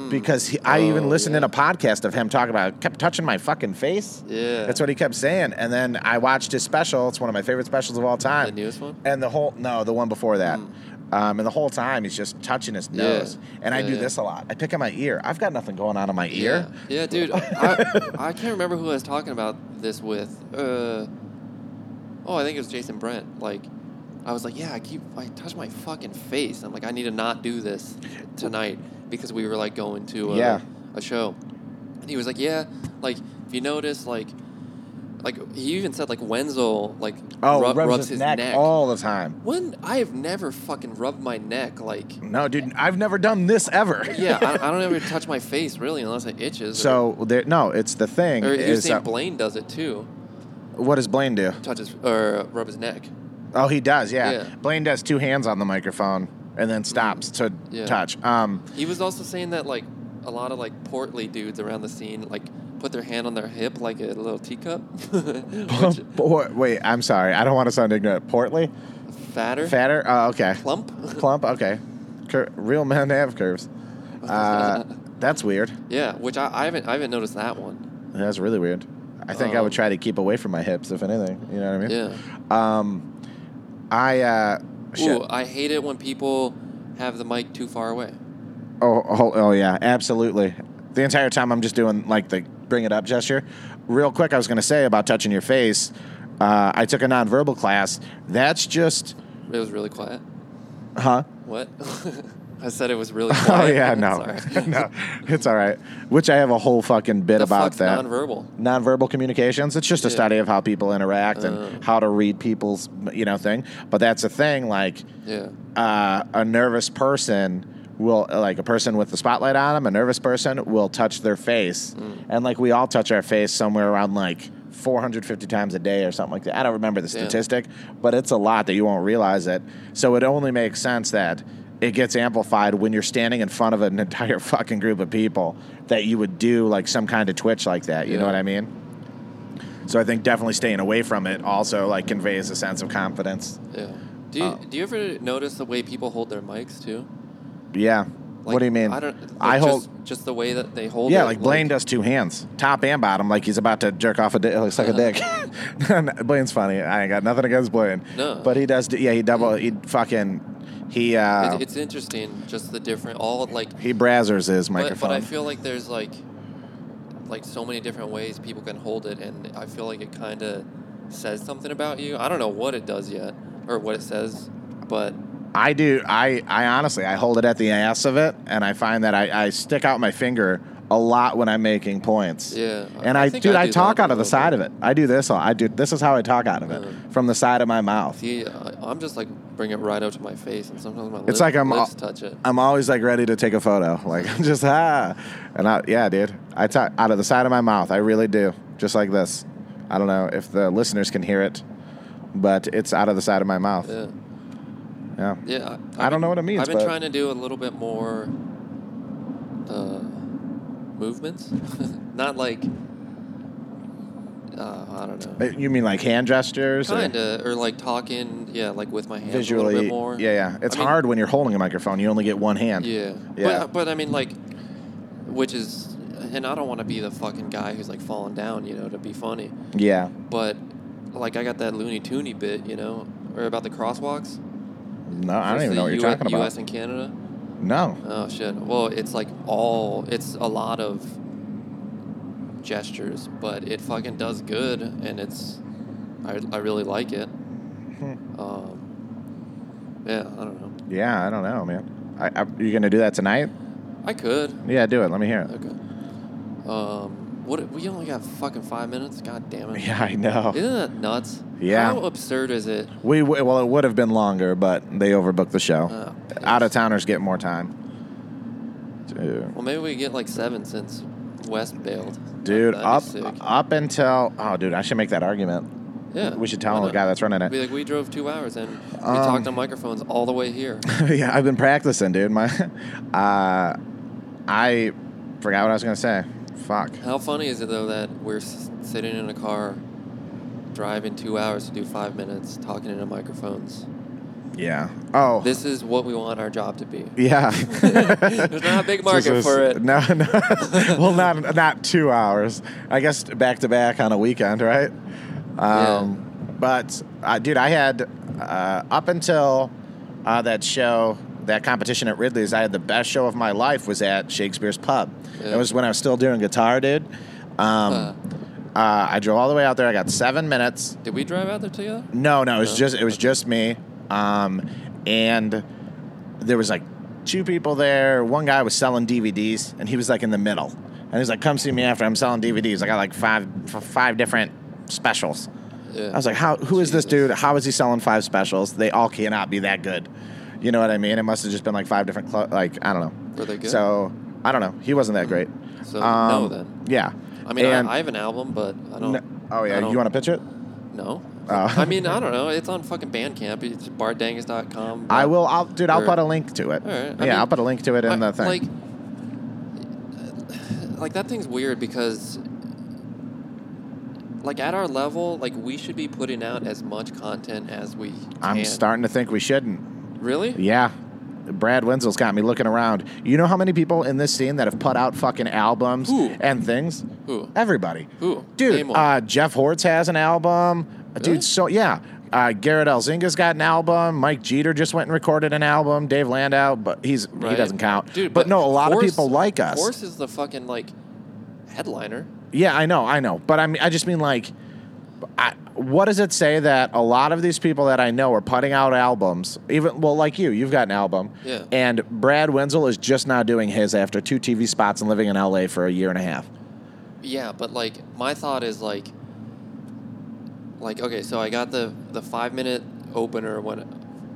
Speaker 1: because he, I even
Speaker 2: Mm. Oh,
Speaker 1: listened in
Speaker 2: yeah.
Speaker 1: a podcast of him talking about kept touching my fucking face.
Speaker 2: Yeah.
Speaker 1: That's what he kept saying. And then I watched his special. It's one of my favorite specials of all time.
Speaker 2: The newest one?
Speaker 1: And the whole no, the one before that. Um, and the whole time he's just touching his
Speaker 2: Mm. Yeah.
Speaker 1: nose. And I
Speaker 2: Yeah,
Speaker 1: do
Speaker 2: yeah.
Speaker 1: this a lot. I pick at my ear. I've got nothing going on in my ear.
Speaker 2: Yeah. Yeah, dude. I, I can't remember who I was talking about this with. Uh, oh, I think it was Jason Brent. Like, I was like, yeah, I keep, I touch my fucking face. I'm like, I need to not do this tonight because we were like going to a,
Speaker 1: Yeah.
Speaker 2: a show. And he was like, yeah, like, if you notice, like, Like he even said, like Wenzel, like
Speaker 1: Oh,
Speaker 2: rub-
Speaker 1: rubs,
Speaker 2: rubs
Speaker 1: his, neck, Oh. all the time.
Speaker 2: when I have never fucking rubbed my neck, like
Speaker 1: No, dude, I've never done this ever.
Speaker 2: yeah, I, I don't ever touch my face really unless it itches.
Speaker 1: [LAUGHS] So there, no, it's the thing.
Speaker 2: or, or
Speaker 1: is,
Speaker 2: Usain
Speaker 1: uh,
Speaker 2: Blaine does it too,
Speaker 1: what does Blaine do?
Speaker 2: touches or uh, rub his neck.
Speaker 1: Oh, he does. Yeah.
Speaker 2: Yeah. Mm.
Speaker 1: Blaine does two hands on the microphone and then stops to
Speaker 2: Yeah.
Speaker 1: touch. Um,
Speaker 2: He was also saying that like a lot of like portly dudes around the scene like put their hand on their hip like a little teacup, [LAUGHS] which
Speaker 1: [LAUGHS] boy, wait, I'm sorry. I don't want to sound ignorant. Portly,
Speaker 2: fatter,
Speaker 1: fatter. Oh, okay.
Speaker 2: plump.
Speaker 1: Plump. Okay. Cur- real men have
Speaker 2: [LAUGHS]
Speaker 1: curves. Uh, that's weird.
Speaker 2: yeah, which I, I haven't I haven't noticed that one.
Speaker 1: That's really weird. I think I would
Speaker 2: Um,
Speaker 1: try to keep away from my hips, if anything. You know what I mean?
Speaker 2: Yeah.
Speaker 1: Um, I uh, shit.
Speaker 2: Ooh, I hate it when people have the mic too far away.
Speaker 1: Oh, oh, oh, yeah, absolutely. The entire time I'm just doing like the bring it up gesture. Real quick, I was going to say about touching your face. Uh, I took a nonverbal class. That's just,
Speaker 2: It was really quiet.
Speaker 1: huh?
Speaker 2: What? [LAUGHS] I said it was really
Speaker 1: [LAUGHS] Oh
Speaker 2: quiet. [LAUGHS]
Speaker 1: yeah, no, [LAUGHS]
Speaker 2: Sorry.
Speaker 1: no, it's all right. Which I have a whole fucking bit
Speaker 2: the
Speaker 1: about
Speaker 2: fuck's
Speaker 1: that.
Speaker 2: nonverbal.
Speaker 1: nonverbal communications. It's just a
Speaker 2: Yeah.
Speaker 1: study of how people interact
Speaker 2: Uh.
Speaker 1: and how to read people's, you know, thing. But that's a thing. Like,
Speaker 2: Yeah.
Speaker 1: uh, a nervous person will like a person with the spotlight on them a nervous person will touch their face and like we all touch our face somewhere around like 450 times a day or something like that i don't remember the
Speaker 2: Damn.
Speaker 1: statistic but it's a lot that you won't realize it so it only makes sense that it gets amplified when you're standing in front of an [LAUGHS] entire fucking group of people that you would do like some kind of twitch like that you know
Speaker 2: Yeah.
Speaker 1: what i mean so i think definitely staying away from it also like conveys a sense of confidence
Speaker 2: Yeah. Do you,
Speaker 1: Oh.
Speaker 2: do you ever notice the way people hold their mics too?
Speaker 1: yeah what
Speaker 2: Like,
Speaker 1: do you mean
Speaker 2: I don't. like,
Speaker 1: I hold
Speaker 2: just, just the way that they hold.
Speaker 1: Yeah,
Speaker 2: it,
Speaker 1: like Blaine does two hands, top and bottom, like he's about to jerk off a dick, like suck a dick. [LAUGHS] Blaine's funny. I ain't got nothing against Blaine.
Speaker 2: Uh-huh. No.
Speaker 1: But he does. do- Yeah, he double. He fucking. He uh.
Speaker 2: It, it's interesting, just the different, all like.
Speaker 1: he brazzers his
Speaker 2: But,
Speaker 1: microphone.
Speaker 2: but I feel like there's like, like so many different ways people can hold it, and I feel like it kind of says something about you. I don't know what it does yet, or what it says, but
Speaker 1: I do. I, I honestly, I hold it at the ass of it, and I find that I, I stick out my finger a lot when I'm making points.
Speaker 2: Yeah, I-
Speaker 1: And I,
Speaker 2: I think
Speaker 1: dude,
Speaker 2: I
Speaker 1: I,
Speaker 2: do
Speaker 1: talk
Speaker 2: that
Speaker 1: out
Speaker 2: a
Speaker 1: of the
Speaker 2: little
Speaker 1: side
Speaker 2: bit. Uh-huh.
Speaker 1: of it. I do this. a lot. I do. This is how I talk out of it
Speaker 2: Yeah.
Speaker 1: from the side of my mouth.
Speaker 2: see, I, I'm just like bring it right up to my face, and sometimes my
Speaker 1: It's
Speaker 2: lip-
Speaker 1: like I'm all-
Speaker 2: lips touch it.
Speaker 1: I'm always like ready to take a photo. Like [LAUGHS] I'm just ah, and I yeah, dude. I talk out of the side of my mouth. I really do, just like this. I don't know if the listeners can hear it, but it's out of the side of my mouth. Yeah,
Speaker 2: Yeah, yeah.
Speaker 1: I, don't know what it means.
Speaker 2: I've been
Speaker 1: but
Speaker 2: trying to do a little bit more uh, movements, [LAUGHS] not like uh, I don't know,
Speaker 1: Uh, You mean like hand gestures? or
Speaker 2: kinda or like talking, yeah, like with my hands
Speaker 1: Visually,
Speaker 2: a little bit more.
Speaker 1: yeah, yeah. It's
Speaker 2: I mean-
Speaker 1: hard when you're holding a microphone. You only get one hand.
Speaker 2: yeah,
Speaker 1: Yeah.
Speaker 2: But, but I mean, like, which is, and I don't want to be the fucking guy who's like falling down, you know, to be funny.
Speaker 1: Yeah.
Speaker 2: But like, I got that Looney Toony bit, you know, or about the crosswalks.
Speaker 1: No, I don't
Speaker 2: versus
Speaker 1: even
Speaker 2: the
Speaker 1: know what you're
Speaker 2: U-
Speaker 1: talking about.
Speaker 2: U.S. and Canada.
Speaker 1: No.
Speaker 2: Oh shit. Well, it's like all it's a lot of gestures, but it fucking does good and it's I, I really
Speaker 1: [LAUGHS]
Speaker 2: like it. Um, yeah, I don't know.
Speaker 1: Yeah, I don't know, man. I, I, you gonna do that tonight?
Speaker 2: I could.
Speaker 1: Yeah, do it. Let me hear it.
Speaker 2: Okay. Um what we only got fucking 5 minutes. God damn it.
Speaker 1: [LAUGHS] Yeah, I know.
Speaker 2: Isn't that nuts?
Speaker 1: Yeah.
Speaker 2: How absurd is it?
Speaker 1: We w- well, it would have been longer, but they overbooked the show.
Speaker 2: Oh,
Speaker 1: Out of towners get more time. Dude,
Speaker 2: Well, maybe we get like 7 since West bailed.
Speaker 1: dude uh,
Speaker 2: That'd be
Speaker 1: up
Speaker 2: sick.
Speaker 1: up until oh, dude, I should make that argument.
Speaker 2: Yeah.
Speaker 1: We should
Speaker 2: Uh, why
Speaker 1: tell the
Speaker 2: not?
Speaker 1: guy that's running
Speaker 2: Be
Speaker 1: it.
Speaker 2: like, we drove two hours and we
Speaker 1: Um,
Speaker 2: talked on microphones all the way here.
Speaker 1: [LAUGHS] yeah, I've been practicing, dude. My, [LAUGHS] uh, I forgot what I was gonna say. Fuck.
Speaker 2: How funny is it though that we're s- sitting in a car, driving two hours to do five minutes, talking into microphones?
Speaker 1: Yeah. Oh.
Speaker 2: This is what we want our job to be.
Speaker 1: yeah.
Speaker 2: [LAUGHS] There's not a
Speaker 1: [LAUGHS]
Speaker 2: big market
Speaker 1: This is-
Speaker 2: for it.
Speaker 1: No,
Speaker 2: [LAUGHS]
Speaker 1: no. well, not not two hours. I guess back to back on a weekend, right? Um, But uh, dude, I had uh, up until uh, that show, that competition at Ridley's, I had the best show of my life was at Shakespeare's Pub.
Speaker 2: Yeah.
Speaker 1: It was when I was still doing guitar, dude. Um, uh, I drove all the way out there. I got seven minutes.
Speaker 2: Did we drive out there together?
Speaker 1: No, no, it was
Speaker 2: No?
Speaker 1: just it was just me. Um, and there was like two people there. One guy was selling DVDs, and he was like in the middle. And he's like, "Come see me after I'm selling DVDs. I got like five f- five different specials.
Speaker 2: Yeah.
Speaker 1: I was like, how? Who is this
Speaker 2: Jesus.
Speaker 1: dude? How is he selling five specials? They all cannot be that good. You know what I mean? It must have just been like five different, clo- like I don't know.
Speaker 2: Were they good?
Speaker 1: So I don't know. He wasn't that great.
Speaker 2: So,
Speaker 1: um,
Speaker 2: no, then.
Speaker 1: Yeah.
Speaker 2: I mean,
Speaker 1: And-
Speaker 2: I, I have an album, but I don't.
Speaker 1: No- oh
Speaker 2: I
Speaker 1: yeah,
Speaker 2: don't-
Speaker 1: you want to pitch it?
Speaker 2: No.
Speaker 1: Oh.
Speaker 2: I mean, I don't know. It's on fucking Bandcamp. It's bardangus.com.
Speaker 1: I will. I'll, dude, I'll
Speaker 2: Or-
Speaker 1: put a link to it.
Speaker 2: All right.
Speaker 1: yeah,
Speaker 2: I mean,
Speaker 1: I'll put a link to it in the
Speaker 2: I-
Speaker 1: thing.
Speaker 2: Like, like that thing's weird because, like, at our level, like we should be putting out as much content as we.
Speaker 1: I'm
Speaker 2: can.
Speaker 1: starting to think we shouldn't.
Speaker 2: Really?
Speaker 1: Yeah. Brad Wenzel's got me looking around. You know how many people in this scene that have put out fucking albums
Speaker 2: Who?
Speaker 1: and things?
Speaker 2: Who?
Speaker 1: Everybody.
Speaker 2: Who?
Speaker 1: Dude,
Speaker 2: Name 'em.
Speaker 1: uh, Jeff Hortz has an album.
Speaker 2: Really?
Speaker 1: Dude, so yeah. Uh, Garrett Elzinga's got an album. Mike Jeter just went and recorded an album. Dave Landau, but he's he
Speaker 2: Right.
Speaker 1: doesn't count.
Speaker 2: Dude,
Speaker 1: but, no, a lot
Speaker 2: Force-
Speaker 1: of people like us.
Speaker 2: Force is the fucking like headliner.
Speaker 1: Yeah, I know, I know. But I mean, I just mean like, I, what does it say that a lot of these people that I know are putting out albums? Even well, like you, you've got an album.
Speaker 2: Yeah.
Speaker 1: And Brad Wenzel is just now doing his after two TV spots and living in LA for a year and a half.
Speaker 2: Yeah, but like my thought is like, like okay, so I got the the five minute opener when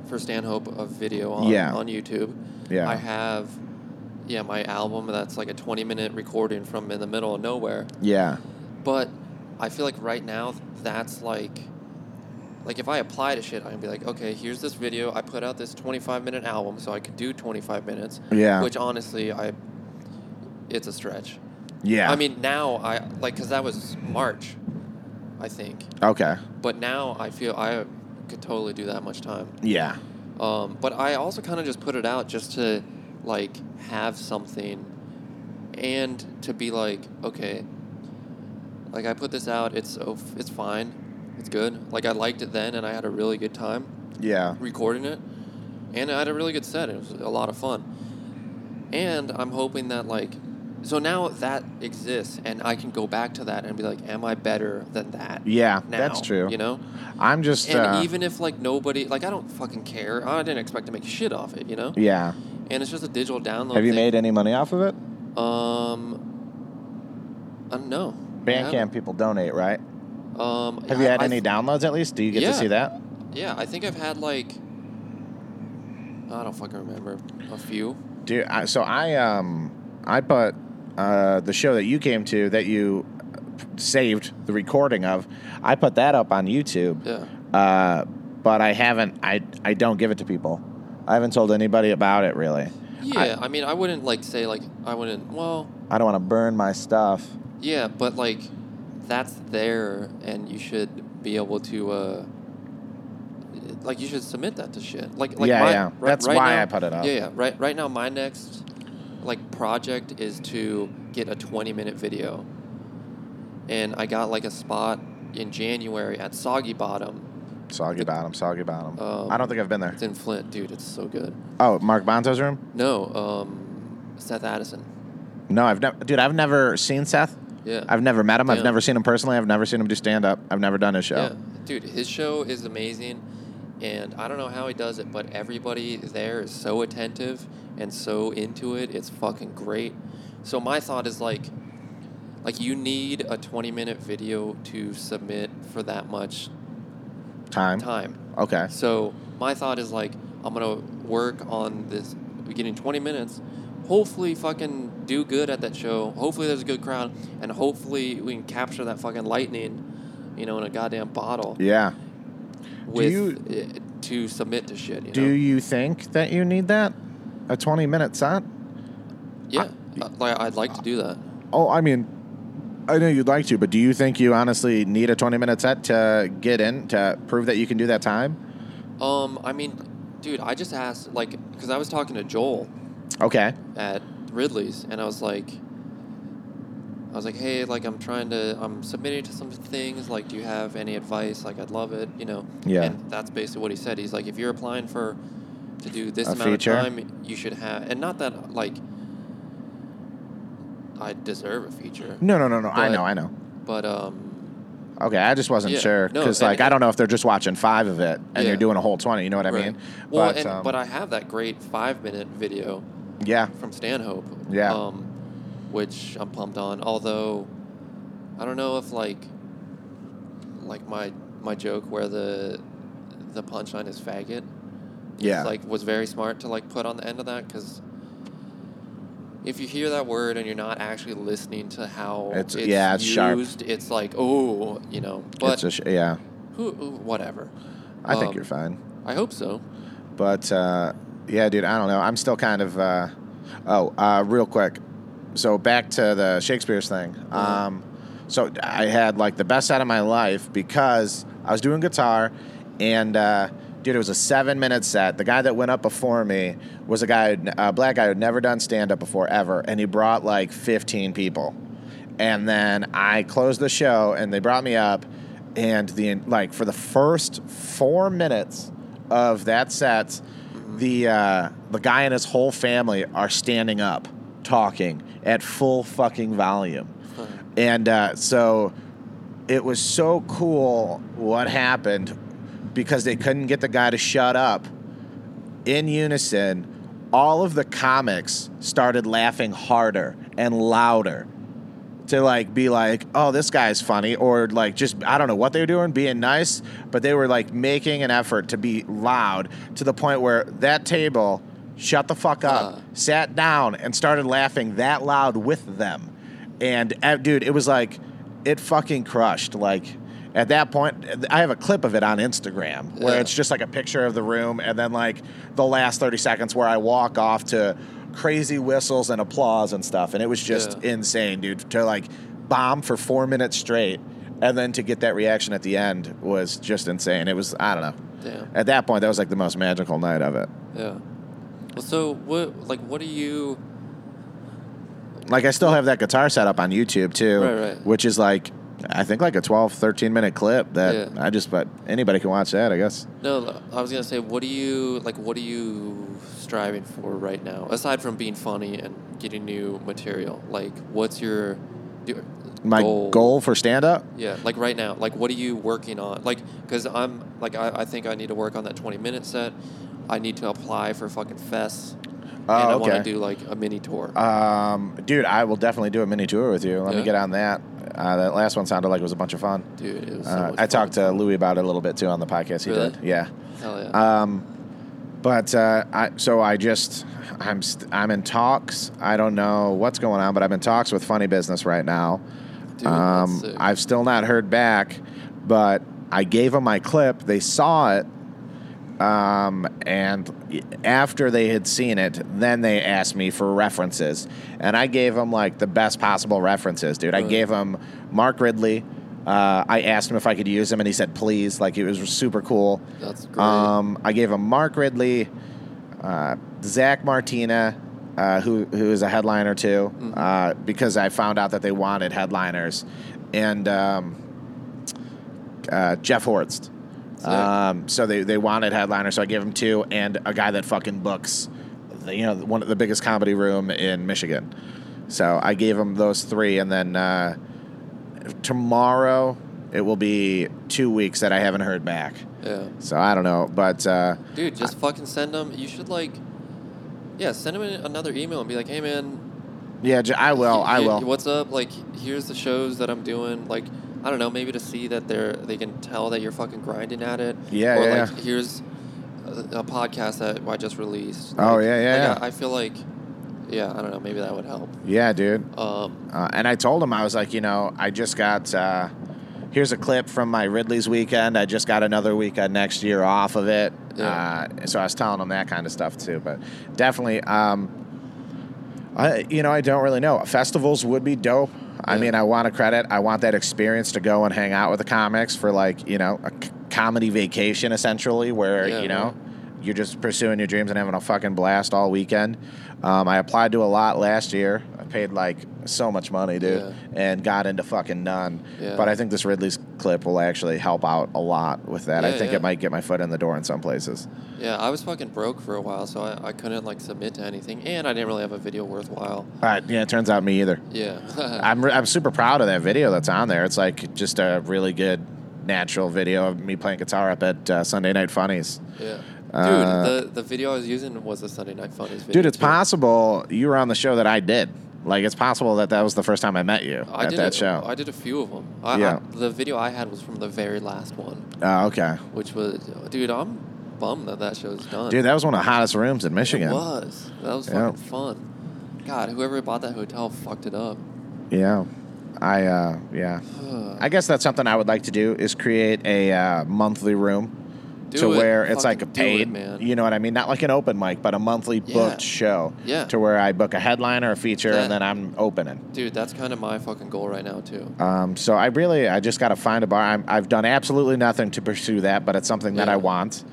Speaker 2: for Stanhope of video on
Speaker 1: Yeah.
Speaker 2: on YouTube.
Speaker 1: Yeah.
Speaker 2: I have yeah my album that's like a twenty minute recording from in the middle of nowhere.
Speaker 1: Yeah.
Speaker 2: But I feel like right now that's like. Like if I apply to shit, I can be like, okay, here's this video. I put out this 25 minute album, so I could do 25 minutes.
Speaker 1: Yeah.
Speaker 2: Which honestly, I, it's a stretch.
Speaker 1: Yeah.
Speaker 2: I mean, now I like because that was March, I think.
Speaker 1: Okay.
Speaker 2: But now I feel I could totally do that much time.
Speaker 1: Yeah.
Speaker 2: Um, but I also kind of just put it out just to like have something, and to be like, okay, like I put this out. It's oh, it's fine, it's good. Like I liked it then, and I had a really good time
Speaker 1: Yeah.
Speaker 2: recording it, and I had a really good set. It was a lot of fun, and I'm hoping that like, so now that exists, and I can go back to that and be like, am I better than that?
Speaker 1: Yeah.
Speaker 2: now?
Speaker 1: that's true.
Speaker 2: You know,
Speaker 1: I'm just.
Speaker 2: and
Speaker 1: uh,
Speaker 2: even if like nobody, like I don't fucking care. I didn't expect to make shit off it. You know,
Speaker 1: yeah.
Speaker 2: and it's just a digital download.
Speaker 1: Have you
Speaker 2: thing.
Speaker 1: made any money off of it?
Speaker 2: Um, I don't know. I
Speaker 1: Bandcamp
Speaker 2: haven't.
Speaker 1: people donate, right?
Speaker 2: Um,
Speaker 1: Have you
Speaker 2: I-
Speaker 1: had
Speaker 2: I
Speaker 1: any
Speaker 2: th-
Speaker 1: downloads at least? Do you get
Speaker 2: Yeah.
Speaker 1: to see that?
Speaker 2: yeah, I think I've had like. I don't fucking remember. A few.
Speaker 1: Dude, I, so I um I put uh, the show that you came to that you saved the recording of. I put that up on YouTube,
Speaker 2: Yeah.
Speaker 1: uh, but I haven't. I I don't give it to people. I haven't told anybody about it really.
Speaker 2: Yeah, I, mean, I wouldn't like say like I wouldn't. Well,
Speaker 1: I don't want to burn my stuff.
Speaker 2: yeah, but like that's there, and you should be able to. uh Like you should submit that to shit. Like, like
Speaker 1: Yeah,
Speaker 2: my,
Speaker 1: yeah.
Speaker 2: right-
Speaker 1: That's
Speaker 2: right
Speaker 1: why
Speaker 2: now-
Speaker 1: I put it up.
Speaker 2: Yeah, yeah. Right, right now, my next like project is to get a twenty-minute video, and I got like a spot in January at Soggy Bottom.
Speaker 1: Soggy bottom, soggy bottom.
Speaker 2: Um,
Speaker 1: I don't think I've been there.
Speaker 2: It's in Flint, dude. It's so good.
Speaker 1: Oh, Mark Bonto's room?
Speaker 2: No, um, Seth Addison.
Speaker 1: No, I've never. Dude, I've never seen Seth.
Speaker 2: Yeah.
Speaker 1: I've never met him. I've
Speaker 2: Yeah.
Speaker 1: never seen him personally. I've never seen him do stand up. I've never done his show.
Speaker 2: Yeah, dude, his show is amazing, and I don't know how he does it, but everybody there is so attentive and so into it. It's fucking great. So my thought is like, like you need a twenty-minute video to submit for that much
Speaker 1: Time.
Speaker 2: time.
Speaker 1: Okay.
Speaker 2: So my thought is like, I'm gonna work on this, getting twenty minutes. Hopefully, fucking do good at that show. Hopefully, there's a good crowd, and hopefully, we can capture that fucking lightning, you know, in a goddamn bottle
Speaker 1: Yeah.
Speaker 2: with
Speaker 1: you-
Speaker 2: uh, to submit to shit. You
Speaker 1: Do
Speaker 2: know?
Speaker 1: you think that you need that? A 20 minute set?
Speaker 2: yeah, uh, like I'd like to do that.
Speaker 1: Oh, I mean, I know you'd like to, but do you think you honestly need a 20 minute set to get in, to prove that you can do that time?
Speaker 2: Um, I mean, dude, I just asked like because I was talking to Joel
Speaker 1: Okay.
Speaker 2: at Ridley's, and I was like, I was like, hey, like I'm trying to, I'm submitting to some things. Like, do you have any advice? Like, I'd love it, you know.
Speaker 1: Yeah.
Speaker 2: And that's basically what he said. He's like, if you're applying for to do this
Speaker 1: A
Speaker 2: amount
Speaker 1: feature?
Speaker 2: of time, you should have, and not that like I deserve a feature,
Speaker 1: No, no, no, no. I
Speaker 2: But-
Speaker 1: know, I know.
Speaker 2: but um,
Speaker 1: Okay, I just wasn't
Speaker 2: Yeah,
Speaker 1: sure
Speaker 2: no,
Speaker 1: because,
Speaker 2: and-
Speaker 1: like, I don't know if they're just watching five of it and
Speaker 2: Yeah.
Speaker 1: you're doing a whole 20. You know what I
Speaker 2: Right.
Speaker 1: mean?
Speaker 2: Well,
Speaker 1: but,
Speaker 2: and,
Speaker 1: um,
Speaker 2: but I have that great five minute video
Speaker 1: yeah,
Speaker 2: from Stanhope.
Speaker 1: Yeah.
Speaker 2: Um, which I'm pumped on. Although, I don't know if like, like my my joke where the the punchline is faggot.
Speaker 1: Yeah.
Speaker 2: Like was very smart to like put on the end of that because if you hear that word and you're not actually listening to how
Speaker 1: It's- yeah, it's sharp.
Speaker 2: used, it's like oh, you know.
Speaker 1: it's
Speaker 2: But
Speaker 1: a sh- yeah.
Speaker 2: who, who- whatever.
Speaker 1: I think
Speaker 2: Um,
Speaker 1: you're fine.
Speaker 2: I hope so.
Speaker 1: But uh, yeah, dude, I don't know. I'm still kind of. Uh, oh, uh, real quick. So back to the Shakespeare's thing. Um, so I had like the best out of my life because I was doing guitar, and uh, dude, it was a seven minute set. The guy that went up before me was a guy, who'd- a black guy who'd never done stand up before ever, and he brought like 15 people. And then I closed the show, and they brought me up, and the like for the first four minutes of that set, the uh, the guy and his whole family are standing up, talking at full fucking volume, and uh, so it was so cool what happened because they couldn't get the guy to shut up. In unison, all of the comics started laughing harder and louder to like be like, oh, this guy's funny, or like just I don't know what they were doing, being nice, but they were like making an effort to be loud to the point where that table shut the fuck up,
Speaker 2: Huh.
Speaker 1: sat down, and started laughing that loud with them. And uh, dude, it was like it fucking crushed. Like at that point, I have a clip of it on Instagram where
Speaker 2: Yeah.
Speaker 1: it's just like a picture of the room, and then like the last thirty seconds where I walk off to crazy whistles and applause and stuff, and it was just
Speaker 2: Yeah.
Speaker 1: insane, dude. To like bomb for four minutes straight and then to get that reaction at the end was just insane. It was I don't know.
Speaker 2: Damn.
Speaker 1: At that point, that was like the most magical night of it.
Speaker 2: Yeah. Well, so what? Like, what do you?
Speaker 1: Like I still have that guitar set up on YouTube too,
Speaker 2: Right, right.
Speaker 1: which is like I think like a 12, 13 minute clip that
Speaker 2: Yeah.
Speaker 1: I just but anybody can watch that, I guess.
Speaker 2: No, I was gonna say, what do you like? What are you striving for right now, aside from being funny and getting new material? Like, what's your do-
Speaker 1: My goal, for stand up?
Speaker 2: Yeah, like right now, like what are you working on? Like, because I'm like, I, I think I need to work on that 20 minute set. I need to apply for fucking fests. and
Speaker 1: Oh,
Speaker 2: I want
Speaker 1: okay.
Speaker 2: to do like a mini tour.
Speaker 1: Um, dude, I will definitely do a mini tour with you. Let me
Speaker 2: Yeah.
Speaker 1: get on that. Uh, that last one sounded like it was a bunch of fun.
Speaker 2: Dude, it was so
Speaker 1: Uh,
Speaker 2: much
Speaker 1: I
Speaker 2: fun.
Speaker 1: talked to Louie about it a little bit too on the podcast he
Speaker 2: Really?
Speaker 1: did. Yeah.
Speaker 2: Hell yeah.
Speaker 1: Um, but uh, I, so I just I'm st- I'm in talks. I don't know what's going on, but I'm in talks with Funny Business right now.
Speaker 2: Dude, that's
Speaker 1: um,
Speaker 2: sick.
Speaker 1: I've still not heard back, but I gave them my clip. They saw it, um, and after they had seen it, then they asked me for references, and I gave them like the best possible references, dude. I
Speaker 2: Right.
Speaker 1: gave him Mark Ridley. Uh, I asked him if I could use him, and he said please. Like it was super cool.
Speaker 2: That's great.
Speaker 1: Um, I gave him Mark Ridley, uh, Zach Martina, uh, who who is a headliner too, uh, because I found out that they wanted headliners, and um, uh, Jeff Horst.
Speaker 2: Sick.
Speaker 1: Um, so they, they wanted headliners, so I gave him two, and a guy that fucking books, the, you know, one of the biggest comedy room in Michigan. So I gave him those three, and then uh, tomorrow it will be two weeks that I haven't heard back.
Speaker 2: yeah.
Speaker 1: So I don't know, but uh,
Speaker 2: Dude, just fucking send them. You should like, yeah, send them another email and be like, hey man,
Speaker 1: yeah, j- I will. I
Speaker 2: Here-
Speaker 1: will.
Speaker 2: What's up? Like, here's the shows that I'm doing. Like, I don't know, maybe to see that they're they can tell that you're fucking grinding at it.
Speaker 1: Yeah,
Speaker 2: or
Speaker 1: yeah,
Speaker 2: like,
Speaker 1: yeah.
Speaker 2: Here's a, a podcast that I just released.
Speaker 1: Oh,
Speaker 2: Like-
Speaker 1: yeah, yeah,
Speaker 2: like,
Speaker 1: yeah.
Speaker 2: I, I feel like, yeah, I don't know, maybe that would help.
Speaker 1: Yeah, dude.
Speaker 2: Um,
Speaker 1: Uh, and I told him I was like, you know, I just got. Uh, here's a clip from my Ridley's weekend. I just got another weekend next year off of it.
Speaker 2: Yeah.
Speaker 1: Uh, so I was telling him that kind of stuff too. But definitely, um, I you know I don't really know. Festivals would be dope. I
Speaker 2: Yeah.
Speaker 1: mean, I want a credit. I want that experience to go and hang out with the comics for like you know a c- comedy vacation essentially, where
Speaker 2: Yeah,
Speaker 1: you
Speaker 2: right.
Speaker 1: know you're just pursuing your dreams and having a fucking blast all weekend. Um, I applied to a lot last year. I paid like so much money, dude,
Speaker 2: Yeah.
Speaker 1: and got into fucking none.
Speaker 2: Yeah.
Speaker 1: But I think this Ridley's clip will actually help out a lot with that. I
Speaker 2: Yeah,
Speaker 1: think
Speaker 2: yeah.
Speaker 1: it might get my foot in the door in some places.
Speaker 2: yeah, I was fucking broke for a while, so I, I couldn't like submit to anything, and I didn't really have a video worthwhile.
Speaker 1: All right, yeah, it turns out me either.
Speaker 2: Yeah. [LAUGHS]
Speaker 1: I'm, re- I'm super proud of that video that's on there. It's like just a really good natural video of me playing guitar up at uh, Sunday Night Funnies.
Speaker 2: yeah. Dude,
Speaker 1: Uh,
Speaker 2: the, the video I was using was a Sunday Night Funnies video.
Speaker 1: Dude, it's
Speaker 2: too.
Speaker 1: possible you were on the show that I did. Like it's possible that that was the first time I met you
Speaker 2: I
Speaker 1: at
Speaker 2: did
Speaker 1: that
Speaker 2: a,
Speaker 1: show.
Speaker 2: I did a few of them. I,
Speaker 1: Yeah.
Speaker 2: I, the video I had was from the very last one,
Speaker 1: oh, okay,
Speaker 2: which was, dude, I'm bummed that that show's done.
Speaker 1: dude, that was one of the hottest rooms in Michigan.
Speaker 2: It was. That was
Speaker 1: Yeah.
Speaker 2: fucking fun. God, whoever bought that hotel fucked it up.
Speaker 1: Yeah, I uh, yeah.
Speaker 2: [SIGHS]
Speaker 1: I guess that's something I would like to do is create a uh, monthly room
Speaker 2: Do
Speaker 1: to
Speaker 2: it.
Speaker 1: where it's like
Speaker 2: Fucking
Speaker 1: a
Speaker 2: do it,
Speaker 1: paid,
Speaker 2: man.
Speaker 1: you know what I mean? Not like an open mic, but a monthly
Speaker 2: Yeah.
Speaker 1: booked show.
Speaker 2: Yeah.
Speaker 1: To where I book a headline or a feature, and
Speaker 2: That-
Speaker 1: then I'm opening.
Speaker 2: Dude, that's kind of my fucking goal right now too.
Speaker 1: Um, so I really, I just got to find a bar. I'm, I've done absolutely nothing to pursue that, but it's something that
Speaker 2: Yeah.
Speaker 1: I want.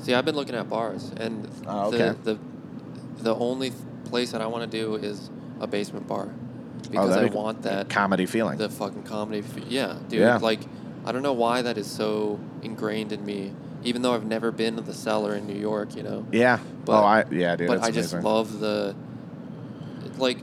Speaker 2: See, I've been looking at bars, and
Speaker 1: Oh, okay.
Speaker 2: the, the the only th- place that I want to do is a basement bar
Speaker 1: Oh,
Speaker 2: because
Speaker 1: that'd
Speaker 2: I
Speaker 1: be-
Speaker 2: want that
Speaker 1: Comedy feeling.
Speaker 2: the fucking comedy. F- yeah, dude.
Speaker 1: Yeah.
Speaker 2: Like, I don't know why that is so ingrained in me, even though I've never been to the cellar in New York. You know.
Speaker 1: yeah.
Speaker 2: But-
Speaker 1: oh, I yeah, dude.
Speaker 2: but
Speaker 1: it's
Speaker 2: I just
Speaker 1: amazing.
Speaker 2: love the like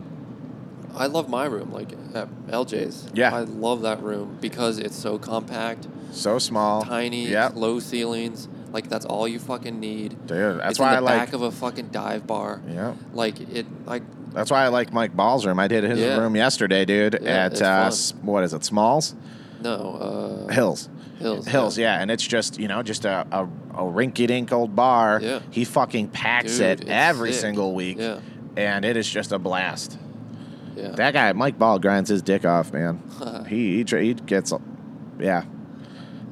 Speaker 2: I love my room like at LJ's.
Speaker 1: Yeah.
Speaker 2: I love that room because it's so compact,
Speaker 1: so small,
Speaker 2: tiny,
Speaker 1: Yep.
Speaker 2: low ceilings. Like that's all you fucking need.
Speaker 1: Dude, that's
Speaker 2: it's
Speaker 1: why
Speaker 2: in the
Speaker 1: I like.
Speaker 2: back of a fucking dive bar.
Speaker 1: yeah.
Speaker 2: Like it like
Speaker 1: That's why I like Mike Ball's room. I did his
Speaker 2: Yeah.
Speaker 1: room yesterday, dude.
Speaker 2: Yeah,
Speaker 1: at
Speaker 2: it's
Speaker 1: uh,
Speaker 2: fun.
Speaker 1: s- what is it? Smalls
Speaker 2: no, uh
Speaker 1: Hills.
Speaker 2: Hills.
Speaker 1: Hills, yeah, and it's just you know just a a, a rinky-dink old bar.
Speaker 2: Yeah.
Speaker 1: He fucking packs
Speaker 2: Dude,
Speaker 1: it
Speaker 2: it's
Speaker 1: every
Speaker 2: sick.
Speaker 1: single week,
Speaker 2: Yeah.
Speaker 1: and it is just a blast.
Speaker 2: Yeah.
Speaker 1: That guy Mike Ball grinds his dick off, man.
Speaker 2: [LAUGHS]
Speaker 1: he he, tra- he gets, a- yeah.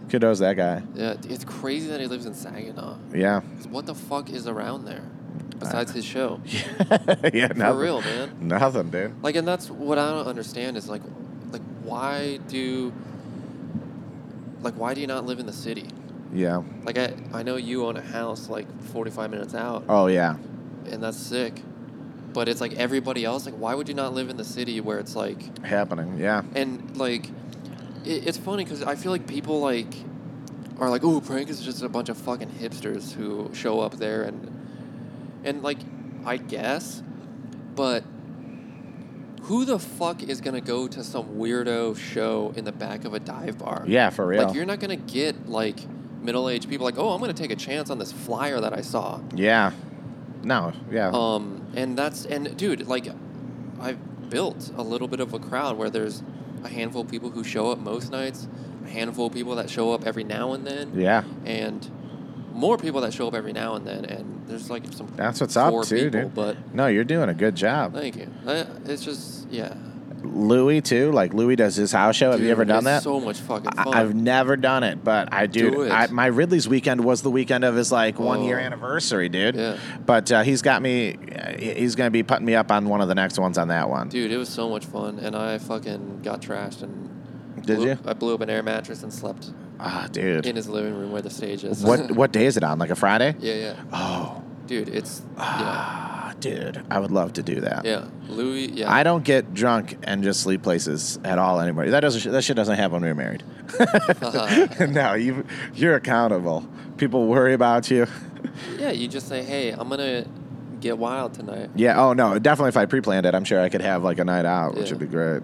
Speaker 1: Kudos that guy.
Speaker 2: yeah. It's crazy that he lives in Saginaw.
Speaker 1: Yeah, [LAUGHS]
Speaker 2: 'Cause What the fuck is around there? Besides his show.
Speaker 1: yeah.
Speaker 2: For real, man.
Speaker 1: Nothing, dude.
Speaker 2: Like, and that's what I don't understand is like, like why do, like why do you not live in the city?
Speaker 1: Yeah.
Speaker 2: Like I, I know you own a house like 45 minutes out,
Speaker 1: Oh yeah.
Speaker 2: and that's sick. But it's like everybody else, like why would you not live in the city where it's like,
Speaker 1: Happening. Yeah.
Speaker 2: and like, it, it's funny because I feel like people like, are like, oh, prank is just a bunch of fucking hipsters who show up there and, and like, I guess, but who the fuck is gonna go to some weirdo show in the back of a dive bar?
Speaker 1: Yeah, for real.
Speaker 2: Like you're not gonna get like middle-aged people like, oh, I'm gonna take a chance on this flyer that I saw.
Speaker 1: yeah. No. Yeah. Oh.
Speaker 2: Um, and that's and dude, like, I've built a little bit of a crowd where there's a handful of people who show up most nights, a handful of people that show up every now and then,
Speaker 1: yeah.
Speaker 2: and more people that show up every now and then. And there's like some
Speaker 1: That's what's up
Speaker 2: core
Speaker 1: too,
Speaker 2: people,
Speaker 1: dude.
Speaker 2: But
Speaker 1: No, you're doing a good job.
Speaker 2: thank you. I, it's just yeah.
Speaker 1: Louis too. Like Louis does his house show. Have you
Speaker 2: Dude,
Speaker 1: ever done
Speaker 2: it's
Speaker 1: that?
Speaker 2: So much fucking fun.
Speaker 1: I, I've never done it, but I do.
Speaker 2: Do it.
Speaker 1: I, my Ridley's weekend was the weekend of his like one year
Speaker 2: Oh.
Speaker 1: anniversary, dude.
Speaker 2: Yeah.
Speaker 1: But uh, he's got me. He's gonna be putting me up on one of the next ones on that one.
Speaker 2: Dude, it was so much fun, and I fucking got trashed and.
Speaker 1: Did
Speaker 2: blew-
Speaker 1: you?
Speaker 2: I blew up an air mattress and slept
Speaker 1: Ah, dude.
Speaker 2: in [LAUGHS] his living room where the stage is.
Speaker 1: what what day is it on? Like a Friday?
Speaker 2: [LAUGHS] yeah, yeah,
Speaker 1: Oh,
Speaker 2: dude, it's yeah,
Speaker 1: ah, dude. I would love to do that.
Speaker 2: yeah. Louis, yeah.
Speaker 1: I don't get drunk and just sleep places at all anymore. That doesn't. That shit doesn't happen when we are married. [LAUGHS]
Speaker 2: [LAUGHS]
Speaker 1: no, you you're accountable. People worry about you. [LAUGHS]
Speaker 2: yeah, you just say, hey, I'm gonna get wild tonight.
Speaker 1: Yeah. Oh no. Definitely, if I pre-planned it, I'm sure I could have like a night out, which
Speaker 2: Yeah.
Speaker 1: would be great.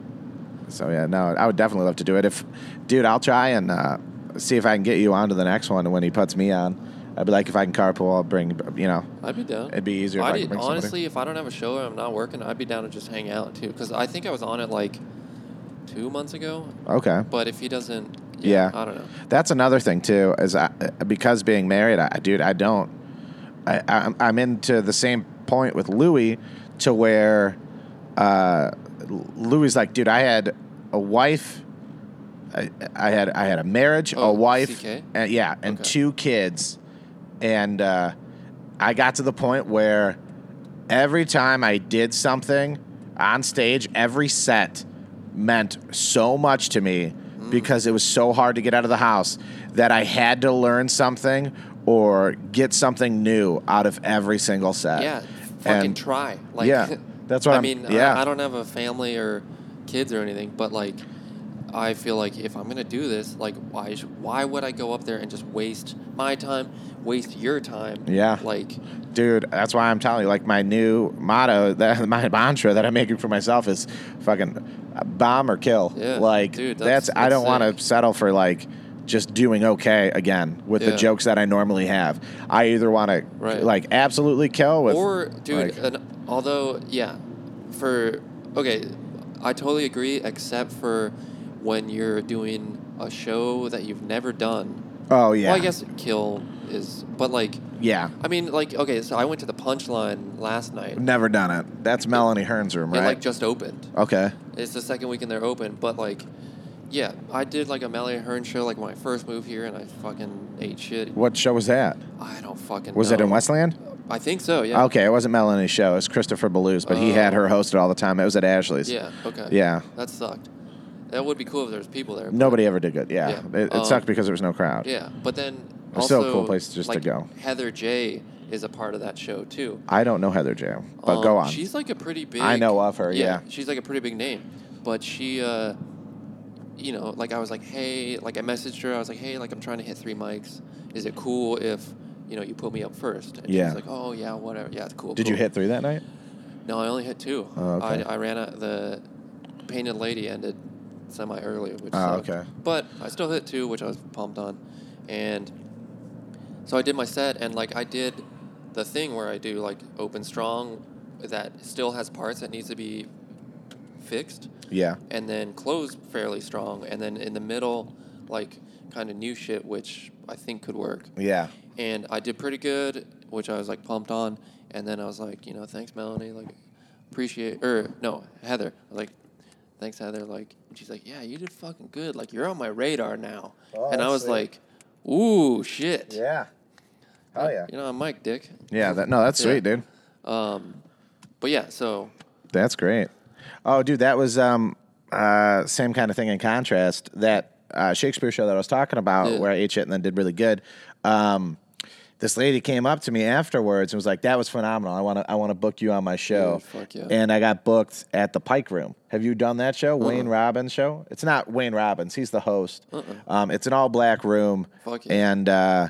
Speaker 1: So yeah, no, I would definitely love to do it. If, dude, I'll try and uh, see if I can get you on to the next one when he puts me on. I'd be like, if I can carpool, I'll bring. You know,
Speaker 2: I'd be down.
Speaker 1: it'd be easier if I,
Speaker 2: I
Speaker 1: could
Speaker 2: did,
Speaker 1: bring
Speaker 2: honestly, if I don't have a show and I'm not working, I'd be down to just hang out too. Because I think I was on it like two months ago.
Speaker 1: somebody. Okay.
Speaker 2: But if he doesn't,
Speaker 1: Yeah.
Speaker 2: I don't know.
Speaker 1: That's another thing too, is I, because being married, I, dude, I don't. I, I'm, I'm into the same point with Louis, to where uh, Louis like, dude, I had a wife, I, I had I had a marriage,
Speaker 2: Oh,
Speaker 1: a wife,
Speaker 2: CK?
Speaker 1: and, yeah, and
Speaker 2: Okay.
Speaker 1: two kids, and uh, I got to the point where every time I did something on stage, every set meant so much to me
Speaker 2: Mm.
Speaker 1: because it was so hard to get out of the house that I had to learn something or get something new out of every single set.
Speaker 2: Yeah, fucking
Speaker 1: Uh, and-
Speaker 2: try. Like, [LAUGHS]
Speaker 1: Yeah, that's what
Speaker 2: I
Speaker 1: I'm-
Speaker 2: mean.
Speaker 1: yeah.
Speaker 2: I, I don't have a family or kids or anything, but like, I feel like if I'm gonna do this, like, why sh- why would I go up there and just waste my time, waste your time?
Speaker 1: Yeah.
Speaker 2: like,
Speaker 1: Dude, that's why I'm telling you, like, my new motto, [LAUGHS] that, my mantra that I'm making for myself is fucking bomb or kill.
Speaker 2: Yeah,
Speaker 1: like,
Speaker 2: dude,
Speaker 1: that's,
Speaker 2: that's-
Speaker 1: I don't
Speaker 2: that's
Speaker 1: want
Speaker 2: sick.
Speaker 1: to settle for, like, just doing okay again with the
Speaker 2: Yeah.
Speaker 1: jokes that I normally have. I either want
Speaker 2: Right.
Speaker 1: to, like, absolutely kill with.
Speaker 2: or dude,
Speaker 1: like-
Speaker 2: an, although yeah, for okay, I totally agree, except for when you're doing a show that you've never done.
Speaker 1: Oh yeah.
Speaker 2: Well, I guess kill is, but like,
Speaker 1: Yeah.
Speaker 2: I mean, like, okay, so I went to the punchline last night.
Speaker 1: Never done it. That's Melanie Hearn's room,
Speaker 2: It
Speaker 1: right?
Speaker 2: like just opened.
Speaker 1: okay.
Speaker 2: It's the second weekend they're open, but like, yeah, I did like a Melly Hearn show like when I first moved here, and I fucking ate shit.
Speaker 1: What show was that?
Speaker 2: I don't fucking.
Speaker 1: Was
Speaker 2: know.
Speaker 1: it in Westland?
Speaker 2: I think so. Yeah.
Speaker 1: Okay, it wasn't Melanie's show. It was Christopher Ballou's, but he
Speaker 2: Oh.
Speaker 1: had her host it all the time. It was at Ashley's.
Speaker 2: Yeah. Okay.
Speaker 1: Yeah.
Speaker 2: That sucked. That would be cool if there was people there. but-
Speaker 1: Nobody ever did good. Yeah. It,
Speaker 2: Yeah.
Speaker 1: it
Speaker 2: Um,
Speaker 1: sucked because there was no crowd.
Speaker 2: Yeah, but then
Speaker 1: It's
Speaker 2: also
Speaker 1: still a cool place just to
Speaker 2: like,
Speaker 1: go.
Speaker 2: Heather J is a part of that show too.
Speaker 1: I don't know Heather Jam, but
Speaker 2: Um,
Speaker 1: go on.
Speaker 2: She's like a pretty big.
Speaker 1: I know of her, yeah.
Speaker 2: she's like a pretty big name, but she, uh, you know, like I was like, hey, like I messaged her. I was like, hey, like I'm trying to hit three mics. Is it cool if you know you put me up first? And
Speaker 1: Yeah.
Speaker 2: She's like, oh yeah, whatever. Yeah, it's cool.
Speaker 1: Did you
Speaker 2: cool."
Speaker 1: hit three that night?
Speaker 2: No, I only hit two.
Speaker 1: Oh, okay.
Speaker 2: I, I ran out the painted lady ended semi early, which
Speaker 1: Oh,
Speaker 2: sucked.
Speaker 1: okay.
Speaker 2: But I still hit two, which I was pumped on, and so I did my set, and like I did the thing where I do like open strong, that still has parts that needs to be fixed,
Speaker 1: Yeah.
Speaker 2: and then close fairly strong, and then in the middle, like kind of new shit, which I think could work
Speaker 1: Yeah.
Speaker 2: and I did pretty good, which I was like pumped on. And then I was like, you know, thanks Melanie, like appreciate or no Heather, I was like thanks Heather, like and she's like, yeah, you did fucking good, like you're on my radar now.
Speaker 1: Oh,
Speaker 2: and I
Speaker 1: that's
Speaker 2: was
Speaker 1: sick.
Speaker 2: like, ooh shit,
Speaker 1: Yeah. Oh yeah.
Speaker 2: you know, I'm Mike Dick.
Speaker 1: Yeah. That, no, that's
Speaker 2: Yeah.
Speaker 1: sweet, dude.
Speaker 2: Um, but yeah, so
Speaker 1: That's great. Oh, dude, that was um uh same kind of thing in contrast that uh, Shakespeare show that I was talking about
Speaker 2: Yeah.
Speaker 1: where I ate shit and then did really good. Um, this lady came up to me afterwards and was like, "That was phenomenal. I want to I want to book you on my show."
Speaker 2: Dude, fuck yeah.
Speaker 1: And I got booked at the Pike Room. Have you done that
Speaker 2: Uh-uh.
Speaker 1: show, Wayne Robbins show? It's not Wayne Robbins. He's the host. Um, it's an all black room.
Speaker 2: Fuck yeah.
Speaker 1: and uh,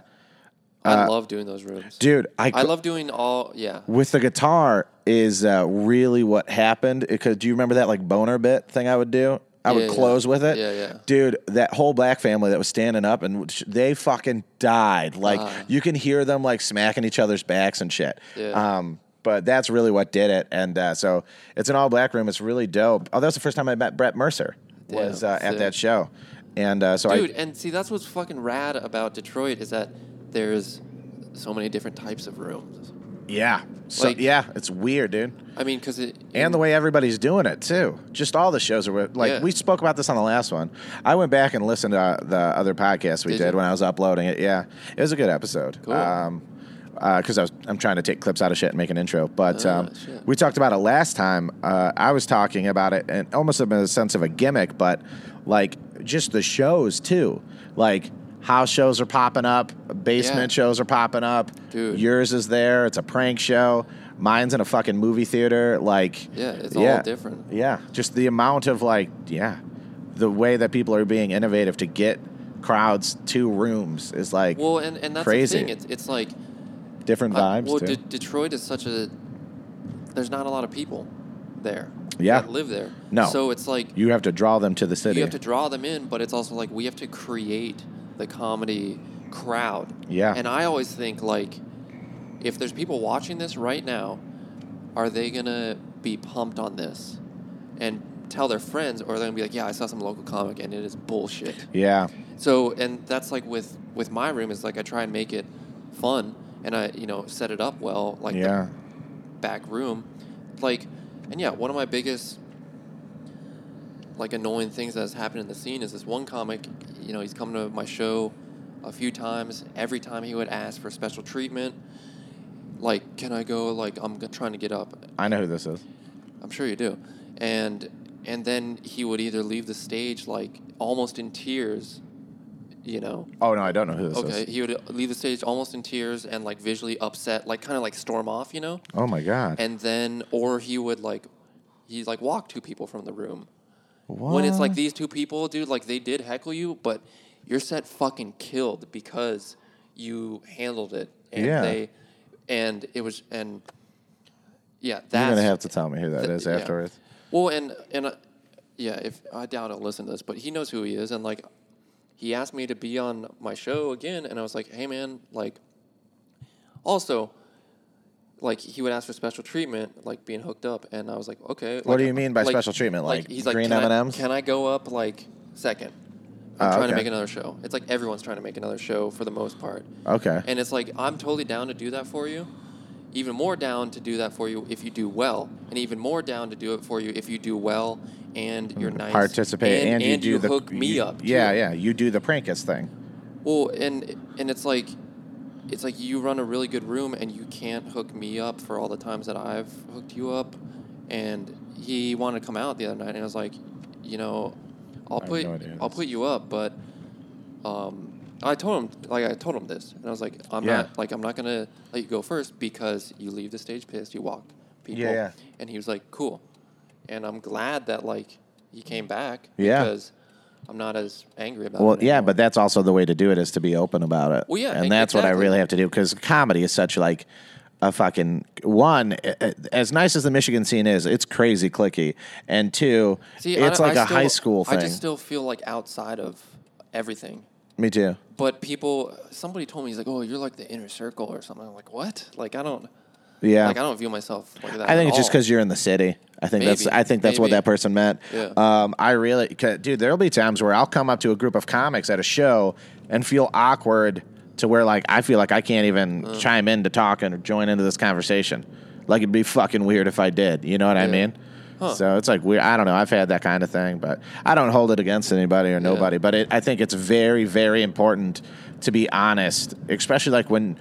Speaker 2: I love doing those rooms.
Speaker 1: dude, I
Speaker 2: I
Speaker 1: cou-
Speaker 2: love doing all yeah.
Speaker 1: with the guitar is uh, really what happened. Because do you remember that like boner bit thing I would do? I
Speaker 2: Yeah,
Speaker 1: would
Speaker 2: yeah.
Speaker 1: close with it.
Speaker 2: Yeah, yeah.
Speaker 1: Dude, that whole black family that was standing up and sh- they fucking died. Like you can hear them like smacking each other's backs and shit.
Speaker 2: Uh-huh. Yeah.
Speaker 1: Um, but that's really what did it. And uh, so it's an all black room. It's really dope. Oh, that was the first time I met Brett Mercer was
Speaker 2: Damn,
Speaker 1: uh, at
Speaker 2: sick.
Speaker 1: that show. And uh, so
Speaker 2: Dude,
Speaker 1: I.
Speaker 2: and see that's what's fucking rad about Detroit is that there's so many different types of rooms.
Speaker 1: Yeah. So
Speaker 2: like-
Speaker 1: yeah, it's weird, dude.
Speaker 2: I mean, because it
Speaker 1: and the way everybody's doing it too. Just all the shows are like
Speaker 2: Yeah.
Speaker 1: we spoke about this on the last one. I went back and listened to uh, the other podcast we
Speaker 2: Did
Speaker 1: did,
Speaker 2: you?
Speaker 1: when I was uploading it. Yeah, it was a good episode.
Speaker 2: Cool.
Speaker 1: Um, because I was I'm trying to take clips out of shit and make an intro, but
Speaker 2: Ah,
Speaker 1: um,
Speaker 2: shit.
Speaker 1: we talked about it last time. Uh, I was talking about it and almost in a sense of a gimmick, but like just the shows too, like. House shows are popping up, basement
Speaker 2: Yeah.
Speaker 1: shows are popping up.
Speaker 2: Dude.
Speaker 1: Yours is there. It's a prank show. Mine's in a fucking movie theater. Like,
Speaker 2: Yeah, it's all different.
Speaker 1: yeah, just the amount of like, yeah, the way that people are being innovative to get crowds to rooms is like
Speaker 2: Well, and, and that's
Speaker 1: Crazy.
Speaker 2: the thing. It's, it's like
Speaker 1: different
Speaker 2: I-
Speaker 1: vibes.
Speaker 2: well,
Speaker 1: too.
Speaker 2: De- Detroit is such a. There's not a lot of people there.
Speaker 1: Yeah.
Speaker 2: That live there.
Speaker 1: No.
Speaker 2: So it's like
Speaker 1: you have to draw them to the city.
Speaker 2: you have to draw them in, but it's also like we have to create the comedy crowd.
Speaker 1: Yeah.
Speaker 2: And I always think like, if there's people watching this right now, are they gonna be pumped on this, and tell their friends, or are they gonna be like, yeah, I saw some local comic and it is bullshit.
Speaker 1: yeah,
Speaker 2: So and that's like with with my room is like I try and make it fun and I you know set it up well like
Speaker 1: yeah,
Speaker 2: the back room, like and yeah one of my biggest like annoying things that's happened in the scene is this one comic you know he's come to my show a few times every time he would ask for special treatment like can I go like I'm g- trying to get up
Speaker 1: I know who this is.
Speaker 2: I'm sure you do. And and then he would either leave the stage like almost in tears, you know.
Speaker 1: Oh no, I don't know who this
Speaker 2: Okay,
Speaker 1: is.
Speaker 2: he would leave the stage almost in tears and like visually upset, like kind of like storm off, you know.
Speaker 1: Oh my god.
Speaker 2: And then or he would like he like walk two people from the room. When it's like
Speaker 1: What?
Speaker 2: these two people, dude, like they did heckle you, but your set fucking killed because you handled it and
Speaker 1: Yeah.
Speaker 2: they and it was and yeah,
Speaker 1: You're
Speaker 2: that's
Speaker 1: gonna have to tell me who that is
Speaker 2: Th- yeah.
Speaker 1: afterwards.
Speaker 2: Well, and and uh, yeah, if I doubt he'll listen to this, but he knows who he is, and like he asked me to be on my show again, and I was like, hey man, like also like he would ask for special treatment, like being hooked up, and I was like, okay.
Speaker 1: What
Speaker 2: like-
Speaker 1: do you mean by special treatment? Like green
Speaker 2: can I-
Speaker 1: M&Ms?
Speaker 2: Can I go up like second?
Speaker 1: Oh,
Speaker 2: I'm trying
Speaker 1: okay.
Speaker 2: to make another show. It's like everyone's trying to make another show for the most part,
Speaker 1: Okay.
Speaker 2: and it's like I'm totally down to do that for you. Even more down to do that for you if you do well, and even more down to do it for you if you do well and you're nice.
Speaker 1: Participate and,
Speaker 2: and,
Speaker 1: you do the
Speaker 2: hook me
Speaker 1: you-
Speaker 2: up. too.
Speaker 1: Yeah, yeah. You do the prankus thing.
Speaker 2: Well, and and it's like, it's like you run a really good room, and you can't hook me up for all the times that I've hooked you up. And he wanted to come out the other night, and I was like, you know, I'll
Speaker 1: I have
Speaker 2: put
Speaker 1: no idea who
Speaker 2: I'll
Speaker 1: this
Speaker 2: put you up, but um, I told him like I told him this, and I was like, I'm
Speaker 1: Yeah.
Speaker 2: not like I'm not gonna let you go first because you leave the stage pissed, you walk people,
Speaker 1: Yeah, yeah.
Speaker 2: and he was like, cool, and I'm glad that like he came back
Speaker 1: Yeah.
Speaker 2: because I'm not as angry about
Speaker 1: Well,
Speaker 2: it.
Speaker 1: yeah,
Speaker 2: anymore.
Speaker 1: but that's also the way to do it is to be open about it.
Speaker 2: Well, yeah,
Speaker 1: and
Speaker 2: e-
Speaker 1: that's what I
Speaker 2: exactly.
Speaker 1: really have to do because comedy is such like a fucking one. eh, eh, As nice as the Michigan scene is, it's crazy clicky, and two,
Speaker 2: See, I-
Speaker 1: it's like
Speaker 2: I
Speaker 1: a high
Speaker 2: still-
Speaker 1: school thing.
Speaker 2: I just still feel like outside of everything.
Speaker 1: Me too.
Speaker 2: But people, somebody told me he's like, "Oh, you're like the inner circle or something." I'm like, "What?" Like I don't,
Speaker 1: Yeah,
Speaker 2: like I don't view myself like that.
Speaker 1: I think
Speaker 2: at
Speaker 1: it's just
Speaker 2: all.
Speaker 1: because you're in the city. I think that's
Speaker 2: Maybe.
Speaker 1: I think that's what
Speaker 2: Maybe.
Speaker 1: that person meant.
Speaker 2: Yeah.
Speaker 1: Um, I really, 'cause, dude, there'll be times where I'll come up to a group of comics at a show and feel awkward to where like I feel like I can't even
Speaker 2: Uh.
Speaker 1: chime in to talk and join into this conversation. Like it'd be fucking weird if I did. You know what I
Speaker 2: Yeah.
Speaker 1: mean?
Speaker 2: Huh.
Speaker 1: So it's like weird. I don't know. I've had that kind of thing, but I don't hold it against anybody or nobody. But it, I think it's very, very important to be honest, especially like when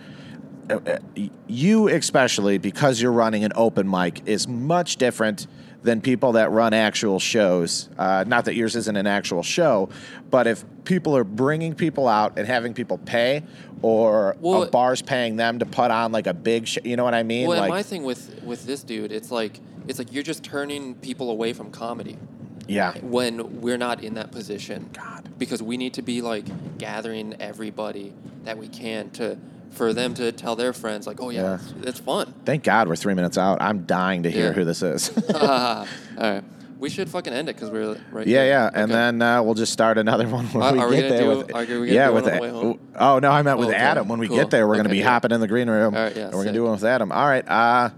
Speaker 1: you especially because you're running an open mic is much different than people that run actual shows uh, not that yours isn't an actual show but if people are bringing people out and having people pay or
Speaker 2: Well-
Speaker 1: a bar's paying them to put on like a big show you know what i mean
Speaker 2: Well, and
Speaker 1: like
Speaker 2: my thing with with this dude, it's like it's like you're just turning people away from comedy
Speaker 1: yeah
Speaker 2: when we're not in that position.
Speaker 1: God.
Speaker 2: Because we need to be like gathering everybody that we can to for them to tell their friends like, "Oh yeah,
Speaker 1: Yeah.
Speaker 2: It's, it's fun."
Speaker 1: thank god we're three minutes out i'm dying to hear
Speaker 2: Yeah.
Speaker 1: who this is [LAUGHS]
Speaker 2: all right, we should fucking end it because we're right.
Speaker 1: Yeah,
Speaker 2: here.
Speaker 1: yeah, and
Speaker 2: Okay.
Speaker 1: then uh, we'll just start another [LAUGHS] one when
Speaker 2: Uh,
Speaker 1: we
Speaker 2: are we
Speaker 1: get
Speaker 2: gonna
Speaker 1: there.
Speaker 2: do-
Speaker 1: with,
Speaker 2: are we gonna
Speaker 1: yeah,
Speaker 2: do
Speaker 1: with
Speaker 2: one on the way home?
Speaker 1: oh no, I meant with
Speaker 2: Oh, okay.
Speaker 1: Adam. When we
Speaker 2: Cool.
Speaker 1: get there, we're gonna be
Speaker 2: Okay, yeah.
Speaker 1: hopping in the green room.
Speaker 2: All right, yeah,
Speaker 1: and we're gonna
Speaker 2: sick.
Speaker 1: do one with Adam. All right, uh,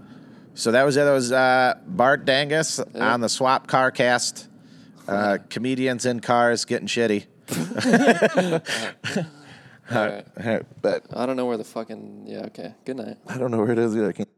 Speaker 1: so that was it. That was uh, Bart Dangus
Speaker 2: Yeah.
Speaker 1: on the Swap Car Cast. Uh, comedians in cars getting [LAUGHS] shitty.
Speaker 2: All right.
Speaker 1: All right, but uh,
Speaker 2: I don't know where the fucking yeah. Okay. Good night.
Speaker 1: I don't know where it is. I can't-